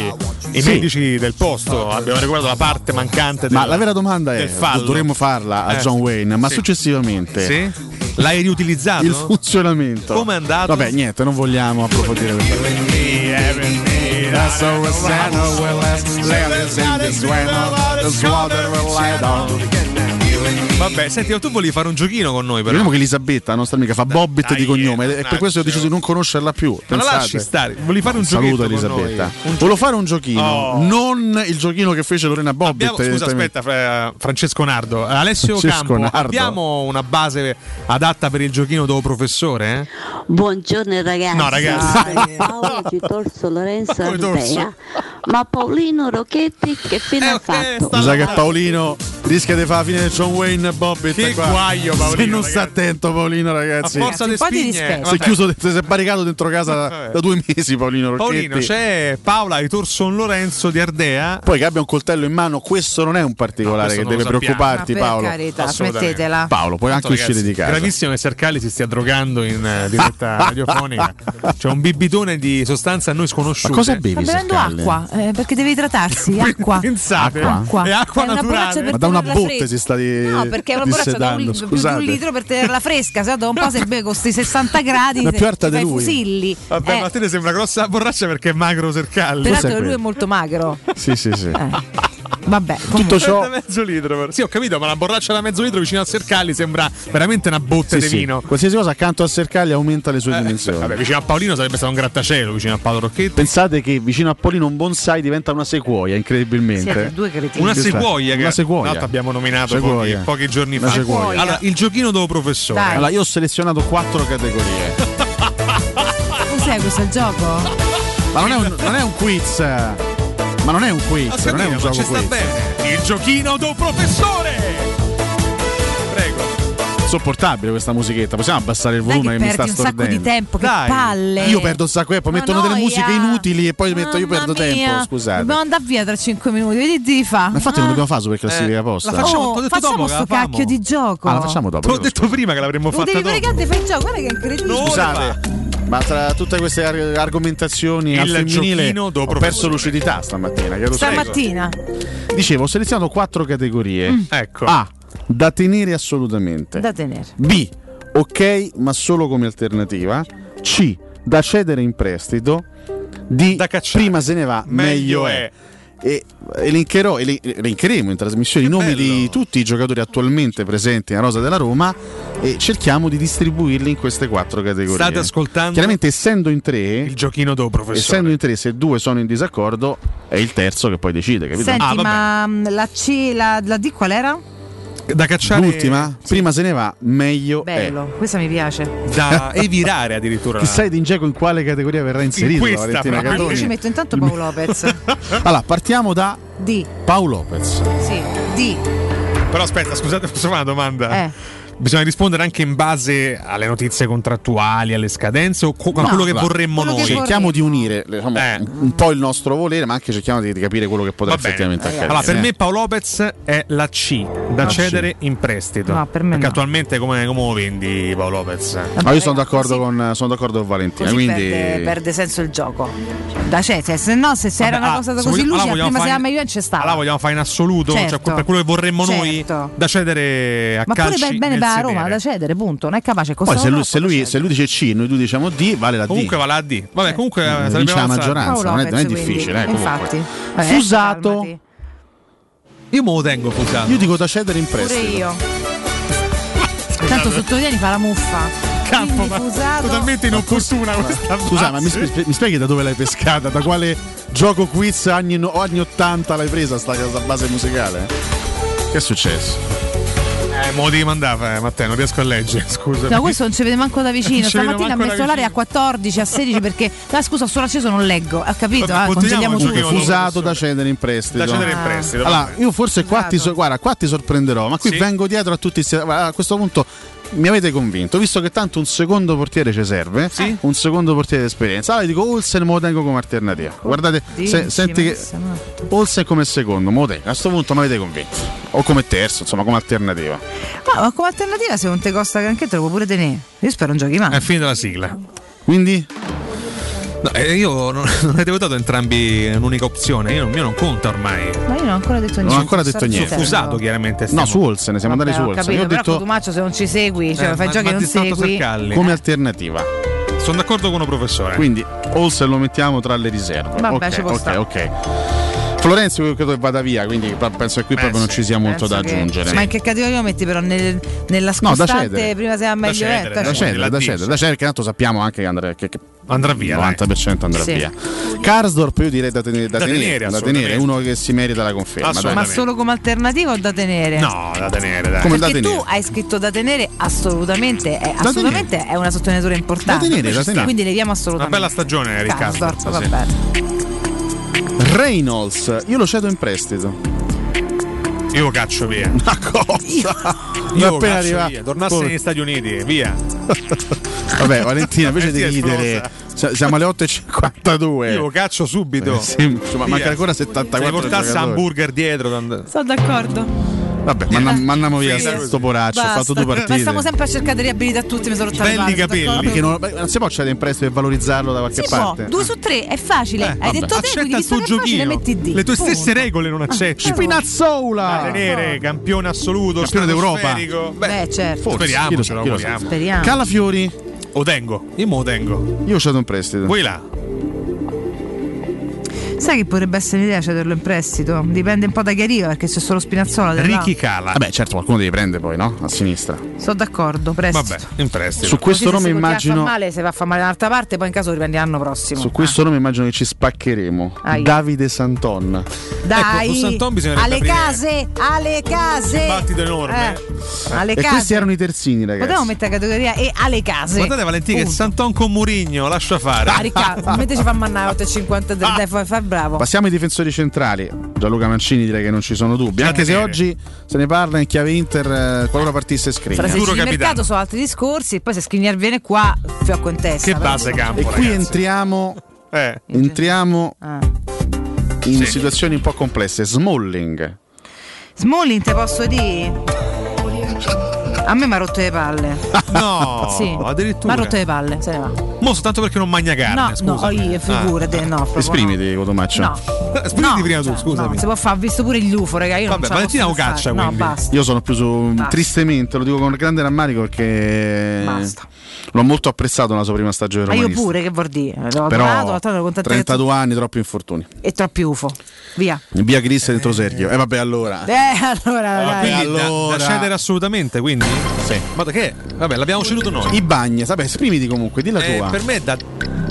i
Sì.
medici del posto, abbiamo recuperato la parte mancante del
Ma la vera domanda è:
del fallo.
dovremmo farla a
Eh.
John Wayne, ma
Sì.
successivamente
Sì? L'hai riutilizzato?
il funzionamento.
Come è andato?
Vabbè, niente, non vogliamo approfondire questo.
eh, Vabbè, senti, ma tu volevi fare un giochino con noi, però.
Vediamo che Elisabetta, la nostra amica, fa Bobbit
dai,
di cognome e per questo ho
mannaggia.
deciso di non conoscerla più.
Ma la
Pensate.
lasci stare, volevi fare un
Saluto
giochetto con
Elisabetta.
noi. eh,
Volevo fare un giochino,
Oh.
non il giochino che fece Lorena Bobbit.
Abbiamo- scusa,
evidentemente.
aspetta, fra- Francesco Nardo. Eh, Alessio
Francesco
Campo,
Nardo.
abbiamo una base adatta per il giochino dopo professore? eh?
Buongiorno ragazzi.
No, ragazzi.
Sono Paolo Gitorso Lorenzo
Come Torso?
Ardea. Ma Paolino Rocchetti che
Eh,
fine ha fatto?
Mi sa che Paolino rischia di fare la fine del John Wayne e Bobbit.
Che
qua.
guaio, Paolino,
Se non sta attento, Paolino, ragazzi.
A forza di spigne,
Si
vabbè.
è chiuso, si è barricato dentro casa
Vabbè.
da due mesi, Paolino Rocchetti.
Paolino, c'è Paola di Torson Lorenzo di Ardea.
Poi che abbia un coltello in mano, questo non è un
No,
particolare
questo
che
non lo
deve
sappiamo.
preoccuparti,
Ma per
Paolo.
carità,
Assolutamente.
smettetela.
Paolo, puoi
Tanto,
anche uscire
ragazzi,
di casa.
Gravissimo che Sercali si stia drogando in eh, diretta radiofonica. C'è un bibitone di sostanza a noi sconosciuta.
Ma cosa bevi,
Sta bevendo
Sercalli?
acqua, eh, perché deve idratarsi, acqua.
Pensate,
Acqua?
è acqua
È una
naturale.
borraccia per
Ma da una
tenerla
botte
fresca.
si sta di
No, perché è una borraccia da un,
dissedando,
li- più di un
scusate.
litro per tenerla fresca, se no dopo un po' se bevo con questi 60 gradi
Ma è
te-
più alta
ti
di
fai
lui.
fusilli.
Vabbè,
Eh,
ma a te ne sembra grossa borraccia perché è magro Sercalli.
peraltro lui è molto Eh, magro.
Sì, sì, sì.
Vabbè,
Tutto ciò-
mezzo litro. però. Sì, ho capito, ma una borraccia da mezzo litro vicino a Sercalli sembra veramente una botte
Sì,
di
sì.
vino. Eh,
Qualsiasi cosa accanto a Sercagli aumenta le sue dimensioni.
Vabbè, vicino a Paolino sarebbe stato un grattacielo, vicino a Paolo Rocchetti.
Pensate che vicino a Polino un bonsai diventa una sequoia, incredibilmente.
Una
Questa-
sequoia che
Una
tra
sequoia.
l'altro abbiamo nominato pochi,
Sequoia.
pochi giorni
Una
fa.
sequoia.
Allora, il giochino dopo professore.
Dai.
Allora, io ho selezionato quattro categorie.
cos'è questo il gioco?
Ma non è un, non è un quiz. Ma non è un quiz,
Ho capito,
non è un
ma
gioco
ci sta
quiz.
bene. Il giochino do professore.
Sopportabile questa musichetta, possiamo abbassare il volume che, mi
perdi
sta
un
stordendo.
sacco di tempo, che palle.
Io perdo un sacco di tempo,
Una
mettono delle
noia.
musiche inutili e poi metto io
Mamma
perdo tempo,
mia,
scusate.
Dobbiamo andare via tra 5 minuti, vedi ti fa.
Ma infatti non dobbiamo fare super classifica
Eh,
posta.
la facciamo,
Oh,
t'ho detto
facciamo
dopo che la
sto
famo.
cacchio di gioco.
Ah, la facciamo dopo.
Te l'ho detto prima che l'avremmo
Lo
fatta
devi
dopo.
pregare, fai il gioco, guarda che è incredibile.
Scusate, ma tra tutte queste ar- argomentazioni al
Il
femminile
giochino
ho
dopo
perso lucidità stamattina. che lo so.
Stamattina.
Dicevo, ho selezionato quattro categorie.
Ecco.
A. Da tenere assolutamente.
Da tenere.
B. Ok, ma solo come alternativa. C. Da cedere in prestito. D. prima se ne va, meglio,
Meglio
è. E elencherò, ele- elencheremo in trasmissione i nomi di tutti i giocatori attualmente presenti nella rosa della Roma e cerchiamo di distribuirli in queste quattro categorie.
State ascoltando-
Chiaramente, essendo in tre,
Il giochino do professore.
essendo in tre, se due sono in
Ah,
disaccordo, è il terzo che poi decide, capito?
Senti, ma mm, la C, la, la D qual era?
da cacciare.
L'ultima? Prima se ne va, meglio
Bello, questa mi piace.
è. eh. Da evirare
è.
addirittura.
Chissà in Dzeko in quale categoria verrà inserito
questa,
Valentina
proprio.
Ah, Io
Cardoni.
ci metto intanto Paolo Lopez.
Allora, partiamo da
Di,
Paolo Lopez.
sì, di.
Però aspetta, scusate, posso fare una domanda?
Eh.
Bisogna rispondere anche in base alle notizie contrattuali, alle scadenze o co- a
No,
quello che
guarda,
vorremmo
quello che
noi. Eh.
Cerchiamo di unire le- diciamo, un po' il nostro volere, ma anche cerchiamo di, di capire quello che
Va
potrà
bene.
effettivamente accadere.
Allora, per
eh.
me Paolo Lopez è la C da
La C.
cedere in prestito.
No, per me
Perché
no.
attualmente come, come lo vendi Paolo Lopez?
Ma io sono d'accordo, con, sono d'accordo con Valentina.
Così
quindi...
perde, perde senso il gioco. Da cioè, se- se no, se, se era
Vabbè,
una
ah,
cosa
se
così
vogliamo-
lucida,
allora vogliamo
prima se
fare-
la Juve ci stava.
Allora vogliamo fare in assoluto,
Certo.
cioè, per quello che vorremmo
Certo.
noi da cedere a
Ma pure
calci
per bene
Eh, nel
per la
sedere.
Roma da cedere, punto. Non è capace costa
Poi se lui,
troppo.
se lui- se lui dice C, noi due diciamo D, vale la
Comunque
D.
va la D. Vabbè, comunque eh, sarebbe
Vince la
avanzata.
maggioranza, non è, non è
Paolo Lopez,
difficile. Eh,
quindi.
comunque.
Infatti.
Eh,
Fusato.
calmati.
Io me lo tengo fusato.
Io dico da cedere in
Pure
prestito.
io. Tanto Sottoliani fa la muffa. Campo,
totalmente inopportuna questa
Scusa, ma mi,
frase.
sp- mi spieghi da dove l'hai pescata? Da quale gioco quiz anni, no- anni 80 l'hai presa sta, sta base musicale? Che è successo?
Eh, mo devi mandare, eh, Matteo, non riesco a leggere, scusa.
No, questo non ci vede manco da vicino.
Non ci vedo
Stamattina ha
manco da
messo l'area a 14, a 16 perché. Ah, scusa, sono acceso, non leggo. Ho capito, ah, congeliamo tutto.
Comunque, fusato da cedere in prestito.
Da cedere in prestito, va
Allora,
bene.
io forse qua ti, so- guarda, qua ti sorprenderò, ma qui
Sì.
vengo dietro a tutti. sti- guarda, A questo punto mi avete convinto, visto che tanto un secondo portiere ci serve, un secondo portiere d'esperienza. Allora dico Olsen me lo tengo come alternativa. Guardate, se-
Oh, Dici,
senti
ma
che
sembra-
Olsen come secondo, me lo tengo. A questo punto mi avete convinto. O come terzo, insomma, come alternativa.
Ma, ma come alternativa, se non ti costa granché, te lo puoi pure tenere. Io spero non giochi mai.
È finita la sigla.
Eh, Quindi?
No, eh, io non, non avete votato entrambi un'unica opzione. Io, io non conta ormai.
Ma io non ho ancora detto niente.
Non ho ancora detto
Su
niente.
Fusato, chiaramente.
No, su Olsen, siamo andati su
ho
Olsen.
capito,
Io ho
però
detto
Cotumaccio se non ci segui, cioè
Eh,
fai
ma-
giochi
ma
che non
ti stanno
segui.
cercando.
come alternativa.
Sono d'accordo con lo professore.
Quindi Olsen lo mettiamo tra le riserve.
Vabbè,
ok,
ci può
ok,
stare.
ok. Florenzio io credo che vada via, quindi pa- penso
Eh,
che qui proprio non ci sia molto
Penso
da
che-
aggiungere.
Eh, Ma in che categoria lo metti però? Nel- nella
No, da
scostante
cedere.
prima se va meglio cioè,
da cedere, da cedere, da cedere, da cedere, perché tanto sappiamo anche che andrà, che, che
andrà via.
Il 90% andrà
Sì.
via. Karsdorp io direi da tenere, da
Da
tenere,
tenere,
da
assolutamente.
tenere, è uno che si merita la conferma. dai.
Ma solo come alternativa o da tenere?
No, da tenere, dai.
Come da
Perché
tenere?
tu hai scritto da tenere assolutamente, è, assolutamente è una sottolineatura importante.
Da tenere, da tenere.
Quindi leviamo
Una
assolutamente.
bella stagione, Riccardo.
Karsdorp,
sì.
vabbè.
Reynolds, io lo cedo in prestito. Ah,
Io lo caccio via.
Ma cosa?
Io
appena
lo caccio
arrivato.
via. Tornasse
Poi-
negli Stati Uniti, via.
Vabbè, Valentina, invece di
Sì, è
ridere, cioè, siamo alle 8.52.
Io lo caccio subito.
Eh, sì, insomma, manca ancora 74
Se portasse
giocatori.
hamburger dietro. tanto-
Sono d'accordo.
Vabbè, manna- mandiamo via
Finita
sto poraccio, ha Ah, fatto due
Ma
partite.
stiamo sempre a cercare di riabilitare tutti, mi sono rotta le
Belli
palle, sono
capelli.
d'accordo?
Perché non, beh, non si può cedere in prestito e valorizzarlo da qualche
Si può,
parte. Eh,
due su tre, è facile. Hai
vabbè.
detto te, quindi
Accetta il
visto
tuo
che è facile,
giochino.
metti D.
Le tue
Punto. Ah, certo. Eh,
stesse regole non accetti.
Spinazzola!
Da tenere, Ah, campione assoluto,
Ah, Campione d'Europa.
stratosferico. Beh,
Beh, certo.
speriamo,
chi lo
ce
sa,
lo
chi lo sa.
auguriamo.
Speriamo.
Calafiori.
O tengo, io me lo tengo.
Io ho cedo in prestito.
Voi là.
Sai che potrebbe essere un'idea cederlo in prestito? Dipende un po' da chi arriva, perché c'è solo Spinazzola. del là.
Cala.
Vabbè, certo, qualcuno devi prendere poi, no? A sinistra.
Sono d'accordo, presto.
Vabbè,
in prestito.
Su questo
Così se
nome
si continua a
immagino
Fa male, se va a fare male da un'altra parte, poi in caso lo riprendi l'anno prossimo.
su questo nome immagino che ci spaccheremo.
Ahi.
Davide Santon.
Dai,
con Ecco, Santon bisognerebbe
alle
aprire-
case, alle case. Eh,
Dibattito enorme. Eh.
alle
e
case.
questi erano i terzini, ragazzi.
Potevamo mettere la categoria e alle case.
Guardate Valentina che
Ah, Punto.
Santon con Murigno, lascia fare.
Ah, Riccardo, invece ci fa mannare 8,53.
Ah.
Dai, fai, fai bravo.
Passiamo ai difensori centrali. Gianluca Mancini direi che non ci sono dubbi. Anche se oggi se ne parla in chiave Inter eh, qualora partisse screen.
Fra se di mercato sono altri discorsi. E poi se Skriniar viene qua, fiocco in testa.
Che base campo, E qui ragazzi. entriamo.
Eh.
Entriamo
Ah.
in situazioni un po' complesse. Smalling.
Smalling, te posso dire? A me mi ha rotto le palle.
No,
Sì. Mi
addirittura.
ha rotto le palle, se ne va.
Mo soltanto perché non magna carne,
no,
scusa.
no,
Ah.
io figurate, no, proprio
Esprimiti, Cotomaccio.
No.
Esprimiti prima tu,
no.
scusami.
Si può fare, ho visto pure il UFO, raga. Io
Vabbè,
non ce la
Valentina
posso
lo
pensare.
caccia,
No,
quindi.
basta.
Io sono più su
Basta.
tristemente, lo dico con grande rammarico perché l'ho molto apprezzato nella sua prima stagione
Ma io
romanista.
pure, che vuol dire? L'ho adorato,
Però
l'ho trovato contento-
32 anni, troppi infortuni.
E troppi UFO. Via.
Via Chris dentro Sergio. E vabbè, allora.
Eh, allora,
Ma
dai.
Eh. quindi da-
allora.
da, cedere assolutamente, quindi? Sì. Ma da che? Ah. Vabbè, l'abbiamo ceduto noi.
I bagni, vabbè, esprimiti comunque, di la
Eh,
tua.
per me è da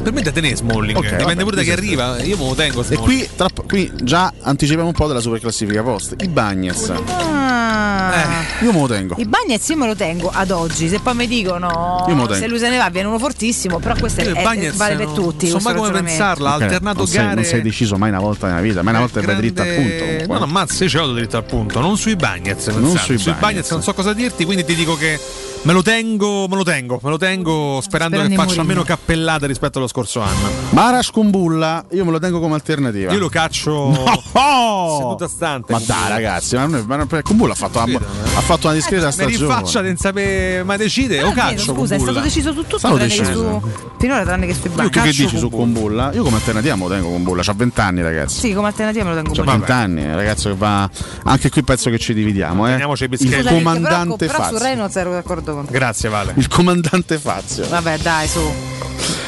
Per me da tenere Smalling.
Ok,
Dipende
vabbè,
pure da chi
mi sembra.
arriva. Io me lo tengo
E
Smalling.
qui, tra po- qui già anticipiamo un po' della superclassifica post. I Bagnets.
Eh.
Ah.
Io me lo tengo.
I Bagnets io me lo tengo ad oggi, se poi mi dicono
Io me lo tengo.
se lui se ne va viene uno fortissimo, però questo è,
Io il
è-
Eh, Bagnets
Cioè, eh, vale per
non-
tutti.
non so mai
questo
come
ragionamento.
pensarla, ha
Ok,
alternato
non sei,
gare-
non sei deciso mai una volta nella vita, ma una volta vai dritta al punto.
Eh,
comunque.
non ammazza, io ce l'ho dritto al punto. Non sui Bagnets.
Non
pensate.
sui
sui
Bagnets.
Bagnets non so cosa dirti, quindi ti dico che me lo tengo, me lo tengo, me lo tengo sperando
Sperando
che
in
faccia
Mourinho.
meno cappellate rispetto allo scorso anno.
Marash con Bulla, io me lo tengo come alternativa.
Io lo caccio
No!
seduta stante. eh.
Ma dai ragazzi, ma non è, ma non è- Kumbulla ha fatto, una, ha fatto una discreta
Mi
stagione.
rinfaccia senza sapere, ma decide
Ah,
o
è vero,
caccio.
scusa, è stato
Kumbulla.
deciso su tutto
Stato
tranne che
deciso.
su finora tranne che sui
Tu che
Bagnets.
dici su Kumbulla? Io come alternativa me lo tengo Kumbulla, c'ha 20 anni ragazzi.
Sì, come alternativa me lo
Cioè,
tengo
C'ha
Kumbulla.
20 anni, ragazzo che va. Anche qui penso che ci dividiamo. Eh.
Scusa,
Il
perché
comandante
però, però
Fazio.
su Rai non ero d'accordo con te.
Grazie, Vale.
Il comandante Fazio.
Vabbè, dai, su.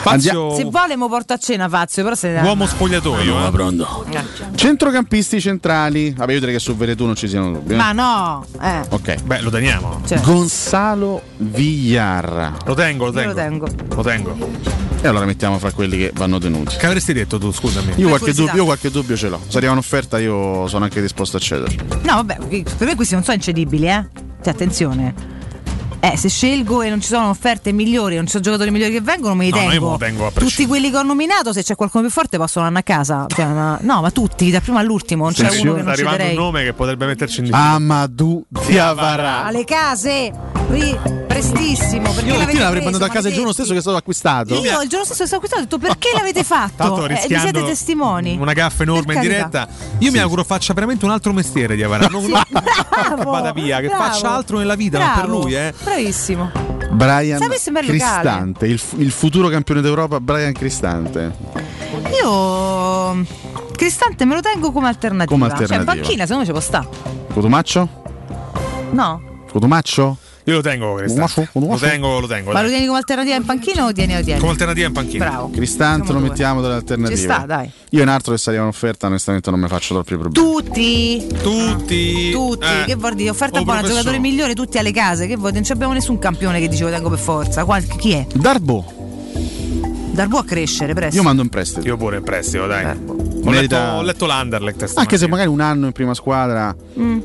Andia-
Se vuole mo porto a cena Fazio, però se ne
Uomo spogliatoio. eh.
pronto. Centrocampisti centrali. Vabbè, io direi che su Veretù non ci siano dubbi. eh.
Ma no, eh.
Ok.
Beh, lo teniamo.
Gonzalo Villar.
Lo tengo, lo
Io lo
tengo.
tengo.
Lo tengo.
E allora mettiamo fra quelli che vanno tenuti.
Che avresti detto tu, scusami?
Io qualche, dubbio, io qualche dubbio ce l'ho. Se arriva un'offerta, io sono anche disposto a cedere.
No, vabbè, per me questi non sono incedibili, eh. Cioè, attenzione. Eh, se scelgo e non ci sono offerte migliori, non ci sono giocatori migliori che vengono, me li
No,
tengo.
no, io me lo tengo a
tutti quelli che ho nominato, se c'è qualcuno più forte, possono andare a casa. Cioè, ma- no, ma tutti, da prima all'ultimo, non c'è uno che
Sta
non
arrivando
cederei.
un nome che potrebbe metterci in difficoltà.
Amadou Diavara.
Alle Ah, case, qui, prestissimo. Perché
Io
l'avete
mattina l'avrei
preso,
mandato a casa il giorno
maledetti?
stesso che è stato acquistato.
Io il giorno stesso che sono acquistato ho detto perché l'avete fatto?
Tanto
Eh, vi
rischiando
siete testimoni.
Una gaffa enorme
Per
in
carità.
diretta. Io mi auguro faccia veramente un altro mestiere di Avarà. Non che vada via, che
bravo.
faccia altro nella vita, ma per
Bravo,
lui, eh.
Bravissimo.
Brian
Sapesse Merlo
Cristante, il, fu- il futuro campione d'Europa, Brian Cristante.
Io Cristante me lo tengo come alternativa.
Come
Cioè,
alternativa.
in panchina, secondo me ci può sta.
Cotumaccio?
No.
Cotumaccio?
Io lo tengo, Cristante. Lo tengo, lo tengo.
Ma lo
dai.
tieni come alternativa in panchina o lo tieni o lo tieni?
Come alternativa in panchina.
Bravo.
Cristante lo
due.
mettiamo dalle alternative.
Ci sta, dai.
Io in altro che se arriva un'offerta, onestamente non mi faccio troppi problemi.
Tutti.
Tutti.
Tutti.
Eh.
Che vuol dire? Offerta
Oh,
buona,
professor.
giocatore migliore, tutti alle case. Che vuol dire? Non ci abbiamo nessun campione che dicevo tengo per forza. Qual- chi è?
Darbo.
Darbo a crescere, presto.
Io mando in prestito. Eh.
Io pure in prestito, dai. Ho,
Merita- Ah,
letto, ho letto l'Anderlecht.
Anche se magari un anno in prima squadra.
Mm.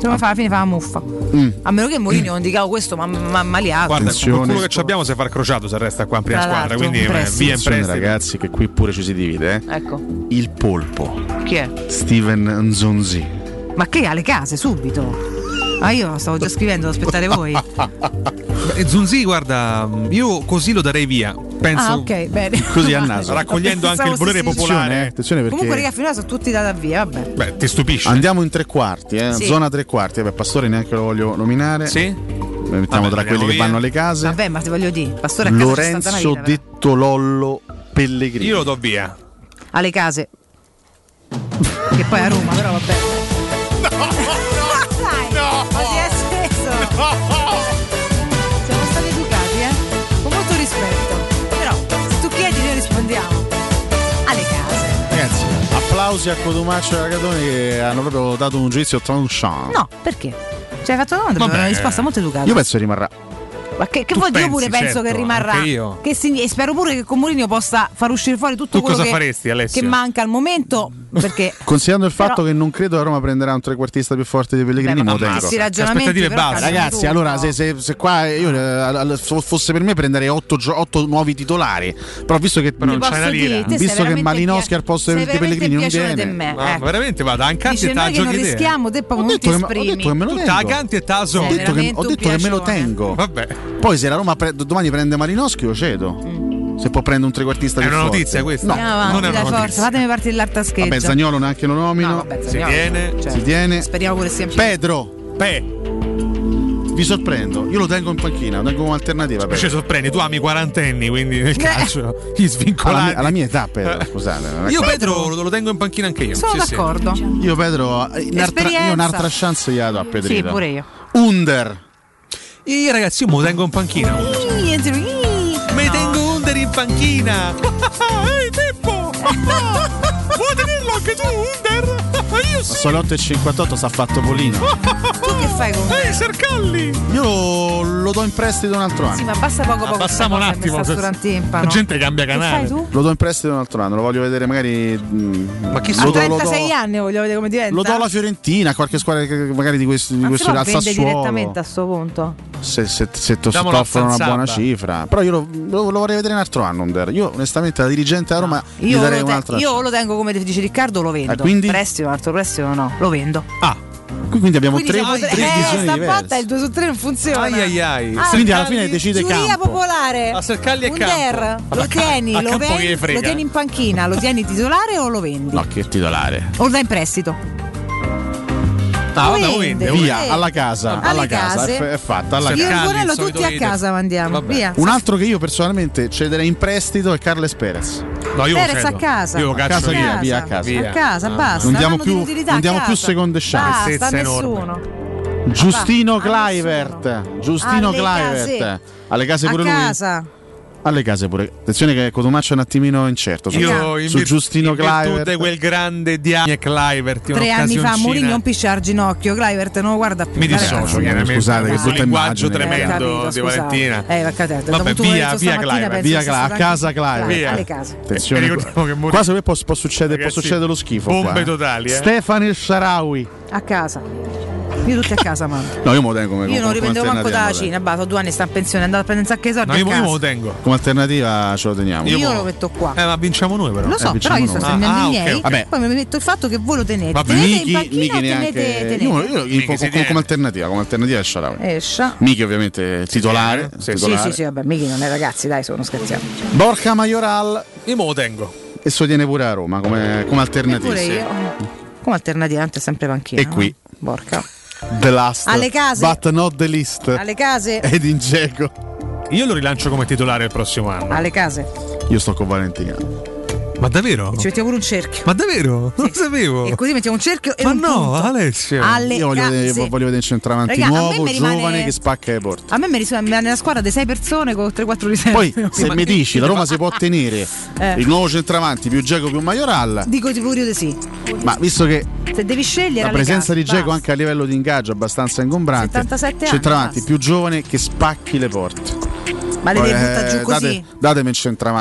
Se no, fa alla fine fa la muffa.
Mm.
A meno che Mourinho non dica "Oh, questo, ma ma maliato.
Guarda,
Attenzione.
quello che ci abbiamo si fa il crociato se resta qua in prima
Tra
squadra.
l'altro,
Quindi
in
eh,
prestito.
via in
Attenzione,
prestito.
ragazzi, che qui pure ci si divide. eh.
Ecco.
Il polpo.
Chi è?
Steven Nzonzi.
Ma che alle case, subito. Ah, io stavo già scrivendo, devo aspettare voi.
E Zunzi, guarda, io così lo darei via. Penso
ah, ok, bene.
Così a naso.
Raccogliendo anche il volere
Attenzione, eh,
popolare.
attenzione perché.
Comunque, raga, finora sono tutti data via, vabbè.
Beh, ti stupisce.
Andiamo in tre quarti, eh.
Sì.
zona tre quarti. Vabbè, Pastore neanche lo voglio nominare.
Sì.
Lo mettiamo tra quelli che
via.
vanno alle case.
Vabbè, ma ti voglio dire, pastore a casa c'è stata
Lorenzo
una vita,
eh. detto Lollo Pellegrini.
Io lo do via.
però. Alle case. che poi a Roma, però vabbè. No! Ma si è speso! Siamo stati educati, eh? Con molto rispetto. Però, se tu chiedi, noi rispondiamo. Alle case.
Ragazzi, applausi a Codumaccio e Ragatoni che hanno proprio dato un giudizio tranchant.
No, perché? Ci hai fatto una domanda,
Vabbè.
una risposta molto educata.
Io penso rimarrà.
Ma che, che
Tu
vuol dire? Io
pensi,
pure penso
certo,
che rimarrà.
anche io.
Che signi- e spero pure che con Mourinho possa far uscire fuori tutto
Tu
quello
cosa
che,
faresti, Alessio?
che manca al momento. Perché
Considerando il fatto
Però-
che non credo la Roma prenderà un trequartista più forte di Pellegrini,
Beh, ma
me lo tengo.
questi ragionamenti Aspettative però basse. cambiano
Ragazzi,
tutto.
allora se, se- se qua io, eh, al- al- se fosse per me prenderei 8, nuovi titolari, però visto che
non Ti c'è posso una lira. dire, te sei
visto che
veramente
Malinowski
pia-
al posto
sei
di
veramente
Pellegrini non
piacione
viene.
di me,
Ma
ecco.
veramente vada, ancanti
dice
e te la
noi che non
giochi te.
rischiamo, te proprio non ti
che- ho
esprimi.
detto che me lo
Tu
tengo.
t'agganti e taso.
Ho
Sei
detto, che,
veramente
ho
un
detto che me lo
eh.
piacione.
tengo.
Vabbè.
Poi se la Roma pre- domani prende Malinowski lo cedo. Se può prendere un trequartista
È
più
una
forte.
notizia questa?
No.
Mm. Andiamo avanti,
Non è una
dai,
notizia.
forza, fatemi partire l'altra scheggia.
Vabbè, Zagnolo neanche lo nomino.
No, vabbè,
si
Zaniolo,
tiene.
cioè,
si tiene.
Speriamo pure sia
Pedro.
Pe.
Vi sorprendo. Io lo tengo in panchina, lo tengo come alternativa.
Ci
Pedro.
sorprendi, tu ami i quarantenni, quindi nel
Eh.
calcio gli
Alla,
svincolati.
mia- alla mia età, Pedro,
Eh.
scusate. non è
Io
che-
Pedro lo, lo tengo in panchina anche io.
Sono
sì, sì.
d'accordo.
Io Pedro, eh, un'altra,
Esperienza.
io un'altra chance gliela do a Pedrito.
Sì, pure io.
Under.
Io ragazzi, io me lo tengo in panchina.
Ih, Enzo, ih.
Me tengo Under in panchina. Ehi, Pippo!
Vuoi tenerlo anche tu, Under? Io sì.
Solo 8,58 si è fatto Polino.
Tu che fai con
Ehi, Sercalli!
Io lo do in prestito un altro anno.
Sì, ma basta poco poco.
Abbassiamo
questa
un
cosa che
attimo,
mi sta
questo-
surattempano. Che fai tu?
Lo do in prestito un altro anno, lo voglio vedere magari. mm, Ma chi
A 36 anni voglio vedere come diventa.
Lo do alla Fiorentina, a qualche squadra che- che magari di questo, di
Esatto. Ma
questo
se no
al
vende
Sassuolo.
direttamente a sto punto.
Se, se, se to-
Damolo
ti
a
offrono una
Fanzabba.
buona cifra. Però io lo, lo- lo vorrei vedere un altro anno. Under. Io onestamente la dirigente a Roma gli
Io,
darei
lo, te-
un'altra
io lo tengo come dice Riccardo, lo vendo.
Ah, quindi?
Prestito, altro prestito no, lo vendo.
Ah, qui quindi abbiamo
Quindi
tre,
siamo
tre
tre- eh,
decisioni
sta
diverse.
botta il 2 su 3 non funziona.
Ai, ai, ai.
Ah,
Quindi alla
Sercalli-
fine decide
giuria
Campo.
popolare.
A Sercalli e
Un
Campo.
der,
Vabbè,
lo tieni,
a
lo,
Campo
vendi-
che gli frega.
lo tieni in panchina, lo tieni titolare o lo vendi?
No, che titolare.
O lo dai in prestito.
Ah,
Lo
vabbè, lo
vende,
vende,
lo
via,
vende.
alla casa,
Alle
alla casa,
case.
è, è fatta, alla
Io e
casa.
Antonello tutti a casa mandiamo. Via.
Un altro che io personalmente cederei in prestito è Carles Perez.
No,
io lo Perez cedo. a casa. Io lo
a
caccio
casa, via,
via.
via Ah. a
A
casa.
casa, basta,
Non
non
diamo
hanno
più,
dell'utilità
non
a
diamo più
casa.
seconde chance.
Basta, a nessuno.
Giustino
Va, a
Clivert. Giustino
Alle
Clivert.
case.
Alle case
A
pure lui.
casa.
Alle case pure. Attenzione che Cotomaccio è un attimino incerto. Su,
Io in
su
vir-
Giustino
in virtù
Clivert.
di quel grande Diani e Clivert
Tre anni fa Mourinho un pisciò al ginocchio, Clivert non lo guarda più.
Mi
Dai,
dissocio,
ragazzi.
chiaramente.
Scusate, che
Un
brutta
linguaggio
immagine.
tremendo
Eh, capito,
di
scusate.
Valentina.
Eh, vabbè, capito, dopo
Vabbè,
tu hai
via,
detto
via
stamattina,
Clivert.
penso
Via
che
Cla- a
sarà
casa
anche-
Clivert.
Alle case.
Attenzione, qua se può, può succedere, può
Ragazzi,
succedere lo schifo.
bombe
qua.
totali, eh.
Stefano El Sharawi.
A casa. Io tutti a casa, ma.
No, io me lo tengo come
Io non
come
ripendevo manco
alternativa,
dalla
me lo
Cina, bah, ho due anni sta in pensione, è andato a prendere un sacco di soldi. a casa.
tengo.
Come alternativa ce lo teniamo.
Io lo metto qua.
Eh, ma vinciamo noi però.
Lo so,
Eh,
però
diciamo
io sto
no.
spendendo
Ah,
i
ok,
miei. cioè,
ok. Vabbè.
Poi mi metto il fatto che voi lo tenete.
Vabbè,
tenete in
Michi,
panchina
Michi
o
neanche.
tenete, tenete?
Io, io- io- come-
si
come, come alternativa, come alternativa è Sharawi.
Escia.
Michi ovviamente titolare.
Eh. Sì,
titolare.
sì, sì, vabbè, Michi non è ragazzi, dai, sono scherziamo.
Borja Majoral.
Io me lo tengo.
E so tiene pure a Roma come, come alternativa.
Eppure io. Come alternativa, tanto è sempre panchina.
E qui.
Borca.
The last.
Alle case.
But not the list.
no? Alle case.
Ed in Dzeko.
Io lo rilancio come titolare il prossimo anno.
Alle case.
Io sto con Valentiniano.
Ma davvero?
Ci mettiamo pure un cerchio.
Ma davvero? Non lo sapevo.
E così mettiamo un cerchio e
Ma
un
no,
punto.
Alessio.
Alle
Io voglio
case.
vedere, voglio vedere il centravanti
Raga, a me
nuovo,
mi rimane-
giovane che spacca le porte.
A me mi risponde nella squadra di 6 persone con 3-4 riserve.
Poi se mi dici la Roma si può tenere
Eh.
il nuovo centravanti più Dzeko più Majoral,
Dico di pure io di sì.
ma visto che
Se devi scegliere
la
alle
presenza
case,
di Dzeko
basta.
anche a livello di ingaggio abbastanza ingombrante,
77 anni,
centravanti più giovane che spacchi le porte.
Ma le
Poi,
devi buttare giù così?
Eh, date- datemi il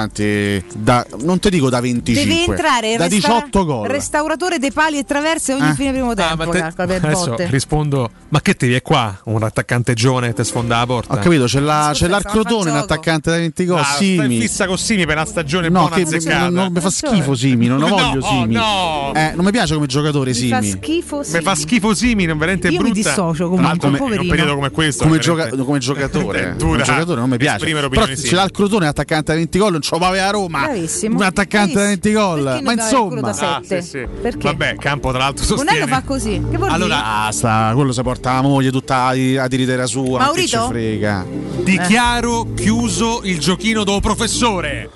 centravanti da, non ti dico da 25,
Deve entrare il
da
restaura-
18 gol. Eh?
restauratore dei pali e traverse ogni fine
Ah,
primo tempo. calcola, per
Adesso
botte.
rispondo, ma che devi è qua? Un attaccante giovane che ti sfonda la porta.
Ho capito, c'è, la, c'è l'Arcrodone, un attaccante da 20 gol,
Ah, stai
Simi.
fissa con Simi per una stagione
No,
buona
che
azzeccata.
non, non mi fa schifo Simi, non lo
No,
voglio Simi.
no.
Eh, non mi piace come giocatore Simi.
schifo
Mi fa schifo Simi, non veramente
Io mi
brutta.
dissocio comunque,
Ma come- In un
poverino.
periodo come questo,
come,
veramente.
gioca- come giocatore,
È dura
come giocatore non mi piace.
esprimere
Però
opinioni
ce
simili.
l'ha il Crotone, attaccante da 20 gol, non ce lo aveva a Roma.
Bravissimo.
Un attaccante da 20 gol. Ma insomma,
Ah, sì, sì. Vabbè, campo tra l'altro
Bonello
sostiene.
fa così. Che vuol
allora
dire?
basta, quello si porta la moglie tutta a a diritera sua. ma Che ci
Maurito?
frega.
Eh.
Dichiaro chiuso il giochino do professore.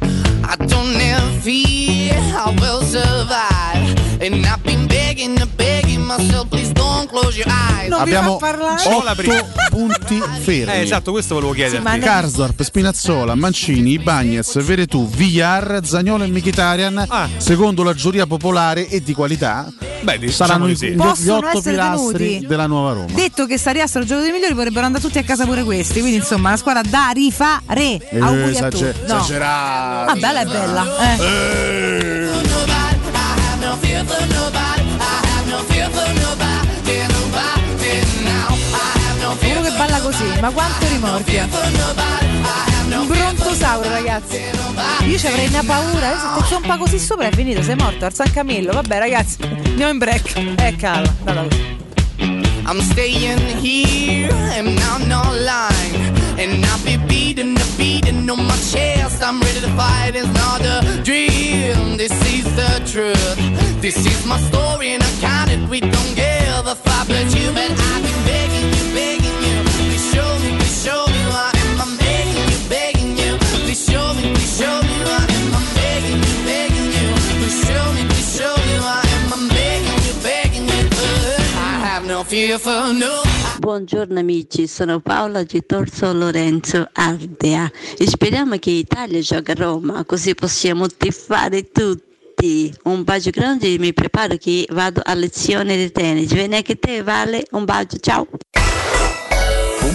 I don't have fear, I will survive. And I've been begging and begging myself, please don't close your eyes.
Abbiamo
Solo la prima.
8 punti fermi.
Eh, esatto, questo volevo chiederti.
Karsdorp, Spinazzola, Mancini, Ibagnez, Veretù, Villar, Zagnolo e Mkhitaryan
Ah.
secondo la giuria popolare e di qualità
Beh, diciamo
saranno
di
i-
sì.
gli,
Possono
8
essere
pilastri
tenuti?
della nuova Roma
Detto che saressero i giocatori migliori, vorrebbero andare tutti a casa pure questi. Quindi, insomma, la squadra da rifare.
Eh,
Auguri a
esager-
tutti. No.
esagerato.
Ah, bella è bella. Eh. Uno che balla così, ma quanto rimorchia. Un brontosauro, ragazzi. Io ci avrei una paura. Adesso ti zompa così sopra è finito. Sei morto al San Camillo. Vabbè, ragazzi, andiamo in break. Eh, calma. No, no.
I'm staying here and I'm not lying. And I'll be beating the beating on my chest. I'm ready to fight. It's not a dream. This is the truth. This is my story and I count it. We don't give a fuck. But you've been, I've been begging you, begging you. Please show me, please show me why. am I begging you, begging you. Please show me, please show me why. am I begging you, begging you. Please show me, please Uh-huh. show me why. am I begging you, begging you. I have no fear for no.
Buongiorno amici, sono Paola Gitorso Lorenzo Ardea e speriamo che Italia giochi a Roma così possiamo tifare tutti. Un bacio grande e mi preparo che vado a lezione di tennis. Vieni che te vale, un bacio, ciao!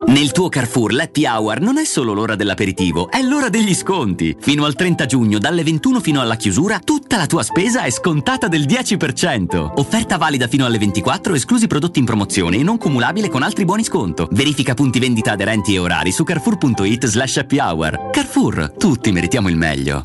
Nel tuo Carrefour l'Happy Hour non è solo l'ora dell'aperitivo, è l'ora degli sconti. Fino al 30 giugno, dalle 21 fino alla chiusura, tutta la tua spesa è scontata del 10%. Offerta valida fino alle 24, esclusi prodotti in promozione e non cumulabile con altri buoni sconto. Verifica punti vendita aderenti e orari su carrefour.it slash happy hour. Carrefour, tutti meritiamo il meglio.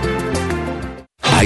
Hai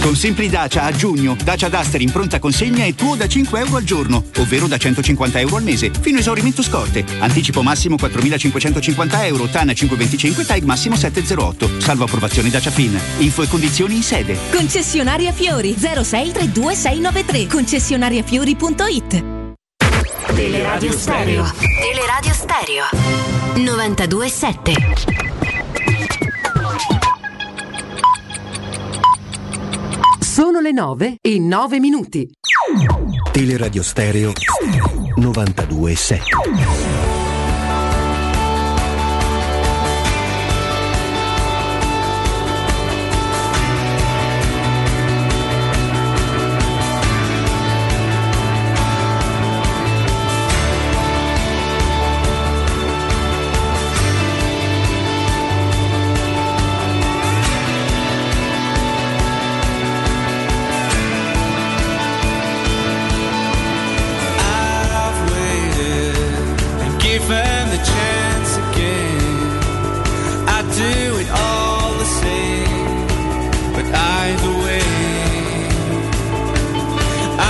Con Simpli Dacia a giugno, Dacia Duster in pronta consegna e tuo da 5 euro al giorno, ovvero da 150 euro al mese, fino a esaurimento scorte. Anticipo massimo 4.550 euro, TAN 525, TAG massimo 708, salvo approvazione Dacia PIN. Info e condizioni in sede.
Concessionaria Fiori 0632693. Concessionariafiori.it.
Teleradio Stereo. Teleradio Stereo.
927.
Sono le 9 e 9 minuti.
Teleradio Stereo 92.7
I've waited and given the chance again. I do it all the same, but either way,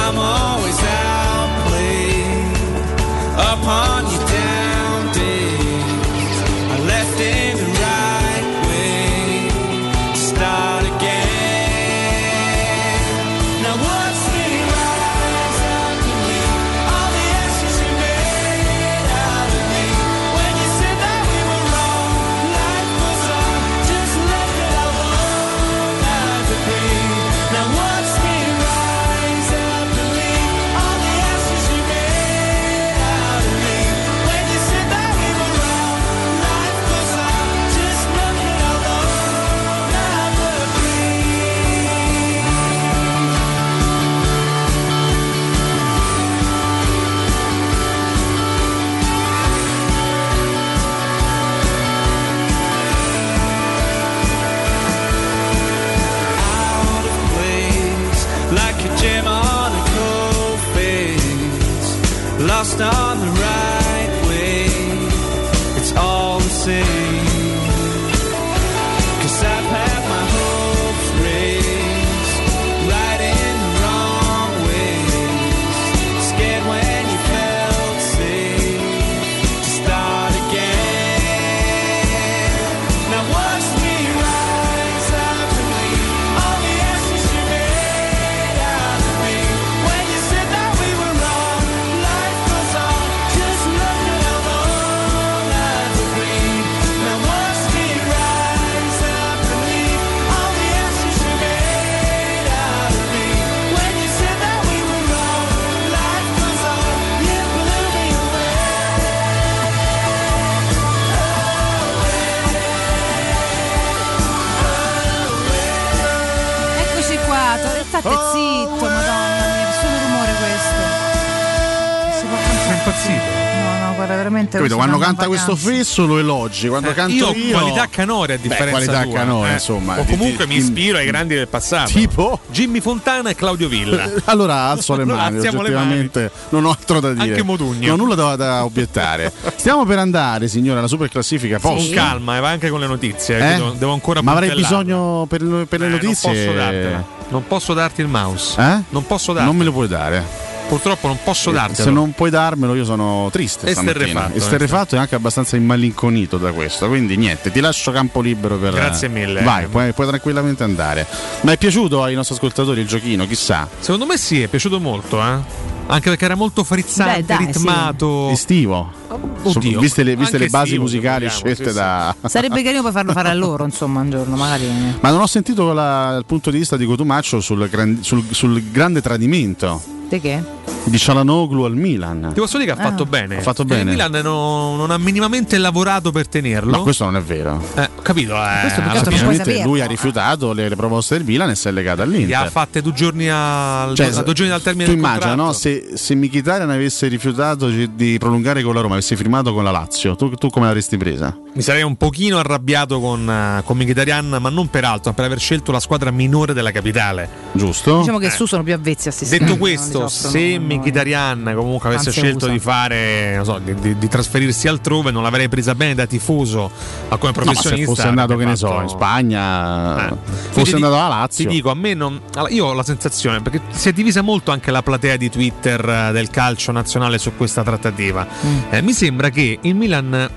I'm always outplayed. Upon your down days, I left in the right way. to Start again. Now what's the rise up in me? All the ashes you made out of me. When you said that we were wrong, life was on. Just let it alone, I agree. Now what's the rise up in me? All the ashes you made out of me. When you said that we were wrong, life was on. Just let it alone, I agree. out of place, like a gem on a cold face, lost on the right way. It's all the same. Cause I've had my hopes raised, right in the wrong ways. Scared when you felt safe to start again. Now watch me rise up and leave all the ashes you made out of me. When you said that we were wrong, life goes on. Just look at how long I've been. Now watch me rise up and leave all the ashes you made out of me. When you said that we were wrong, life goes on. You blew me
Eccoci qua, to- state zitto, madonna mia, solo rumore questo. Non Si può
È impazzito.
No, no, guarda, veramente.
Capito?
lo sto
Quando
dando
canta questo
vacanza.
fesso lo elogi, quando
Eh,
canto
io ho
io,
qualità canore, a
Beh,
differenza
qualità
tua,
canore,
eh.
insomma.
O
di-
comunque
di-
mi ispiro ai grandi del passato.
Tipo?
Jimmy Fontana e Claudio Villa.
Allora alzo le
Allora,
mani,
alziamo le mani.
oggettivamente non ho altro da dire.
Anche Modugno.
Non ho nulla da, da obiettare. Stiamo per andare, signora, alla super classifica posta.
Con calma, e va anche con le notizie.
Eh?
che devo, devo ancora
Ma avrei
puntellarle.
bisogno per, per le
Eh,
notizie.
Non posso dartela. Non posso darti il mouse.
Eh?
Non posso dartela.
Non me lo puoi dare. Eh,
Purtroppo non posso dartelo.
Se non puoi darmelo, io sono triste. stamattina.
Esterrefatto, eh.
Esterrefatto e anche abbastanza immalinconito da questo. Quindi niente, ti lascio campo libero per.
Grazie mille. eh.
Vai, puoi, puoi tranquillamente andare. Ma è piaciuto ai nostri ascoltatori il giochino? Chissà.
Secondo me sì, è piaciuto molto, eh. Anche perché era molto frizzante,
Beh, dai,
ritmato.
Estivo. So- viste le, viste
Anche
le basi
estivo, se
musicali
vogliamo,
scelte
sì, sì.
da.
Sarebbe carino per farlo fare a loro, insomma, un giorno, magari.
Ma non ho sentito la- il punto di vista di Cotumaccio sul, gran- sul- sul grande tradimento
Te che?
di Cialanoglu al Milan.
Ti posso dire che ha
Ah.
fatto bene.
Ha fatto
Perché
bene.
Il Milan non, non ha minimamente lavorato per tenerlo.
Ma questo non è vero.
Eh,
capito. eh, alla fine-
Ovviamente lui ha rifiutato le, le proposte del Milan e si è legato
Li
all'Inter.
ha fatte due giorni al,
Cioè,
a due giorni dal termine
tu
del
immagina
contratto.
no? se, se Mkhitaryan avesse rifiutato ci- di prolungare con la Roma avesse firmato con la Lazio tu, tu come l'avresti presa?
Mi sarei un pochino arrabbiato con, eh, con Mkhitaryan, ma non per altro, ma per aver scelto la squadra minore della capitale. Eh,
Giusto?
Diciamo che su sono più avvezzi a se
Detto questo, se Mkhitaryan comunque avesse
Anzi,
scelto
usa.
di fare, non so, di, di- di trasferirsi altrove, non l'avrei presa bene da tifoso a come
No, ma se
professionista.
fosse andato che ne so
fatto-
in Spagna
Quindi
fosse
ti-
andato alla Lazio
Ti dico, a me non. allora, Io ho la sensazione, perché si è divisa molto anche la platea di Twitter eh, del calcio nazionale su questa trattativa.
Mm.
Eh, mi sembra che il Milan.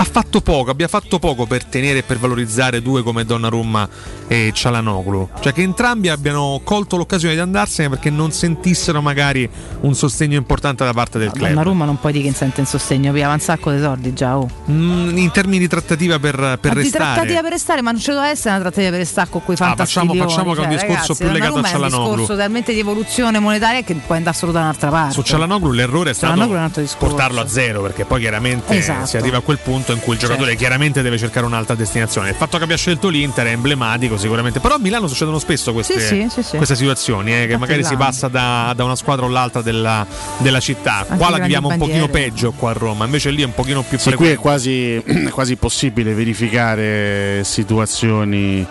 Ha fatto poco, abbia fatto poco per tenere e per valorizzare due come Donnarumma e Cialanoglu. Cioè che entrambi abbiano colto l'occasione di andarsene perché non sentissero magari un sostegno importante da parte del club.
La Roma non puoi dire che sente in sostegno, vi avanza un sacco di soldi già. Oh.
Mm, in termini di trattativa per, per
Ma Ah, di
restare.
trattativa per restare, ma non ci doveva essere una trattativa per restare con quei
Ah, facciamo-
fantastici. Cioè,
facciamo che è un discorso più legato a
È un
Cialanoglu.
discorso talmente di evoluzione monetaria che puoi andare solo da un'altra parte.
Su Cialanoglu l'errore è stato
Cialanoglu è un altro discorso.
portarlo a zero perché poi chiaramente
Esatto.
si arriva a quel punto in cui il giocatore
Certo.
chiaramente deve cercare un'altra destinazione. Il fatto che abbia scelto l'Inter è emblematico sicuramente, però a Milano succedono spesso queste,
Sì, sì, sì, sì.
queste situazioni eh, che
Infatti
magari si
là.
passa da, da una squadra o l'altra della, della città. qua
i
la
grandi
viviamo un
bandiere.
pochino peggio qua a Roma, invece lì è un pochino più
Sì, qui è
frequente.
quasi, è quasi impossibile verificare situazioni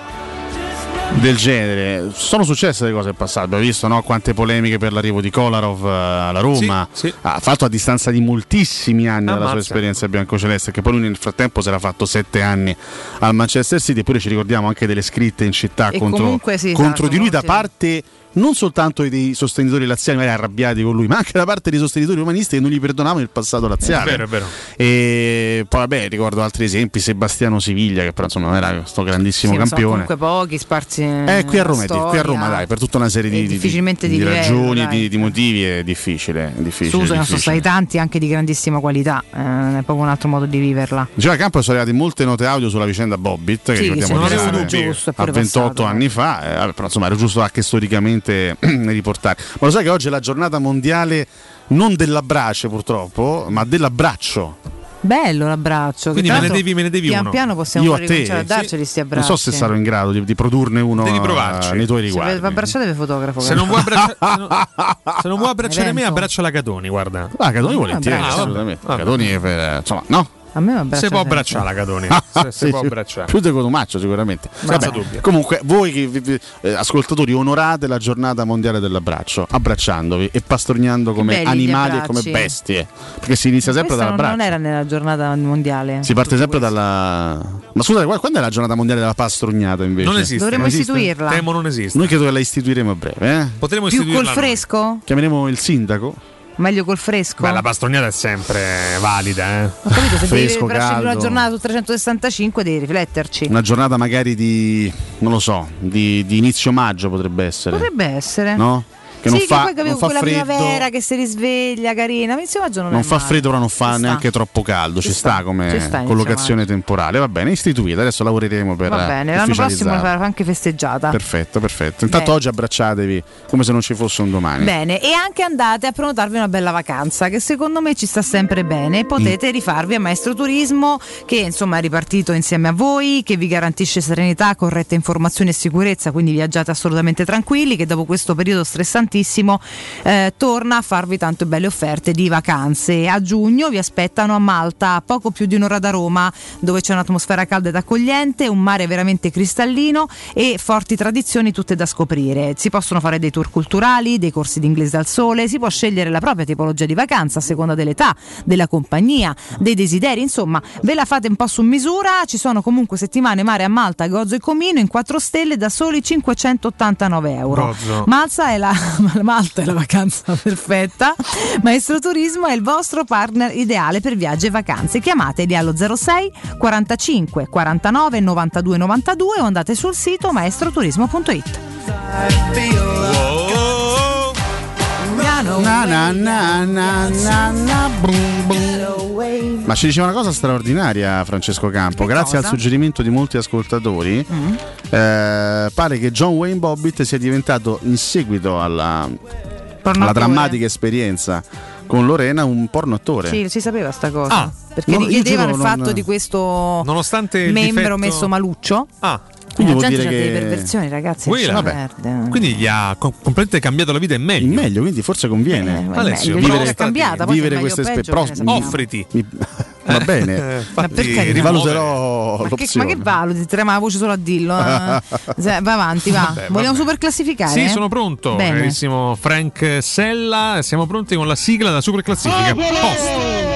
del genere. Sono successe le cose in passato, abbiamo visto no, quante polemiche per l'arrivo di Kolarov eh, alla Roma, ha fatto a distanza di moltissimi
Ah,
anni dalla sua
Ammazza.
esperienza biancoceleste, che poi lui nel frattempo si era fatto sette anni al Manchester City, eppure ci ricordiamo anche delle scritte in città
E
contro,
comunque sì,
contro
esatto,
di lui da
molti-
parte... Non soltanto dei sostenitori laziali magari arrabbiati con lui, ma anche da parte dei sostenitori umanisti che non gli perdonavano il passato laziale.
È vero, è vero.
E poi vabbè, ricordo altri esempi, Sebastiano Siviglia, che però insomma era questo grandissimo
Sì, ma sono
campione.
comunque pochi sparsi.
Eh, qui a Roma, è di- qui a Roma, dai, per tutta una serie di, di-
difficilmente
di
di livello,
ragioni,
dai.
di, di motivi è difficile. è difficile,
Su sono
difficile.
stati tanti anche di grandissima qualità, eh, è proprio un altro modo di viverla.
Diceva Campo sono arrivate molte note audio sulla vicenda Bobbit, che
Sì,
ricordiamo
sì,
di
non avevo
fare
dubbi. Giusto, è
a
pure
28
passato,
anni fa, eh, vabbè, però insomma era giusto anche storicamente riportare. Ma lo sai che oggi è la giornata mondiale non dell'abbraccio purtroppo, ma dell'abbraccio.
Bello l'abbraccio. che
Quindi
tra
me ne
l'altro
devi- me ne devi
pian
uno.
piano possiamo
Io a
pure
te,
ricominciare a
sì.
darci questi
Non
abbracci.
so se sarò in grado di, di produrne uno
Devi
eh,
provarci.
nei tuoi
Se
riguardi.
Se abbracciare deve fotografo.
Se non vuoi abbracciare, se non- Ah, se non vuoi abbracciare me,
Evento.
abbraccia la Catoni, guarda.
Ah, Catoni
Ah,
volentieri,
vabbè.
assolutamente.
Vabbè.
Catoni, è per- insomma, no? Ah,
A me va
Se può abbracciare la Catoni, se, se
Sì,
può
sì.
abbracciare.
Più di Cotumaccio sicuramente.
Senza
Vabbè,
dubbio.
Comunque, voi che vi- vi- eh, ascoltatori onorate la giornata mondiale dell'abbraccio, abbracciandovi e pastorgnando come
belli gli
animali e come
abbracci.
bestie. Perché si inizia sempre
Ah, Questa non,
dall'abbraccio.
non era nella giornata mondiale.
Si parte sempre dalla. Ma scusate, qua- quando è la giornata mondiale della pastrugnata invece?
Non esiste.
Dovremmo
Non esiste?
istituirla. Temo
non esiste.
Noi credo che la istituiremo a breve. Eh?
Potremmo
Più col
istituirla noi.
fresco?
Chiameremo il sindaco.
Meglio col fresco.
Beh, la pastognata è sempre valida, eh.
Ho capito, se devi
Fresco,
abbracciare una
caldo.
giornata su 365 devi rifletterci.
Una giornata magari di. non lo so, di, di inizio maggio potrebbe essere.
Potrebbe essere.
No? Che
Eh.
non
sì, che
fa,
poi capivo
non fa
quella
freddo.
primavera che si risveglia, carina. Ma insomma, non,
Non
è
fa
male.
freddo, però non fa
Ci sta.
neanche troppo caldo. Ci, sta, come
ci sta, inizio
collocazione temporale. Va bene, istituita. Adesso lavoreremo per.
Va bene, l'anno prossimo
ufficializzarla.
la farà anche festeggiata.
Perfetto, perfetto. Intanto
Bene.
oggi abbracciatevi come se non ci fosse un domani.
Bene, e anche andate a prenotarvi una bella vacanza che secondo me ci sta sempre bene. Potete rifarvi a Maestro Turismo che insomma è ripartito insieme a voi, che vi garantisce serenità, corretta informazione e sicurezza, quindi viaggiate assolutamente tranquilli che dopo questo periodo stressantissimo eh, torna a farvi tante belle offerte di vacanze. A giugno vi aspettano a Malta, a poco più di un'ora da Roma, dove c'è un'atmosfera calda ed accogliente, un mare veramente cristallino e forti tradizioni tutte da scoprire. Si possono fare dei tour culturali, dei corsi di inglese al sole, si può scegliere la propria tipologia di vacanza a seconda dell'età, della compagnia, dei desideri, insomma, ve la fate un po' su misura. Ci sono comunque settimane mare a Malta, Gozo e Comino in 4 stelle da soli 589 euro.
Gozzo.
Malta è la, Malta è la vacanza perfetta. Maestro Turismo è il vostro partner ideale per viaggi e vacanze. Chiamateli allo 06 45 49 92 92 o andate sul sito maestroturismo.it.
Na, na, na, na, na, na, brum, brum. Ma ci diceva una cosa straordinaria Francesco Campo, grazie
cosa?
al suggerimento di molti ascoltatori,
Mm.
eh, pare che John Wayne Bobbitt sia diventato in seguito alla, alla drammatica esperienza con Lorena un porno attore.
Sì, si sapeva sta cosa.
Ah.
perché
No, io
richiedevano il
giuro,
fatto
non-
di questo
Nonostante il
membro
difetto-
messo maluccio. Eh,
Ah.
La
Quindi vuol
gente
dire
ha delle
che-
perversioni, ragazzi.
Quella.
lasciamo
Vabbè.
perdere.
Quindi gli ha com- completamente cambiato la vita in meglio. Eh, In
meglio, quindi forse conviene.
ma è Alessio, meglio,
vivere,
l'ho cambiata, poi
vivere
se è meglio
queste
o peggio,
esper-
che ne
però-
sappiamo.
Offriti.
mi- Va bene.
Ma per carità.
rivaluterò
Ma che, ma
l'opzione.
che valuti? Trema la voce solo a dillo. eh. Cioè, va avanti, va.
Vabbè,
Vogliamo super classificare?
Sì, sono pronto,
eh?
Eh,
Bene.
carissimo Frank Sella. Siamo pronti con la sigla della super classifica.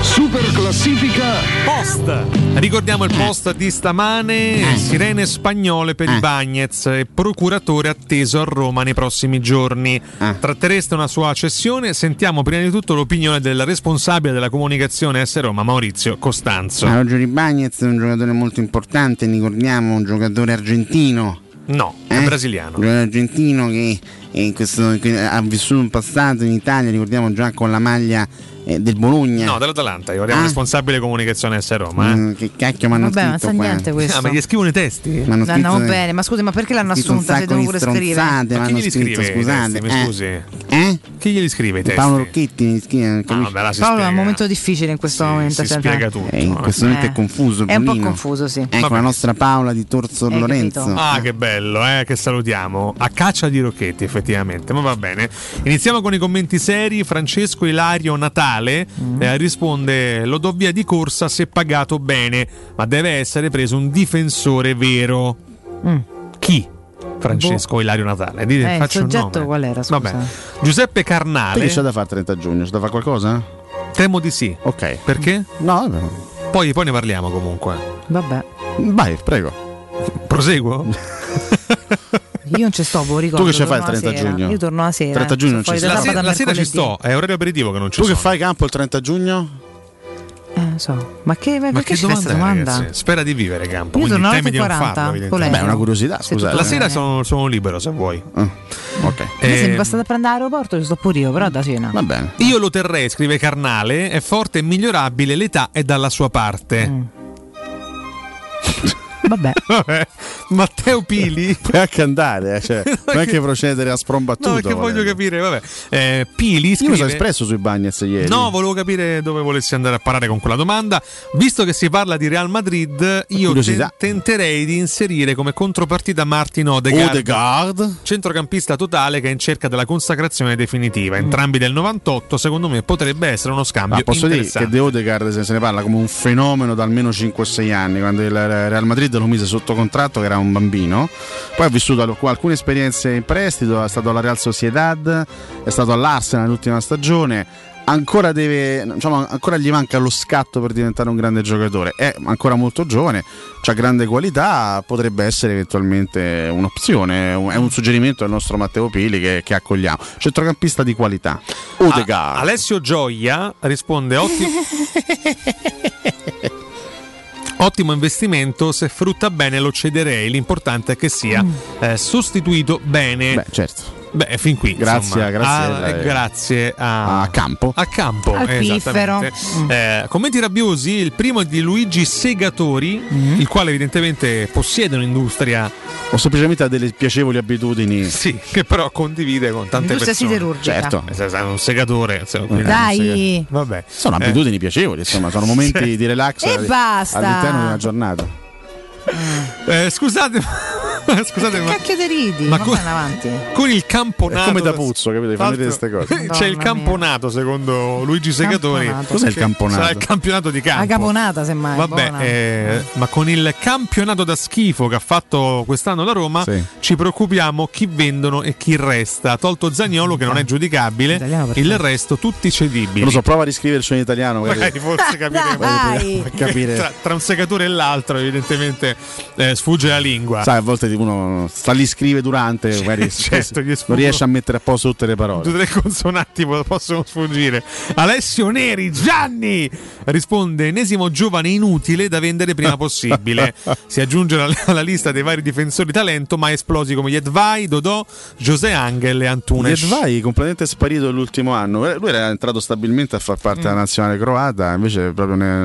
Super classifica post. Ricordiamo il post di
Eh,
stamane, sirene spagnole per i Bagnets e procuratore atteso a Roma nei prossimi giorni.
Eh.
Trattereste una sua cessione? Sentiamo prima di tutto l'opinione del responsabile della comunicazione S Roma, Maurizio Costanzo.
Ma Roger Ibagnez è un giocatore molto importante, ricordiamo, un giocatore argentino.
No, è
Eh?
brasiliano.
Un giocatore argentino che, eh, questo- che ha vissuto in passato in Italia, ricordiamo già con la maglia eh, del Bologna.
No, dell'Atalanta, ricordiamo
Ah.
responsabile comunicazione S Roma. eh.
Mm, che cacchio mi hanno
Vabbè, ma
scritto
sa
qua?
niente questo.
Ah, ma gli scrivono i testi?
Ma hanno
Dai, andiamo
scritto-
bene, ma scusi, ma perché l'hanno
scritto un
assunta? Se
sacco
devo
di
pure scrivere.
stronzate, ma hanno scritto, scusate.
mi
eh.
scusi?
Eh?
Chi glieli scrive i testi?
Paolo Rocchetti mi scrive.
No, vabbè, là si
Paolo è
spiega.
un momento difficile in questo momento.
si
cioè,
spiega
eh.
tutto.
Eh, in questo
Eh.
momento è confuso.
È un po'
Paolino.
confuso, sì.
Ecco
Vabbè.
la nostra Paola di Torso
Hai
Lorenzo.
Ah, che bello, eh, che salutiamo. A caccia di Rocchetti, effettivamente. Ma va bene. Iniziamo con i commenti seri. Francesco Ilario Natale
Mm.
eh, risponde: Lo do via di corsa se pagato bene, ma deve essere preso un difensore vero.
Mm. Boh.
Chi? Francesco Ilario Natale. Dite,
Eh, il
faccio un
soggetto
nome.
qual era? Scusa.
Vabbè. Giuseppe Carnale.
Perché c'è
da fare 30 giugno? C'è da fare qualcosa? Temo di sì. Ok. Perché? No, poi, poi ne parliamo comunque.
Vabbè.
Vai, prego. Proseguo?
Io non ci sto, ve lo ricordo.
che ci fai il
torno la
30
sera.
giugno?
Io torno la sera. sono fuori da
La,
sabato
sera,
a
la sera ci
mercoledì.
sto, è orario aperitivo che non ci
Tu
sono.
che fai campo il 30 giugno?
Eh, non so. Ma che, ma perché c'è questa
è,
domanda?
ragazzi? Spera di vivere campo.
Io
Quindi
torno alle
temi di non
40,
farlo. evidentemente.
volendo. Beh, è una
curiosità,
Se scusate. tutto
La
va
sera
bene.
sono, sono libero se vuoi. Eh, Ok.
Mi sembra stata a prendere all'aeroporto, ci sto pure io, però da cena. Va
bene. Io lo terrei, scrive Carnale, è forte e migliorabile, l'età è dalla sua parte.
Mm. Vabbè.
Matteo Pili.
Puoi anche andare, eh, cioè, non è che procedere a sprombattuto.
No, perché voglio
volendo.
capire, vabbè. Eh, Pili
Io
scrive...
mi sono espresso sui Bagnets ieri.
No, volevo capire dove volessi andare a parare con quella domanda. Visto che si parla di Real Madrid, io
Curiosità.
ten- tenterei di inserire come contropartita Martin Odegaard, centrocampista totale che è in cerca della consacrazione definitiva. Entrambi del 98, secondo me potrebbe essere uno scambio
Ah, Ma posso dire che
interessante.
De Odegaard se, se ne parla come un fenomeno da almeno 5-6 anni, quando il Real Madrid lo mise sotto contratto che era un bambino, poi ha vissuto al- alcune esperienze in prestito, è stato alla Real Sociedad, è stato all'Arsenal nell'ultima stagione, ancora, deve, diciamo, ancora gli manca lo scatto per diventare un grande giocatore, è ancora molto giovane, ha grande qualità, potrebbe essere eventualmente un'opzione, un- è un suggerimento del nostro Matteo Pili che, che accogliamo, centrocampista di qualità. Odegaard.
Ah, Alessio Gioia risponde ottimo. Ottimo investimento, se frutta bene lo cederei, l'importante è che sia
Mm.
eh, sostituito bene. Beh,
certo.
Beh, fin qui.
Grazie,
insomma.
grazie,
Ah, eh,
eh,
grazie a,
a Campo.
A Campo,
Al
esattamente. Eh, commenti rabbiosi, il primo è di Luigi Segatori,
Mm.
il quale evidentemente possiede un'industria
o semplicemente ha delle piacevoli abitudini.
Sì, che però condivide con tante
Industria
persone.
siderurgica. Certo.
Eh, sai, un segatore. insomma, quindi-
Dai.
Vabbè.
Sono abitudini piacevoli, insomma, sono momenti
Sì.
di relax
E
all-
basta.
all'interno di una giornata.
Eh, scusate, ma- scusate, ma
Eh, Cacchio te ridi?
Ma
Ma,
co-
vai avanti.
con il camponato.
È come da puzzo, capito? Fanno vedere queste cose.
C'è il camponato, secondo Luigi Segatori.
Camponato. Cos'è il
che
camponato?
Sarà il campionato di
La
campo.
caponata, semmai.
Vabbè,
buona.
eh, ma con il campionato da schifo che ha fatto quest'anno la Roma, ci preoccupiamo chi vendono e chi resta. Tolto Zagnolo, che non è giudicabile, il resto tutti cedibili.
Non lo so, prova a riscriverci in italiano.
Magari forse capiremo.
Dai. Per capire.
Tra, tra un segatore e l'altro, evidentemente eh, sfugge la lingua.
Sai, a volte magari uno sta lì scrive durante, magari
certo, gli
non
sfuggo.
riesce a mettere a posto tutte le parole.
Tutte le consonanti po- possono sfuggire. Alessio Neri, Gianni risponde: Enesimo giovane inutile da vendere prima possibile. si aggiunge alla, alla lista dei vari difensori talento, ma esplosi come Jedvai, Dodò, José Angel e Antunes.
Jedvai completamente sparito l'ultimo anno. Eh, Lui era entrato stabilmente a far parte
Mm.
della nazionale croata, invece proprio nel-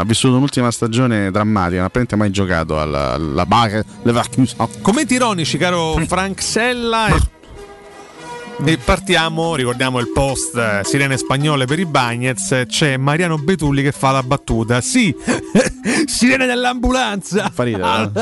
ha vissuto un'ultima stagione drammatica, non ha praticamente mai giocato alla, alla Bayer Leverkusen.
Commenti ironici, caro
Mm.
Frank Sella. E, e partiamo, ricordiamo il post eh, Sirene Spagnole per i Bagnets. C'è Mariano Betulli che fa la battuta. Sì, sirene dell'ambulanza.
Fa ridere, eh?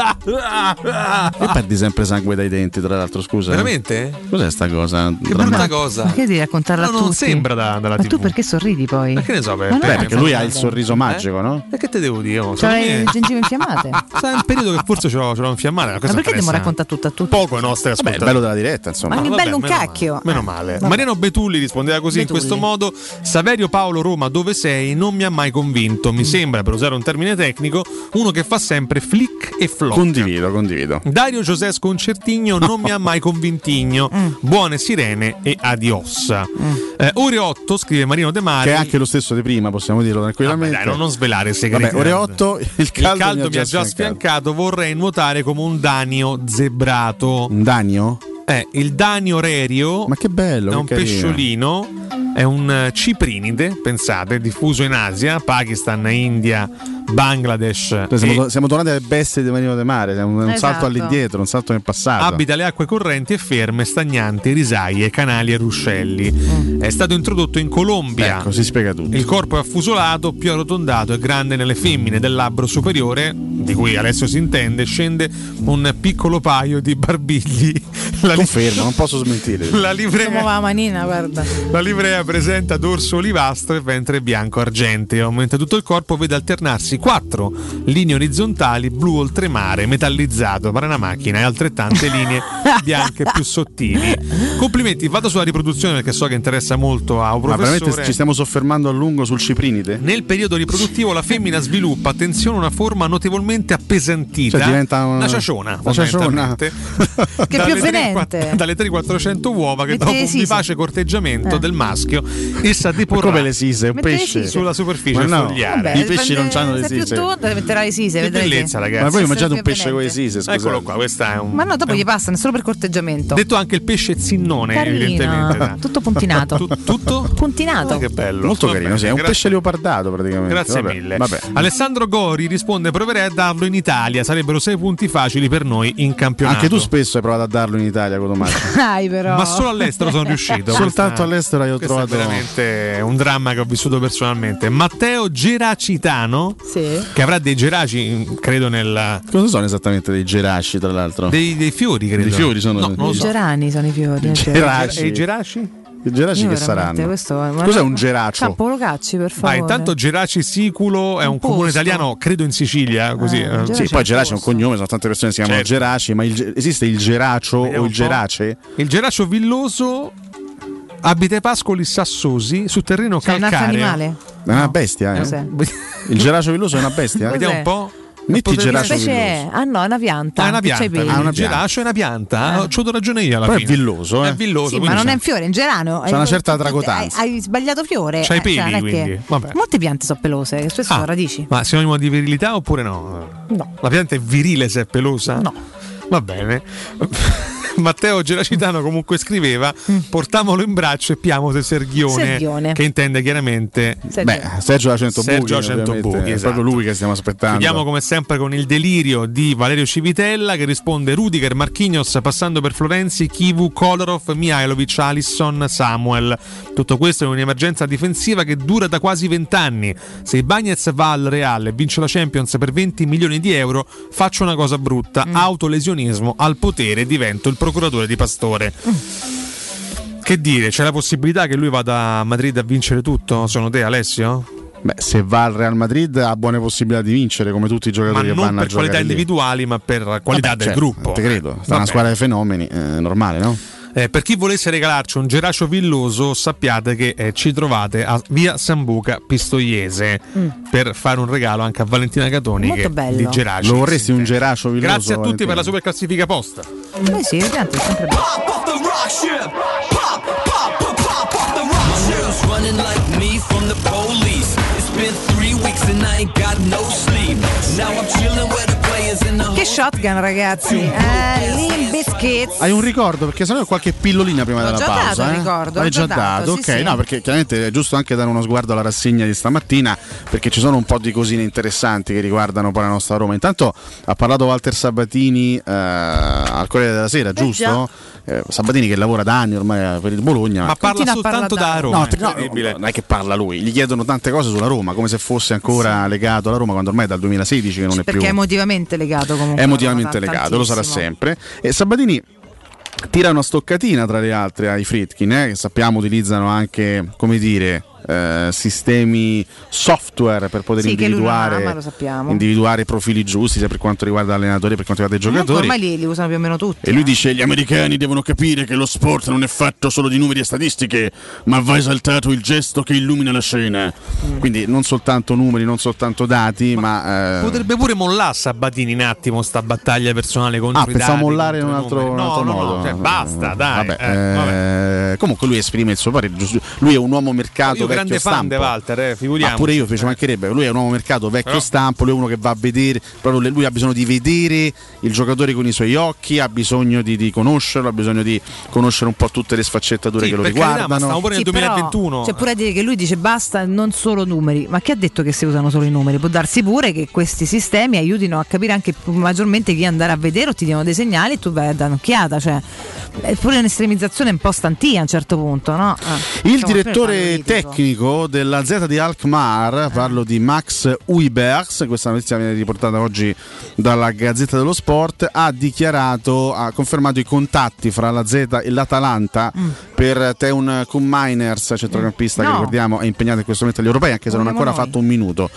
Ah,
E perdi sempre sangue dai denti, tra l'altro, scusa.
Veramente?
Cos'è sta cosa? Che
Ma che devi raccontarla
No,
a
non
tutti?
sembra da- dalla
Ma tu
TV.
perché sorridi poi?
Ma che ne so, per-
Ma no,
per-
perché lui ha il sorriso magico, no?
E che te devo dire? Oh, secondo
C'hai
me-
le gengive infiammate. Ma
Sarà un periodo che forse ce l'ho, ce l'ho infiammata. Ma
perché devo raccontare tutto a tutti?
Poco ai nostri ascoltatori.
bello della diretta, insomma.
Ma
Ah,
mi
vabbè,
bello un
meno male.
cacchio.
Meno male.
Vabbè.
Mariano Betulli rispondeva così
Betulli.
in questo modo: Saverio Paolo Roma, dove sei? Non mi ha mai convinto. Mi sembra, per usare un termine tecnico, uno che fa sempre flick e flop.
Condivido, condivido.
Dario José Sconcertigno non mi ha mai convintigno. Buone sirene e adios. Eh, ore 8 scrive Marino De Mari.
Che è anche lo stesso di prima, possiamo dirlo tranquillamente.
Dai, non, non svelare i segreti.
Vabbè, ore
Dai.
8 il
Il
caldo,
caldo mi ha già sfiancato, vorrei nuotare come un danio zebrato.
Un danio?
Eh, il danio rerio
Ma che bello,
è un
che carino.
pesciolino, è un eh, ciprinide, pensate, diffuso in Asia, Pakistan, India, Bangladesh.
Cioè, siamo,
e
to- siamo tornati alle bestie di Marino De Mare, siamo un
Esatto.
salto all'indietro, un salto nel passato.
Abita le acque correnti e ferme, stagnanti, risaie, canali e ruscelli.
Mm.
È stato introdotto in Colombia.
Ecco, si spiega tutto.
Il corpo è affusolato, più arrotondato e grande nelle femmine. Del labbro superiore, di cui Alessio si intende, scende un piccolo paio di barbigli. La li-
Confermo, non posso smentire.
La livrea-
Muova la manina, guarda.
La livrea presenta dorso olivastro e ventre bianco argenteo, mentre tutto il corpo vede alternarsi quattro linee orizzontali blu oltremare, metallizzato per una macchina e altrettante linee bianche più sottili. Complimenti, vado sulla riproduzione perché so che interessa molto a un
Ma
professore.
veramente ci stiamo soffermando a lungo sul ciprinide?
Nel periodo riproduttivo la femmina sviluppa, attenzione, una forma notevolmente appesantita.
Cioè, diventa un-
una ciaciona,
una ciaciona.
fondamentalmente.
Che è
Dalle
più
3
avvenente.
dalle 3-400 uova che
Mette
dopo
le
un
sise.
vivace corteggiamento
Eh.
del maschio essa
Ma
deporrà
come le sise? Un
Mette le
pesce
sise.
sulla superficie
Ma no,
fogliare.
i pesci non hanno le
Se è più
sise.
tonda, le metterai le sise.
Che
vedrete.
bellezza, ragazzi.
Ma voi mangiate
più
un pesce con le sise, scusate.
Eccolo qua, questa è un
Ma no, dopo
è un-
gli passano solo per corteggiamento.
detto anche il pesce zinnone, evidentemente.
Carino.
dai.
Tutto puntinato.
Tu- tutto?
Puntinato.
Ah, che bello.
Molto
Vabbè,
carino, sì, è un
grazie.
pesce leopardato praticamente.
Grazie
Vabbè,
mille. Ah,
Vabbè.
Alessandro Gori risponde: Proverei a darlo in Italia. Sarebbero sei punti facili per noi in campionato.
Anche tu spesso hai provato a darlo in Italia con Tommaso.
Dai, però.
Ma solo all'estero sono riuscito. Questa-
Soltanto all'estero io ho
questo
trovato.
è veramente un dramma che ho vissuto personalmente. Matteo Geracitano,
Sì.
che avrà dei geraci, mm, credo, nel,
Cosa sono esattamente dei gerasci, tra l'altro?
dei, dei fiori. Credo.
Dei fiori sono-
No, non lo
I
so.
gerani sono i fiori. eh, cioè.
Gerasci.
E i geraci?
I gerasci
Io
che
veramente,
saranno?
questo è- ma-
Cos'è un geracio?
Campo lo cacci, per
Ah,
favore.
intanto Geraci Siculo è un, comune
posto.
italiano, credo in Sicilia, così. eh.
Ah, Sì, poi Geraci è un cognome, sono tante persone che si chiamano
Certo.
Geraci, ma il ge- esiste il Geracio
Vediamo
o
un
il
po'.
Gerace?
Il Geracio Villoso abita i pascoli sassosi su terreno
Cioè, un altro
calcareo.
animale.
È una bestia, eh?
Cos'è?
Il Geracio villoso è una bestia?
Vediamo un
Cos'è?
po'.
Metti
Potrebbe-
Geracio
Invece
villoso.
è. Ah no, è una pianta.
Ah, è una
che c'ha
pianta.
i peli.
quindi
Ah, una
il Geracio è una pianta. C'ho ragione io alla
Però è
fine.
villoso, eh?
È villoso.
Eh. Sì, ma
quindi
non
c'ha-
è un fiore, in gerano.
C'è una
Eh,
certa
tutte-
tracotanza.
Hai, hai sbagliato fiore.
C'ha i
eh, cioè,
peli,
non è che-
quindi. Vabbè.
Molte piante sono pelose, che spesso
Ah,
sono radici.
Ma sinonimo di virilità oppure no?
No.
La pianta è virile se è pelosa?
No.
Va bene. Matteo Geracitano comunque scriveva:
Mm.
Portamolo in braccio e piamo se Serghione.
Serghione.
Che intende chiaramente
Sergio.
Beh, Sergio da 100 buchi.
Sergio da 100
ovviamente. eh,
buchi,
È
esatto.
proprio lui che stiamo aspettando.
Chiudiamo come sempre con il delirio di Valerio Civitella che risponde Rudiger, Marchignos passando per Florenzi, Kivu, Kolarov, Mihailovic, Alisson, Samuel. Tutto questo è un'emergenza difensiva che dura da quasi vent'anni. Se il Bagnez va al Real e vince la Champions per 20 milioni di euro, faccio una cosa brutta, autolesionismo al potere e divento il procuratore di Pastore. Che dire, c'è la possibilità che lui vada a Madrid a vincere tutto? Sono te Alessio?
Beh, se va al Real Madrid ha buone possibilità di vincere come tutti i
ma
giocatori che
non
vanno a
per
giocare
qualità
lì.
individuali, ma per qualità
Vabbè,
del
certo,
gruppo. eh.
Te credo, sta
Vabbè.
una squadra di fenomeni, è normale, no?
Eh, per chi volesse regalarci un geracio villoso, sappiate che eh, ci trovate a via Sambuca Pistoiese
Mm.
per fare un regalo anche a Valentina Catoni
Molto
che
bello.
di geraci.
Lo vorresti un geracio villoso?
Grazie a tutti
Valentina?
per la super classifica posta.
Noi Eh sì, tanto è sempre bello.
Girls running like me from the police. It's been three weeks and I ain't got no sleep. Now I'm chilling with the players in the
Che shotgun, ragazzi. Eh, Limp Bizkit.
Hai un ricordo? Perché sennò è qualche pillolina prima
L'ho
della
già
pausa.
dato il
eh?
ricordo,
L'hai
l'ho
già
già
dato,
dato,
ok.
sì, sì.
No, perché chiaramente è giusto anche dare uno sguardo alla rassegna di stamattina, perché ci sono un po' di cosine interessanti che riguardano poi la nostra Roma. Intanto ha parlato Walter Sabatini eh, al Corriere della Sera, giusto? Eh, Sabatini che lavora da anni ormai eh, per il Bologna.
Ma parla Continua a parlare soltanto da da Roma.
No,
È
te- no,
incredibile.
non è che parla lui, gli chiedono tante cose sulla Roma, come se fosse ancora legato alla Roma, quando ormai è dal 2016 che non è più
Perché è emotivamente legato comunque.
è emotivamente
Tant-
legato, lo sarà
tantissimo.
sempre. E Sabatini tira una stoccatina tra le altre ai Fritkin, eh, che sappiamo utilizzano anche, come dire, eh, sistemi software per poter
Sì, che lui non ama, lo
individuare,
sappiamo.
individuare profili giusti sia per quanto riguarda l'allenatore, per quanto riguarda i
Comunque
giocatori.
ecco, Eh, Ormai li, li usano più o meno tutti.
E lui dice: Gli americani devono capire che lo sport non è fatto solo di numeri e statistiche, ma va esaltato il gesto che illumina la scena.
Mm.
Quindi non soltanto numeri, non soltanto dati, ma. eh,
Potrebbe pure mollare Sabatini un attimo sta battaglia personale contro
Ah,
i
pensavo
dati,
mollare in un
contro i
altro,
numeri.
un altro
no, no,
modo.
No, cioè, basta,
Eh,
dai.
vabbè,
eh, vabbè.
eh, comunque lui esprime il suo parere. giusto- Lui è un uomo mercato
Io
vecchio
grande fan
stampo.
di Walter, eh, figuriamoci.
Ma pure io fece mancherebbe. Lui è un uomo mercato vecchio
Però-
stampo. Lui è uno che va a vedere. Proprio le- lui ha bisogno di vedere il giocatore con i suoi occhi, ha bisogno di, di conoscerlo, ha bisogno di conoscere un po' tutte le sfaccettature
Sì,
che lo
per carità, ma
riguardano.
stiamo pure nel
Sì, però cioè,
2021.
C'è pure a dire che lui dice basta non solo numeri, ma chi ha detto che si usano solo i numeri? Può darsi pure che questi sistemi aiutino a capire anche più- maggiormente chi andare a vedere o ti diano dei segnali e tu vai a dare un'occhiata. Cioè, è pure un'estremizzazione un po' stantia a un certo punto, no? Eh,
Il
diciamo, prima
direttore
parlo di tipo- Eh.
tecnico della Z di Alkmaar, parlo di Max Uibers, questa notizia viene riportata oggi dalla Gazzetta dello Sport, ha dichiarato, ha confermato i contatti fra la Z e l'Atalanta per Teun Kumminers, centrocampista che
Mm. No.
ricordiamo è impegnato in questo momento agli europei, anche se non ha ancora
Vogliamo noi. Mm.
fatto un minuto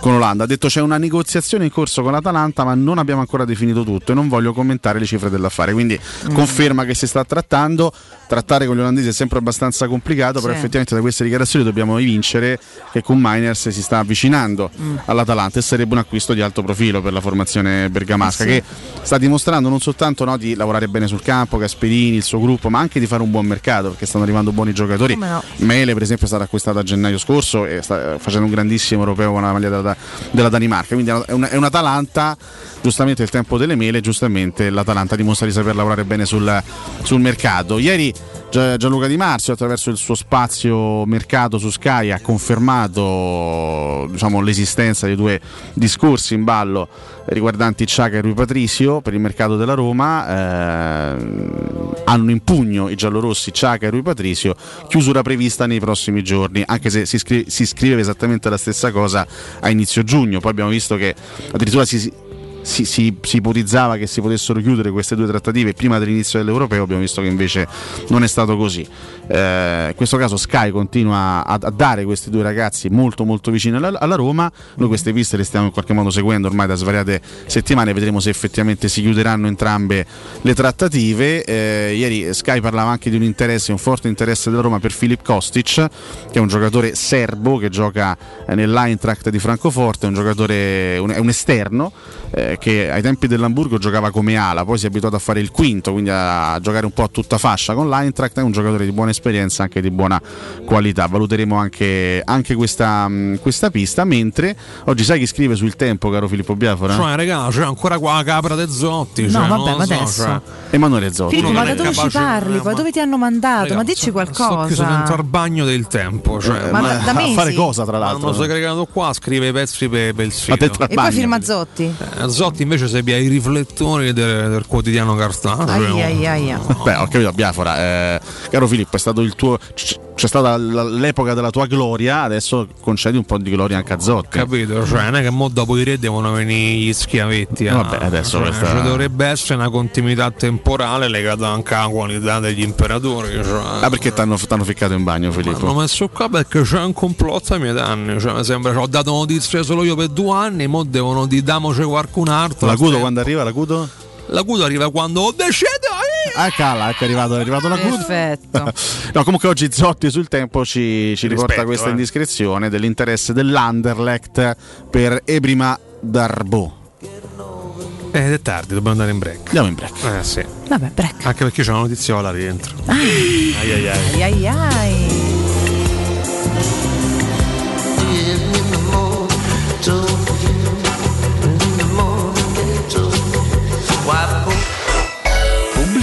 con l'Olanda. Ha detto c'è una negoziazione in corso con l'Atalanta, ma non abbiamo ancora definito tutto e non voglio commentare le cifre dell'affare. Quindi
Mm.
conferma che si sta trattando. Trattare con gli olandesi è sempre abbastanza complicato, però
Sì.
effettivamente da queste dichiarazioni dobbiamo vincere che con Miners si sta avvicinando
Mm.
all'Atalanta e sarebbe un acquisto di alto profilo per la formazione bergamasca
Eh Sì.
che sta dimostrando non soltanto no, di lavorare bene sul campo, Gasperini, il suo gruppo, ma anche di fare un buon mercato perché stanno arrivando buoni giocatori.
Come no?
Mele, per esempio, è stata acquistata a gennaio scorso e sta eh, facendo un grandissimo europeo con la maglia della, della Danimarca. Quindi è un- è un'Atalanta, giustamente il tempo delle mele, giustamente l'Atalanta dimostra di saper lavorare bene sul, sul mercato. Ieri Gia- Gianluca Di Marzio, attraverso il suo spazio mercato su Sky, ha confermato diciamo, l'esistenza di due discorsi in ballo riguardanti Ciaca e Rui Patricio per il mercato della Roma. ehm, hanno in pugno i giallorossi Ciaca e Rui Patricio, chiusura prevista nei prossimi giorni, anche se si, scri- si scriveva esattamente la stessa cosa a inizio giugno. Poi abbiamo visto che addirittura si, si- si- si ipotizzava che si potessero chiudere queste due trattative prima dell'inizio dell'Europeo, abbiamo visto che invece non è stato così. Eh, in questo caso Sky continua a, a dare questi due ragazzi molto molto vicini alla, alla Roma, noi queste piste le stiamo in qualche modo seguendo ormai da svariate settimane, vedremo se effettivamente si chiuderanno entrambe le trattative. Eh, ieri Sky parlava anche di un interesse, un forte interesse della Roma per Filip Kostic, che è un giocatore serbo che gioca eh, nell'Eintracht di Francoforte, è un giocatore un- è un esterno eh, che ai tempi dell'Hamburgo giocava come ala, poi si è abituato a fare il quinto, quindi a a giocare un po' a tutta fascia con l'Eintracht, è un giocatore di buona esperienza, anche di buona qualità. Valuteremo anche, anche questa, mh, questa pista, mentre oggi sai chi scrive sul tempo, caro Filippo Biafora?
Cioè, raga, c'è ancora qua la capra de Zotti.
No,
cioè,
vabbè,
non lo
ma
so,
adesso.
cioè.
Emanuele Zotti.
Filippo,
Non
ma
è
da dove ci
capace-
parli? Poi dove ti hanno mandato? ma dici
Sto chiuso dentro al
qualcosa.
bagno del tempo. Cioè,
Eh, Ma ma- da- da mesi? fare cosa, tra l'altro?
Hanno segregato qua, scrive i pezzi per, per il sito.
E poi firma Zotti.
Eh, Zotti invece segue ai riflettori del, del quotidiano cioè, cartaceo.
Ai, ai, ai, ai.
Beh, ho capito, Biafora. eh, caro Filippo, è stato il tuo. c- C'è stata l- l'epoca della tua gloria, adesso concedi un po' di gloria anche a Zotti.
Capito? Cioè, non è che mo dopo i re devono venire gli schiavetti. eh.
Vabbè, adesso
Cioè,
questa-
cioè, dovrebbe essere una continuità temporale legata anche alla qualità degli imperatori. Cioè.
Ah, perché t'hanno t'hanno ficcato in bagno,
L'ho
Filippo?
messo qua perché c'è un complotto ai miei danni. Cioè, mi sembra che ho dato notizie solo io per due anni, mo devono di damoci qualcun altro.
L'acuto quando arriva, l'acuto?
L'acuto arriva quando decide
Ah, cala, ecco, è arrivato, è arrivato la good.
Perfetto.
No, comunque oggi Zotti sul tempo ci, ci riporta
Rispetto,
questa
eh.
indiscrezione dell'interesse dell'Anderlecht per Ebrima Darbo.
Ed Eh, è tardi, dobbiamo andare in break.
Andiamo in break.
Eh sì.
Vabbè, break. Ah.
Anche perché c'è una oh, notiziola dentro. Ai ai ai.
Ai ai ai.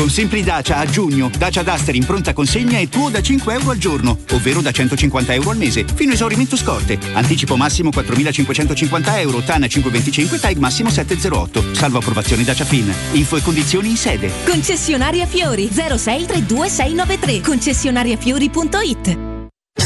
Con Simpli Dacia a giugno, Dacia Duster in pronta consegna e tuo da 5 euro al giorno, ovvero da 150 euro al mese, fino a esaurimento scorte. Anticipo massimo 4.550 euro, TAN 525, TAG massimo 708, salvo approvazione Dacia PIN. Info e condizioni in sede.
Concessionaria Fiori 0632693. Concessionariafiori.it.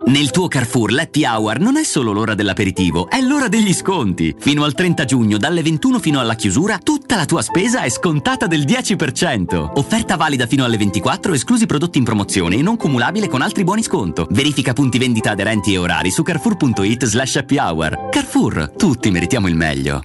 Nel tuo Carrefour l'happy hour non è solo l'ora dell'aperitivo, è l'ora degli sconti. Fino al 30 giugno, dalle 21 fino alla chiusura, tutta la tua spesa è scontata del 10%. Offerta valida fino alle 24, esclusi prodotti in promozione e non cumulabile con altri buoni sconto. Verifica punti vendita aderenti e orari su carrefour.it slash happy hour. Carrefour, tutti meritiamo il meglio.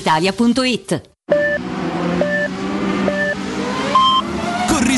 Corri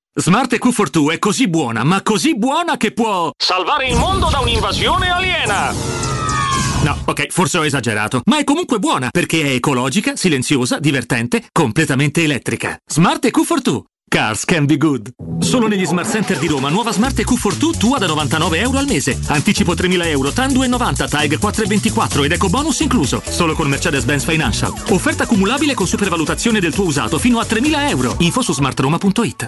Smart EQ Fortwo è così buona, ma così buona che può salvare il mondo da un'invasione aliena. No, ok, forse ho esagerato, ma è comunque buona perché è ecologica, silenziosa, divertente, completamente elettrica. Smart EQ Fortwo. Cars can be good. Solo negli smart center di Roma, nuova Smart EQ Fortwo tua da 99 euro al mese. Anticipo 3.000 euro, TAN 2,90, TAG 4,24 ed eco bonus incluso. Solo con Mercedes-Benz Financial. Offerta cumulabile con supervalutazione del tuo usato fino a 3.000 euro. Info su smartroma.it.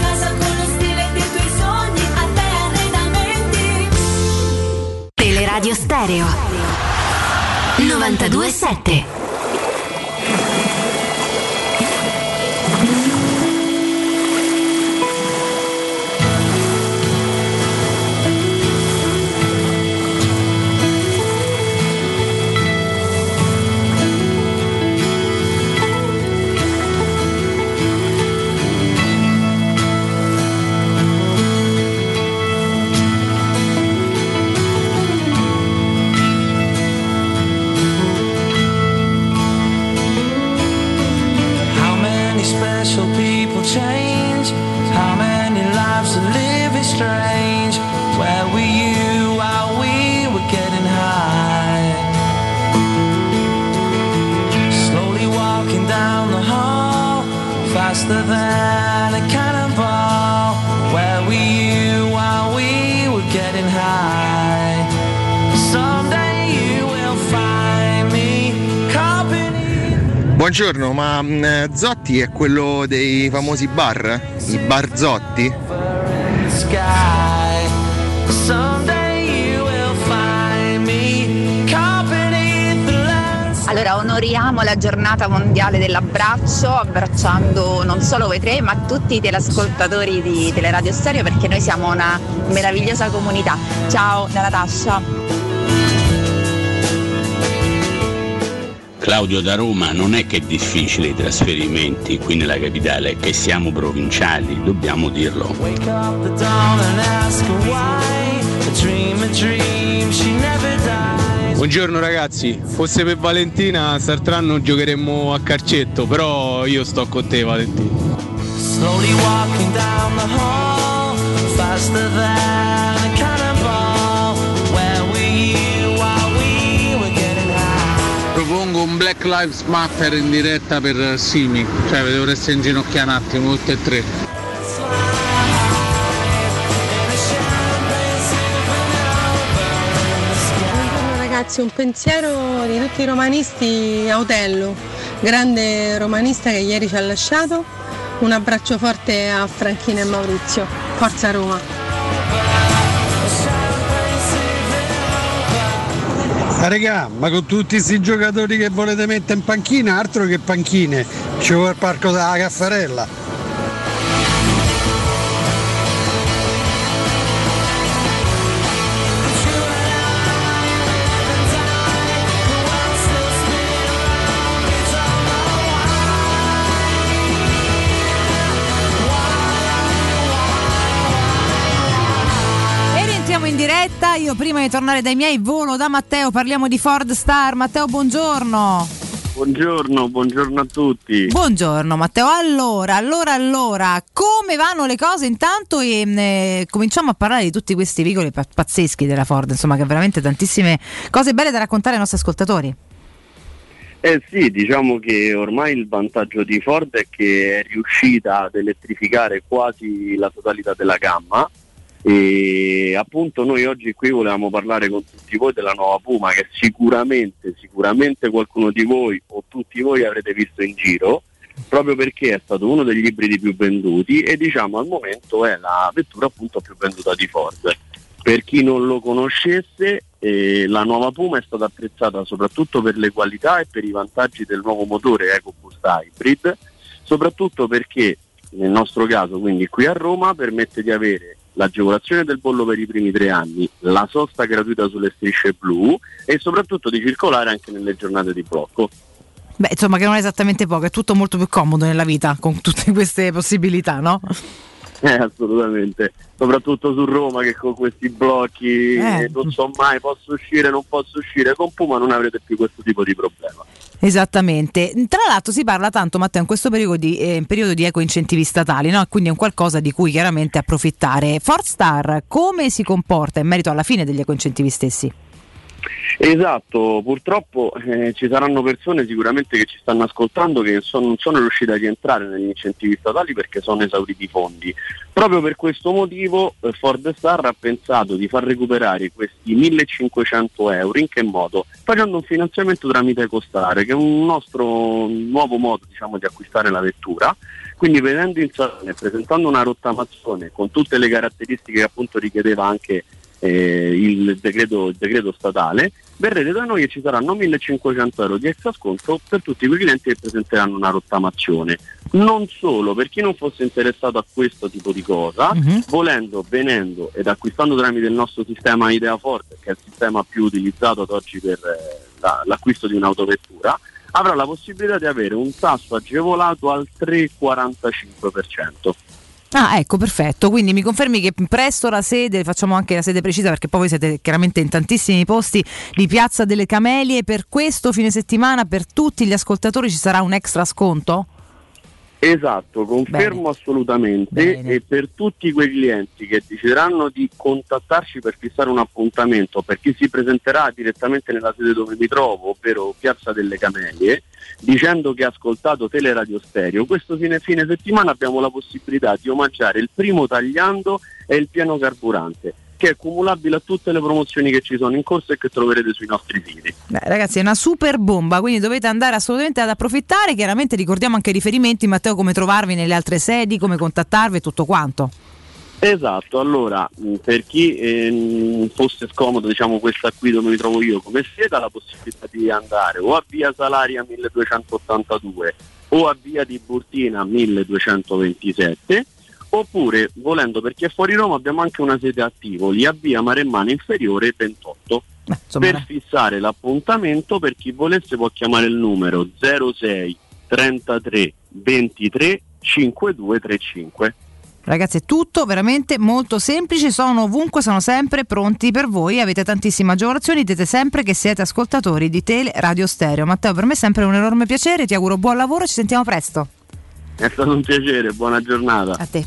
casa con lo stile dei tuoi sogni, a te arredamenti.
Teleradio Stereo 927
How many special people change? How many lives to live is strange? Where were you while we were getting high? Slowly walking down the hall, Oh, faster than a cannonball. Where were you while we were getting high? Someday you will find me copying
Buongiorno, ma mh, Zotti è quello dei famosi bar? I bar Zotti?
sky. Someday you will find me company the lands.
Allora onoriamo la giornata mondiale dell'abbraccio abbracciando non solo voi tre ma tutti i teleascoltatori di Teleradio Stereo perché noi siamo una meravigliosa comunità. Ciao da Natascia.
Claudio da Roma non è che è difficile i trasferimenti qui nella capitale, è che siamo provinciali, dobbiamo dirlo.
Wake up the dawn and ask her why. Dream a dream, she never dies.
Buongiorno ragazzi, fosse per Valentina Sartranno giocheremmo a carcetto, però io sto con te Valentina.
Slowly walking down the hall, faster than a cannonball. Where were you while we were getting high?
Propongo un Black Lives Matter in diretta per Simi, cioè dovreste inginocchiare un attimo tutte e tre.
Buongiorno ragazzi, un pensiero di tutti i romanisti a Otello, grande romanista che ieri ci ha lasciato. Un abbraccio forte a Franchina e Maurizio. Forza Roma.
Ma regà, ma con tutti questi giocatori che volete mettere in panchina, altro che panchine, ci vuole il parco della Caffarella.
E rientriamo in diretta. Io prima di tornare dai miei volo da Matteo, parliamo di Ford Star. Matteo, buongiorno.
Buongiorno, buongiorno a tutti.
Buongiorno Matteo. Allora, allora, allora, come vanno le cose intanto e mh, eh, cominciamo a parlare di tutti questi veicoli pa- pazzeschi della Ford, insomma, che ha veramente tantissime cose belle da raccontare ai nostri ascoltatori.
Eh sì, diciamo che ormai il vantaggio di Ford è che è riuscita ad elettrificare quasi la totalità della gamma e appunto noi oggi qui volevamo parlare con tutti voi della nuova Puma che sicuramente, sicuramente qualcuno di voi o tutti voi avrete visto in giro proprio perché è stato uno degli ibridi più venduti e diciamo al momento è la vettura appunto più venduta di Ford. Per chi non lo conoscesse, eh, la nuova Puma è stata apprezzata soprattutto per le qualità e per i vantaggi del nuovo motore EcoBoost Hybrid, soprattutto perché nel nostro caso, quindi qui a Roma, permette di avere l'agevolazione del bollo per i primi tre anni, la sosta gratuita sulle strisce blu e soprattutto di circolare anche nelle giornate di blocco.
Beh, insomma, che non è esattamente poco, è tutto molto più comodo nella vita con tutte queste possibilità, no?
Eh, assolutamente, soprattutto su Roma che con questi blocchi
Eh.
eh, non so mai posso uscire, non posso uscire, con Puma non avrete più questo tipo di problema.
Esattamente. Tra l'altro si parla tanto, Matteo, in questo periodo di, eh, periodo di eco-incentivi statali, no? quindi è un qualcosa di cui chiaramente approfittare. Forstar come si comporta in merito alla fine degli eco-incentivi stessi?
Esatto, purtroppo eh, ci saranno persone sicuramente che ci stanno ascoltando che son- non sono riuscite a rientrare negli incentivi statali perché sono esauriti i fondi. Proprio per questo motivo eh, Ford Star ha pensato di far recuperare questi 1500 euro in che modo? Facendo un finanziamento tramite Ecostare, che è un nostro nuovo modo diciamo, di acquistare la vettura. Quindi venendo in salone e presentando una rottamazione con tutte le caratteristiche che appunto richiedeva anche eh, il, decreto, il decreto statale, verrete da noi e ci saranno 1500 euro di extra sconto per tutti quei clienti che presenteranno una rottamazione. Non solo, per chi non fosse interessato a questo tipo di cosa, volendo, venendo ed acquistando tramite il nostro sistema Idea Ford, che è il sistema più utilizzato ad oggi per eh, la- l'acquisto di un'autovettura, avrà la possibilità di avere un tasso agevolato al 3,45%.
Ah, ecco, perfetto. Quindi mi confermi che presto la sede, facciamo anche la sede precisa perché poi voi siete chiaramente in tantissimi posti di Piazza delle Camelie. Per questo fine settimana, per tutti gli ascoltatori, ci sarà un extra sconto?
Esatto, confermo assolutamente e per tutti quei clienti che decideranno di contattarci per fissare un appuntamento, per chi si presenterà direttamente nella sede dove mi trovo, ovvero Piazza delle Camelie, dicendo che ha ascoltato Teleradio Stereo, questo fine, fine settimana abbiamo la possibilità di omaggiare il primo tagliando e il piano carburante, che è cumulabile a tutte le promozioni che ci sono in corso e che troverete sui nostri siti.
Beh, ragazzi, è una super bomba, quindi dovete andare assolutamente ad approfittare. Chiaramente ricordiamo anche i riferimenti, Matteo, come trovarvi nelle altre sedi, come contattarvi e tutto quanto.
Esatto, allora mh, per chi ehm, fosse scomodo diciamo questa qui dove mi trovo io come seta la possibilità di andare o a via Salaria 1282 o a via di Burtina 1227 oppure volendo per chi è fuori Roma abbiamo anche una sede a Tivoli a via Maremmana inferiore 28 per fissare l'appuntamento per chi volesse può chiamare il numero 06 33 23 5235
Ragazzi, è tutto veramente molto semplice, sono ovunque, sono sempre pronti per voi, avete tantissime agevolazioni, dite sempre che siete ascoltatori di Tele Radio Stereo. Matteo, per me è sempre un enorme piacere, ti auguro buon lavoro e ci sentiamo presto.
È stato un piacere, buona giornata.
A te.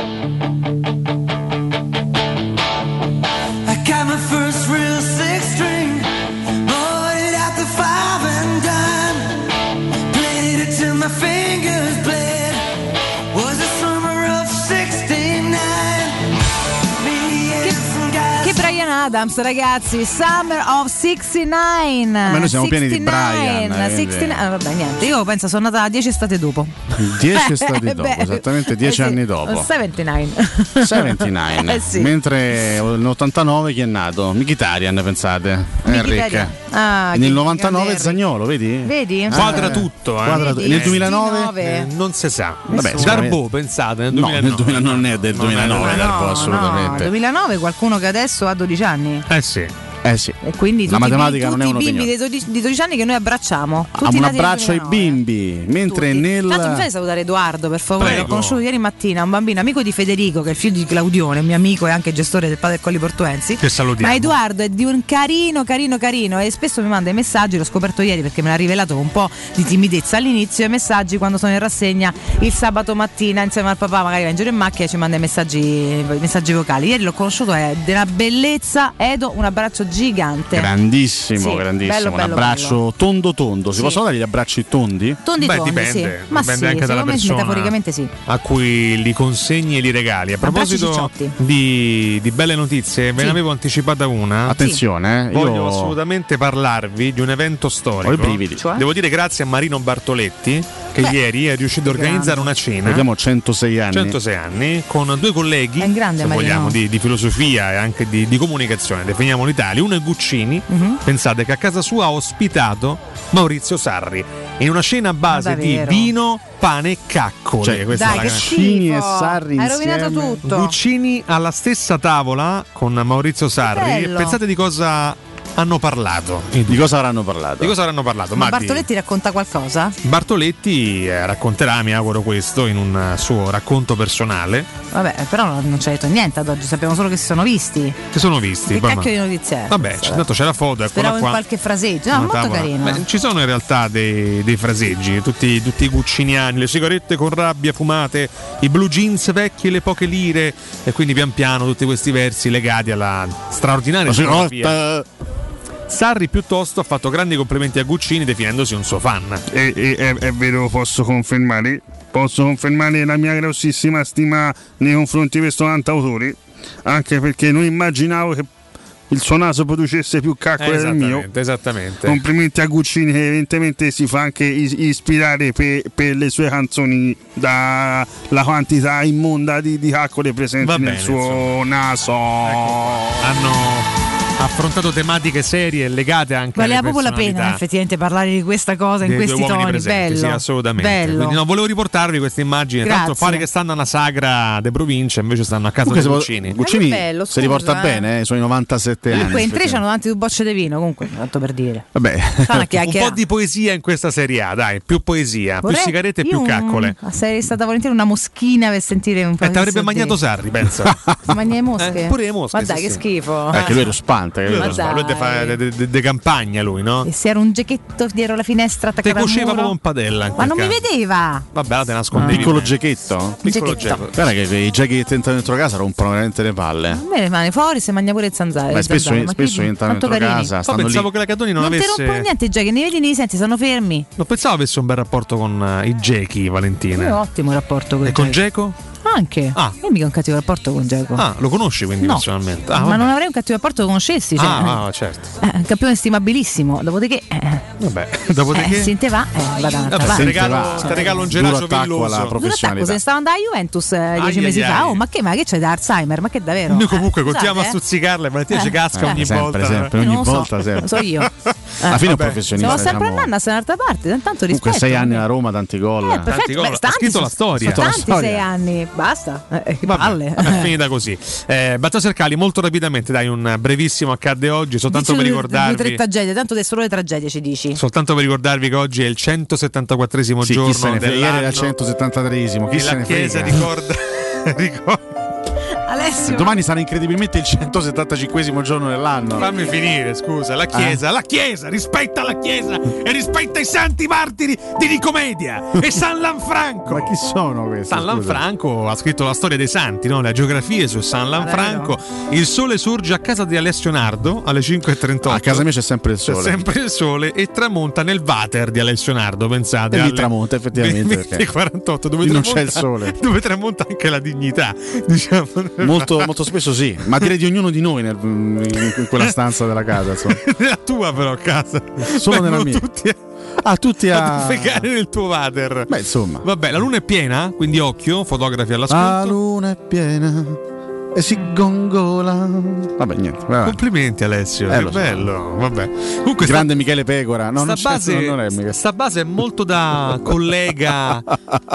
I got my first real six string, bought it at the five and dime. Played it till my fingers bled. Was the summer of 69. Me and some guys.
Che Brian Adams, ragazzi, Summer of 69. Ma
noi siamo pieni di Brian, eh,
69, ah, vabbè, niente, io penso sono nata 10 estate dopo.
10 stati dopo,
Beh,
esattamente 10
eh sì,
anni dopo.
79.
79.
Eh sì.
Mentre nell'89 chi è nato? Michitarian, pensate. Enrique.
Michitarian. Ah,
Nel
che
99
grande
Zagnolo, vedi?
Vedi?
Quadra
tutto, eh.
Quadra tu-
Vedi?
Nel 2009
Eh, non si sa.
Vabbè, sicuramente-
Darbo, pensate, nel
No,
2009.
nel 2000 non è del
Non è del
2009, Darbo,
Ah,
assolutamente.
2009 qualcuno che adesso ha 12 anni.
Eh sì.
Eh sì.
E quindi
la
tutti i bim-
matematica non è
tutti i bimbi
un'opinione.
dei 12, di 12 anni che noi abbracciamo.
Ah,
Tutti
un
nati nel
abbraccio ai
2009.
bimbi, mentre nel
eh. Tanto cioè, mi fai salutare Edoardo per favore,
Prego.
l'ho conosciuto ieri mattina, un bambino amico di Federico che è il figlio di Claudione, mio amico e anche gestore del padre Colli Portuensi.
Che salutiamo.
Ma Edoardo è di un carino, carino, carino e spesso mi manda i messaggi, l'ho scoperto ieri perché me l'ha rivelato con un po' di timidezza all'inizio, i messaggi quando sono in rassegna il sabato mattina insieme al papà magari va in giro in macchina e ci manda i messaggi, i messaggi vocali. Ieri l'ho conosciuto, è della bellezza, Edo, un abbraccio gigante.
Grandissimo,
Sì,
grandissimo.
bello,
un
bello,
abbraccio tondo tondo. Si
Sì.
possono dare gli abbracci tondi?
Tondi
Beh,
tondi,
dipende,
sì. Ma
dipende
sì,
anche dalla
secondo me
persona.
metaforicamente sì.
a cui li consegni e li regali. A
Abbracci
proposito
cicciotti.
di, di belle notizie, ve
Sì.
ne avevo anticipata una.
Attenzione, eh,
voglio
io-
assolutamente parlarvi di un evento storico.
Ho i brividi. Cioè?
Devo dire grazie a Marino Bartoletti che
Beh.
ieri è riuscito a organizzare
Grande.
una cena.
Abbiamo 106 anni.
106 anni con due colleghi se
Marino.
vogliamo di, di filosofia e anche di, di comunicazione definiamo l'Italia uno è Guccini
Mhm.
pensate che a casa sua ha ospitato Maurizio Sarri in una cena a base di
davvero?
vino pane e caccole
Cioè,
Questa
Dai,
è la
che
grande-
schifo. e Sarri Hai rovinato insieme? tutto.
Guccini alla stessa tavola con Maurizio Sarri
bello.
pensate di cosa hanno parlato. Di
cosa avranno parlato?
Di cosa avranno parlato?
Ma
Magdi?
Bartoletti racconta qualcosa?
Bartoletti eh, racconterà, mi auguro questo, in un eh, suo racconto personale.
Vabbè, però non non ci ha detto niente ad oggi, sappiamo solo che si sono visti.
Che sono visti.
che
vabbè.
cacchio di notizie è?
Vabbè, c- intanto c'è la foto, eccola
Speravo in
qua.
qualche fraseggia. No,
Una
molto
tavola.
carino.
Beh, ci sono in realtà dei, dei fraseggi, tutti, tutti i gucciniani, le sigarette con rabbia fumate, i blue jeans vecchi e le poche lire, e quindi pian piano tutti questi versi legati alla straordinaria
La
filosofia. Sarri piuttosto ha fatto grandi complimenti a Guccini definendosi un suo fan.
E, e- e- e ve lo posso confermare? Posso confermare la mia grossissima stima nei confronti di questo cantautore, anche perché non immaginavo che il suo naso producesse più caccole del mio.
esattamente, esattamente.
Complimenti a Guccini che evidentemente si fa anche is- ispirare pe- per le sue canzoni dalla quantità immonda di, di caccole presenti
Va
nel
bene, Ecco
suo naso.
Hanno affrontato tematiche serie e legate anche
Valeva
alle
proprio la pena
personalità
effettivamente parlare di questa cosa in
dei due
questi
uomini
toni.
presenti,
Bello.
sì, assolutamente.
Bello.
Quindi, no, volevo riportarvi questa immagine. Tanto
Grazie.
pare che stanno alla sagra de provincia, invece stanno a casa di
Comunque se-
Guccini.
Guccini
Ma che bello,
si riporta
scusa, eh.
bene, eh, sono i 97 anni.
Comunque in tre c'hanno davanti due bocce di vino, comunque, tanto per dire.
Vabbè.
Fanno
Certo, Un po' di poesia in questa serie A, dai, più poesia, più sigarette e più caccole.
Sarei Ah, stata volentieri una moschina per sentire un po'
Eh,
di
ti avrebbe
sottile.
magnato Sarri, pensa.
Si Mangia le mosche?
Eh, pure le mosche,
Ma dai,
sì, Eh,
che
sì.
schifo.
Eh,
spanta,
capito?
lui,
Ma
lui de, fa- de- de- de campagna, lui, no?
E se era un giacchetto dietro la finestra
Te
attaccato al
cuoceva
muro?
proprio un padella. in
Ma
quel
non mi
caso.
vedeva.
Vabbè, la te nascondevi.
Piccolo giacchetto?
Piccolo
Giacchetto.
giacchetto.
Guarda che i giacchi che entrano dentro casa rompono veramente le palle.
A me rimane fuori se mangia pure le zanzare.
Beh,
le
spesso-
zanzare, ma
spesso
che-
entrano
tanto
dentro
carini.
casa,
Poi
stanno
pensavo
lì.
che la Catoni non,
Non
avesse.
ti rompono niente, già che ne vedi né li senti, stanno fermi.
Non pensavo avesse un bel rapporto con eh, i Gechi, Valentina.
Io ho ottimo rapporto con
Eh. E con Geco?
Anche.
Ah.
Io mica ho un cattivo rapporto con Giacomo.
Ah, lo conosci quindi
No.
personalmente? Ah,
ma
vabbè.
non avrei un cattivo rapporto con Scessi. Cioè,
Ah, ah, certo.
eh, un campione stimabilissimo. Dopodiché, eh,
Vabbè, dopodiché.
eh, se te va, eh, va da un'altra
Vabbè,
parte.
te regalo, te regalo un gelato villoso.
Duro attacco, se ne stava andando a Juventus eh, dieci
Ai,
mesi
ai,
fa.
ai.
Oh, ma che, ma che c'è da Alzheimer? Ma che davvero?
Noi comunque
Eh,
continuiamo a
scusate, eh.
stuzzicarla e Valentina ci casca
Eh,
ogni
sempre,
volta.
sempre,
ogni Non lo so, volta,
sempre.
lo so io. Eh,
Alla fine è un
Vabbè.
professionista.
Siamo sempre
diciamo.
andando da un'altra parte, tant- tanto rispetto.
Comunque sei anni a Roma, tanti gol.
Eh, perfetto, beh, tanti sono- sono tanti sei anni, basta. Eh, che palle.
È finita così. Eh, Baltasar Cali, molto rapidamente, dai, un brevissimo accadde oggi, soltanto
Dici
per
due- Due, tre
ricordarvi.
tragedie, tanto adesso solo le tragedie ci dici.
Soltanto per ricordarvi che oggi è il 174esimo
Sì,
giorno
chi se ne frega, ieri era il
dell'anno
173esimo, chi
e
se
la
ne
chiesa
frega.
ricorda, ricorda-
Alessio.
Domani sarà incredibilmente il 175 giorno dell'anno.
Fammi finire, scusa, la chiesa,
Eh?
la chiesa, rispetta la chiesa e rispetta i santi martiri di Nicomedia e San Lanfranco.
Ma chi sono questi?
San
scusa?
Lanfranco ha scritto la storia dei santi, no? le geografie su San
Ah,
Lanfranco. Il sole sorge a casa di Alessio Nardo alle 5.38.
A casa mia c'è sempre il
C'è
sole.
sempre il sole e tramonta nel water di Alessio Nardo, pensate.
E lì
alle
tramonta, effettivamente, perché
20:48, dove
lì non
tramonta-
c'è il sole.
Dove tramonta anche la dignità, diciamo.
Molto, molto spesso sì, ma direi di ognuno di noi nel- in in quella stanza della casa. Insomma.
Nella tua però a casa.
Solo nella
Vengono
mia.
Tutti a,
Ah, tutti a-
fecare nel tuo water.
Beh, insomma. Ah,
Vabbè, la luna è piena, quindi occhio, fotografi
La
all'ascolto.
luna è piena e si gongola. Vabbè, niente. vabbè.
Complimenti Alessio,
Eh,
che
lo so.
bello. Vabbè. Comunque,
Grande Michele Pecora. No, non,
sta,
c'è-
base,
non è Michele.
sta base è molto da collega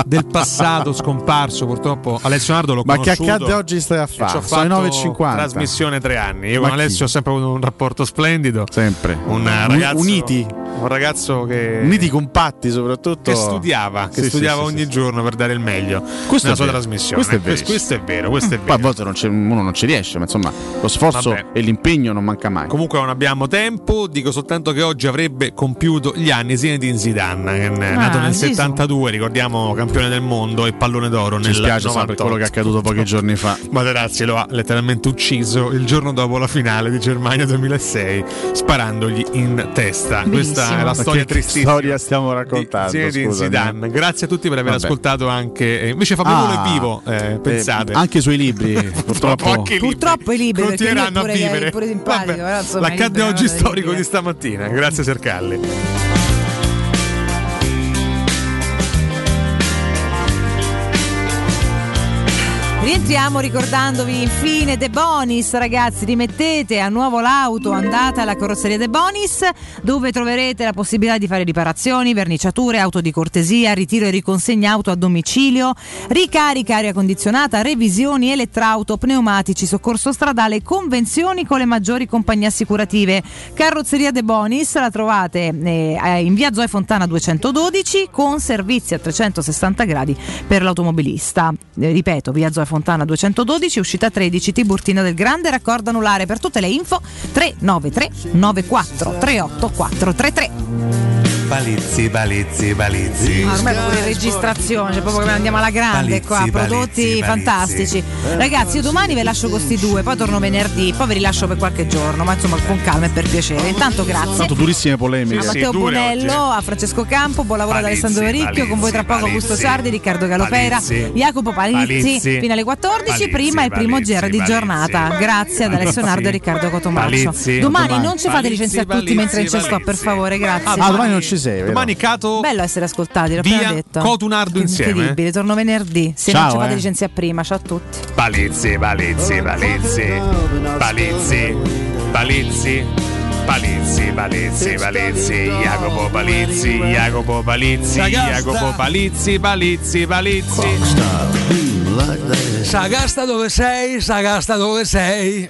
del passato scomparso, purtroppo. Alessio Nardo l'ho
Ma che
conosciuto.
accadde oggi stai a
e ci ho
fare?
fatto
Sono i 9.50.
Trasmissione tre anni. Io
Ma
con
chi?
Alessio ho sempre avuto un rapporto splendido.
Sempre.
Un
Un-
ragazzo,
uniti.
Un ragazzo che.
Uniti compatti soprattutto.
Che studiava, che
Sì, sì,
studiava
sì,
ogni giorno per dare il meglio
Questo è
nella sua
vero.
trasmissione.
Questo è
Questo-
verissimo.
questo è vero, questo è
Poi a volte non c'è- uno non ci riesce, ma insomma lo sforzo
Vabbè.
e l'impegno non manca mai.
Comunque non abbiamo tempo, dico soltanto che oggi avrebbe compiuto gli anni Zinedine Zidane, che è
Ah,
nato nel
Zizou.
72, ricordiamo campione del mondo e pallone d'oro
Ci
nel
spiace sapere
98.
quello che è accaduto pochi giorni fa.
Materazzi lo ha letteralmente ucciso il giorno dopo la finale di Germania 2006 sparandogli in testa. Questa è la
Ma
storia
che
tristissima.
storia stiamo raccontando?
Zinedine
scusami. eh.
Zidane, grazie a tutti per aver
Vabbè.
ascoltato anche. eh, Invece Fabio
Ah,
è vivo, eh,
eh,
pensate.
anche i suoi libri, purtroppo.
anche i libri.
Purtroppo i libri perché lui è
Continueranno a
pure,
vivere.
è pure simpatico, però, insomma,
L'accadde
i libri è una
oggi
cosa
storico
terribile.
di stamattina. Grazie Sercalli.
It's
Rientriamo ricordandovi infine De Bonis, ragazzi, rimettete a nuovo l'auto, andate alla carrozzeria De Bonis dove troverete la possibilità di fare riparazioni, verniciature, auto di cortesia, ritiro e riconsegna auto a domicilio, ricarica aria condizionata, revisioni, elettrauto, pneumatici, soccorso stradale, convenzioni con le maggiori compagnie assicurative. Carrozzeria De Bonis la trovate eh, in via Zoe Fontana 212 con servizi a 360 gradi per l'automobilista. Eh, ripeto, via Zoe Fontana 212, uscita 13, Tiburtina del Grande, raccordo anulare. Per tutte le info 393 94 38 433.
Balizzi, balizzi, balizzi.
Ah, ormai pure in registrazione, cioè proprio come andiamo alla grande
Palizzi,
qua, prodotti
palizzi, palizzi.
fantastici. Ragazzi, io domani ve lascio questi due, poi torno venerdì, poi ve li lascio per qualche giorno, ma insomma con calma e per piacere. Intanto grazie.
Tanto durissime polemiche.
a
eh.
Matteo Bonello, a Francesco Campo, buon lavoro ad
Palizzi,
Alessandro Vericchio, con voi tra poco
Palizzi,
Augusto Sardi, Riccardo Galopera,
Palizzi,
Jacopo Palizzi,
Palizzi,
fino alle 14, prima il primo
Palizzi,
giro di
Palizzi.
giornata. Grazie ad Alessio Nardo e Riccardo Cotomaccio.
Palizzi,
Domani
domani.
non ci fate
Palizzi,
licenziare tutti
Palizzi,
mentre in sto, per favore, grazie.
Ah, domani non ci
sei,
Domani Cato
Bello essere ascoltati, l'ho
Via
appena detto.
Cotunardo insieme.
Incredibile, torno venerdì. Se
Ciao,
non ci fate
eh.
licenziare prima, ciao a tutti.
Palizzi, palizzi, palizzi, palizzi, palizzi, palizzi, palizzi, palizzi, Jacopo Palizzi, Jacopo Palizzi, Jacopo Palizzi, palizzi, palizzi.
Sagasta dove sei, Sagasta dove sei.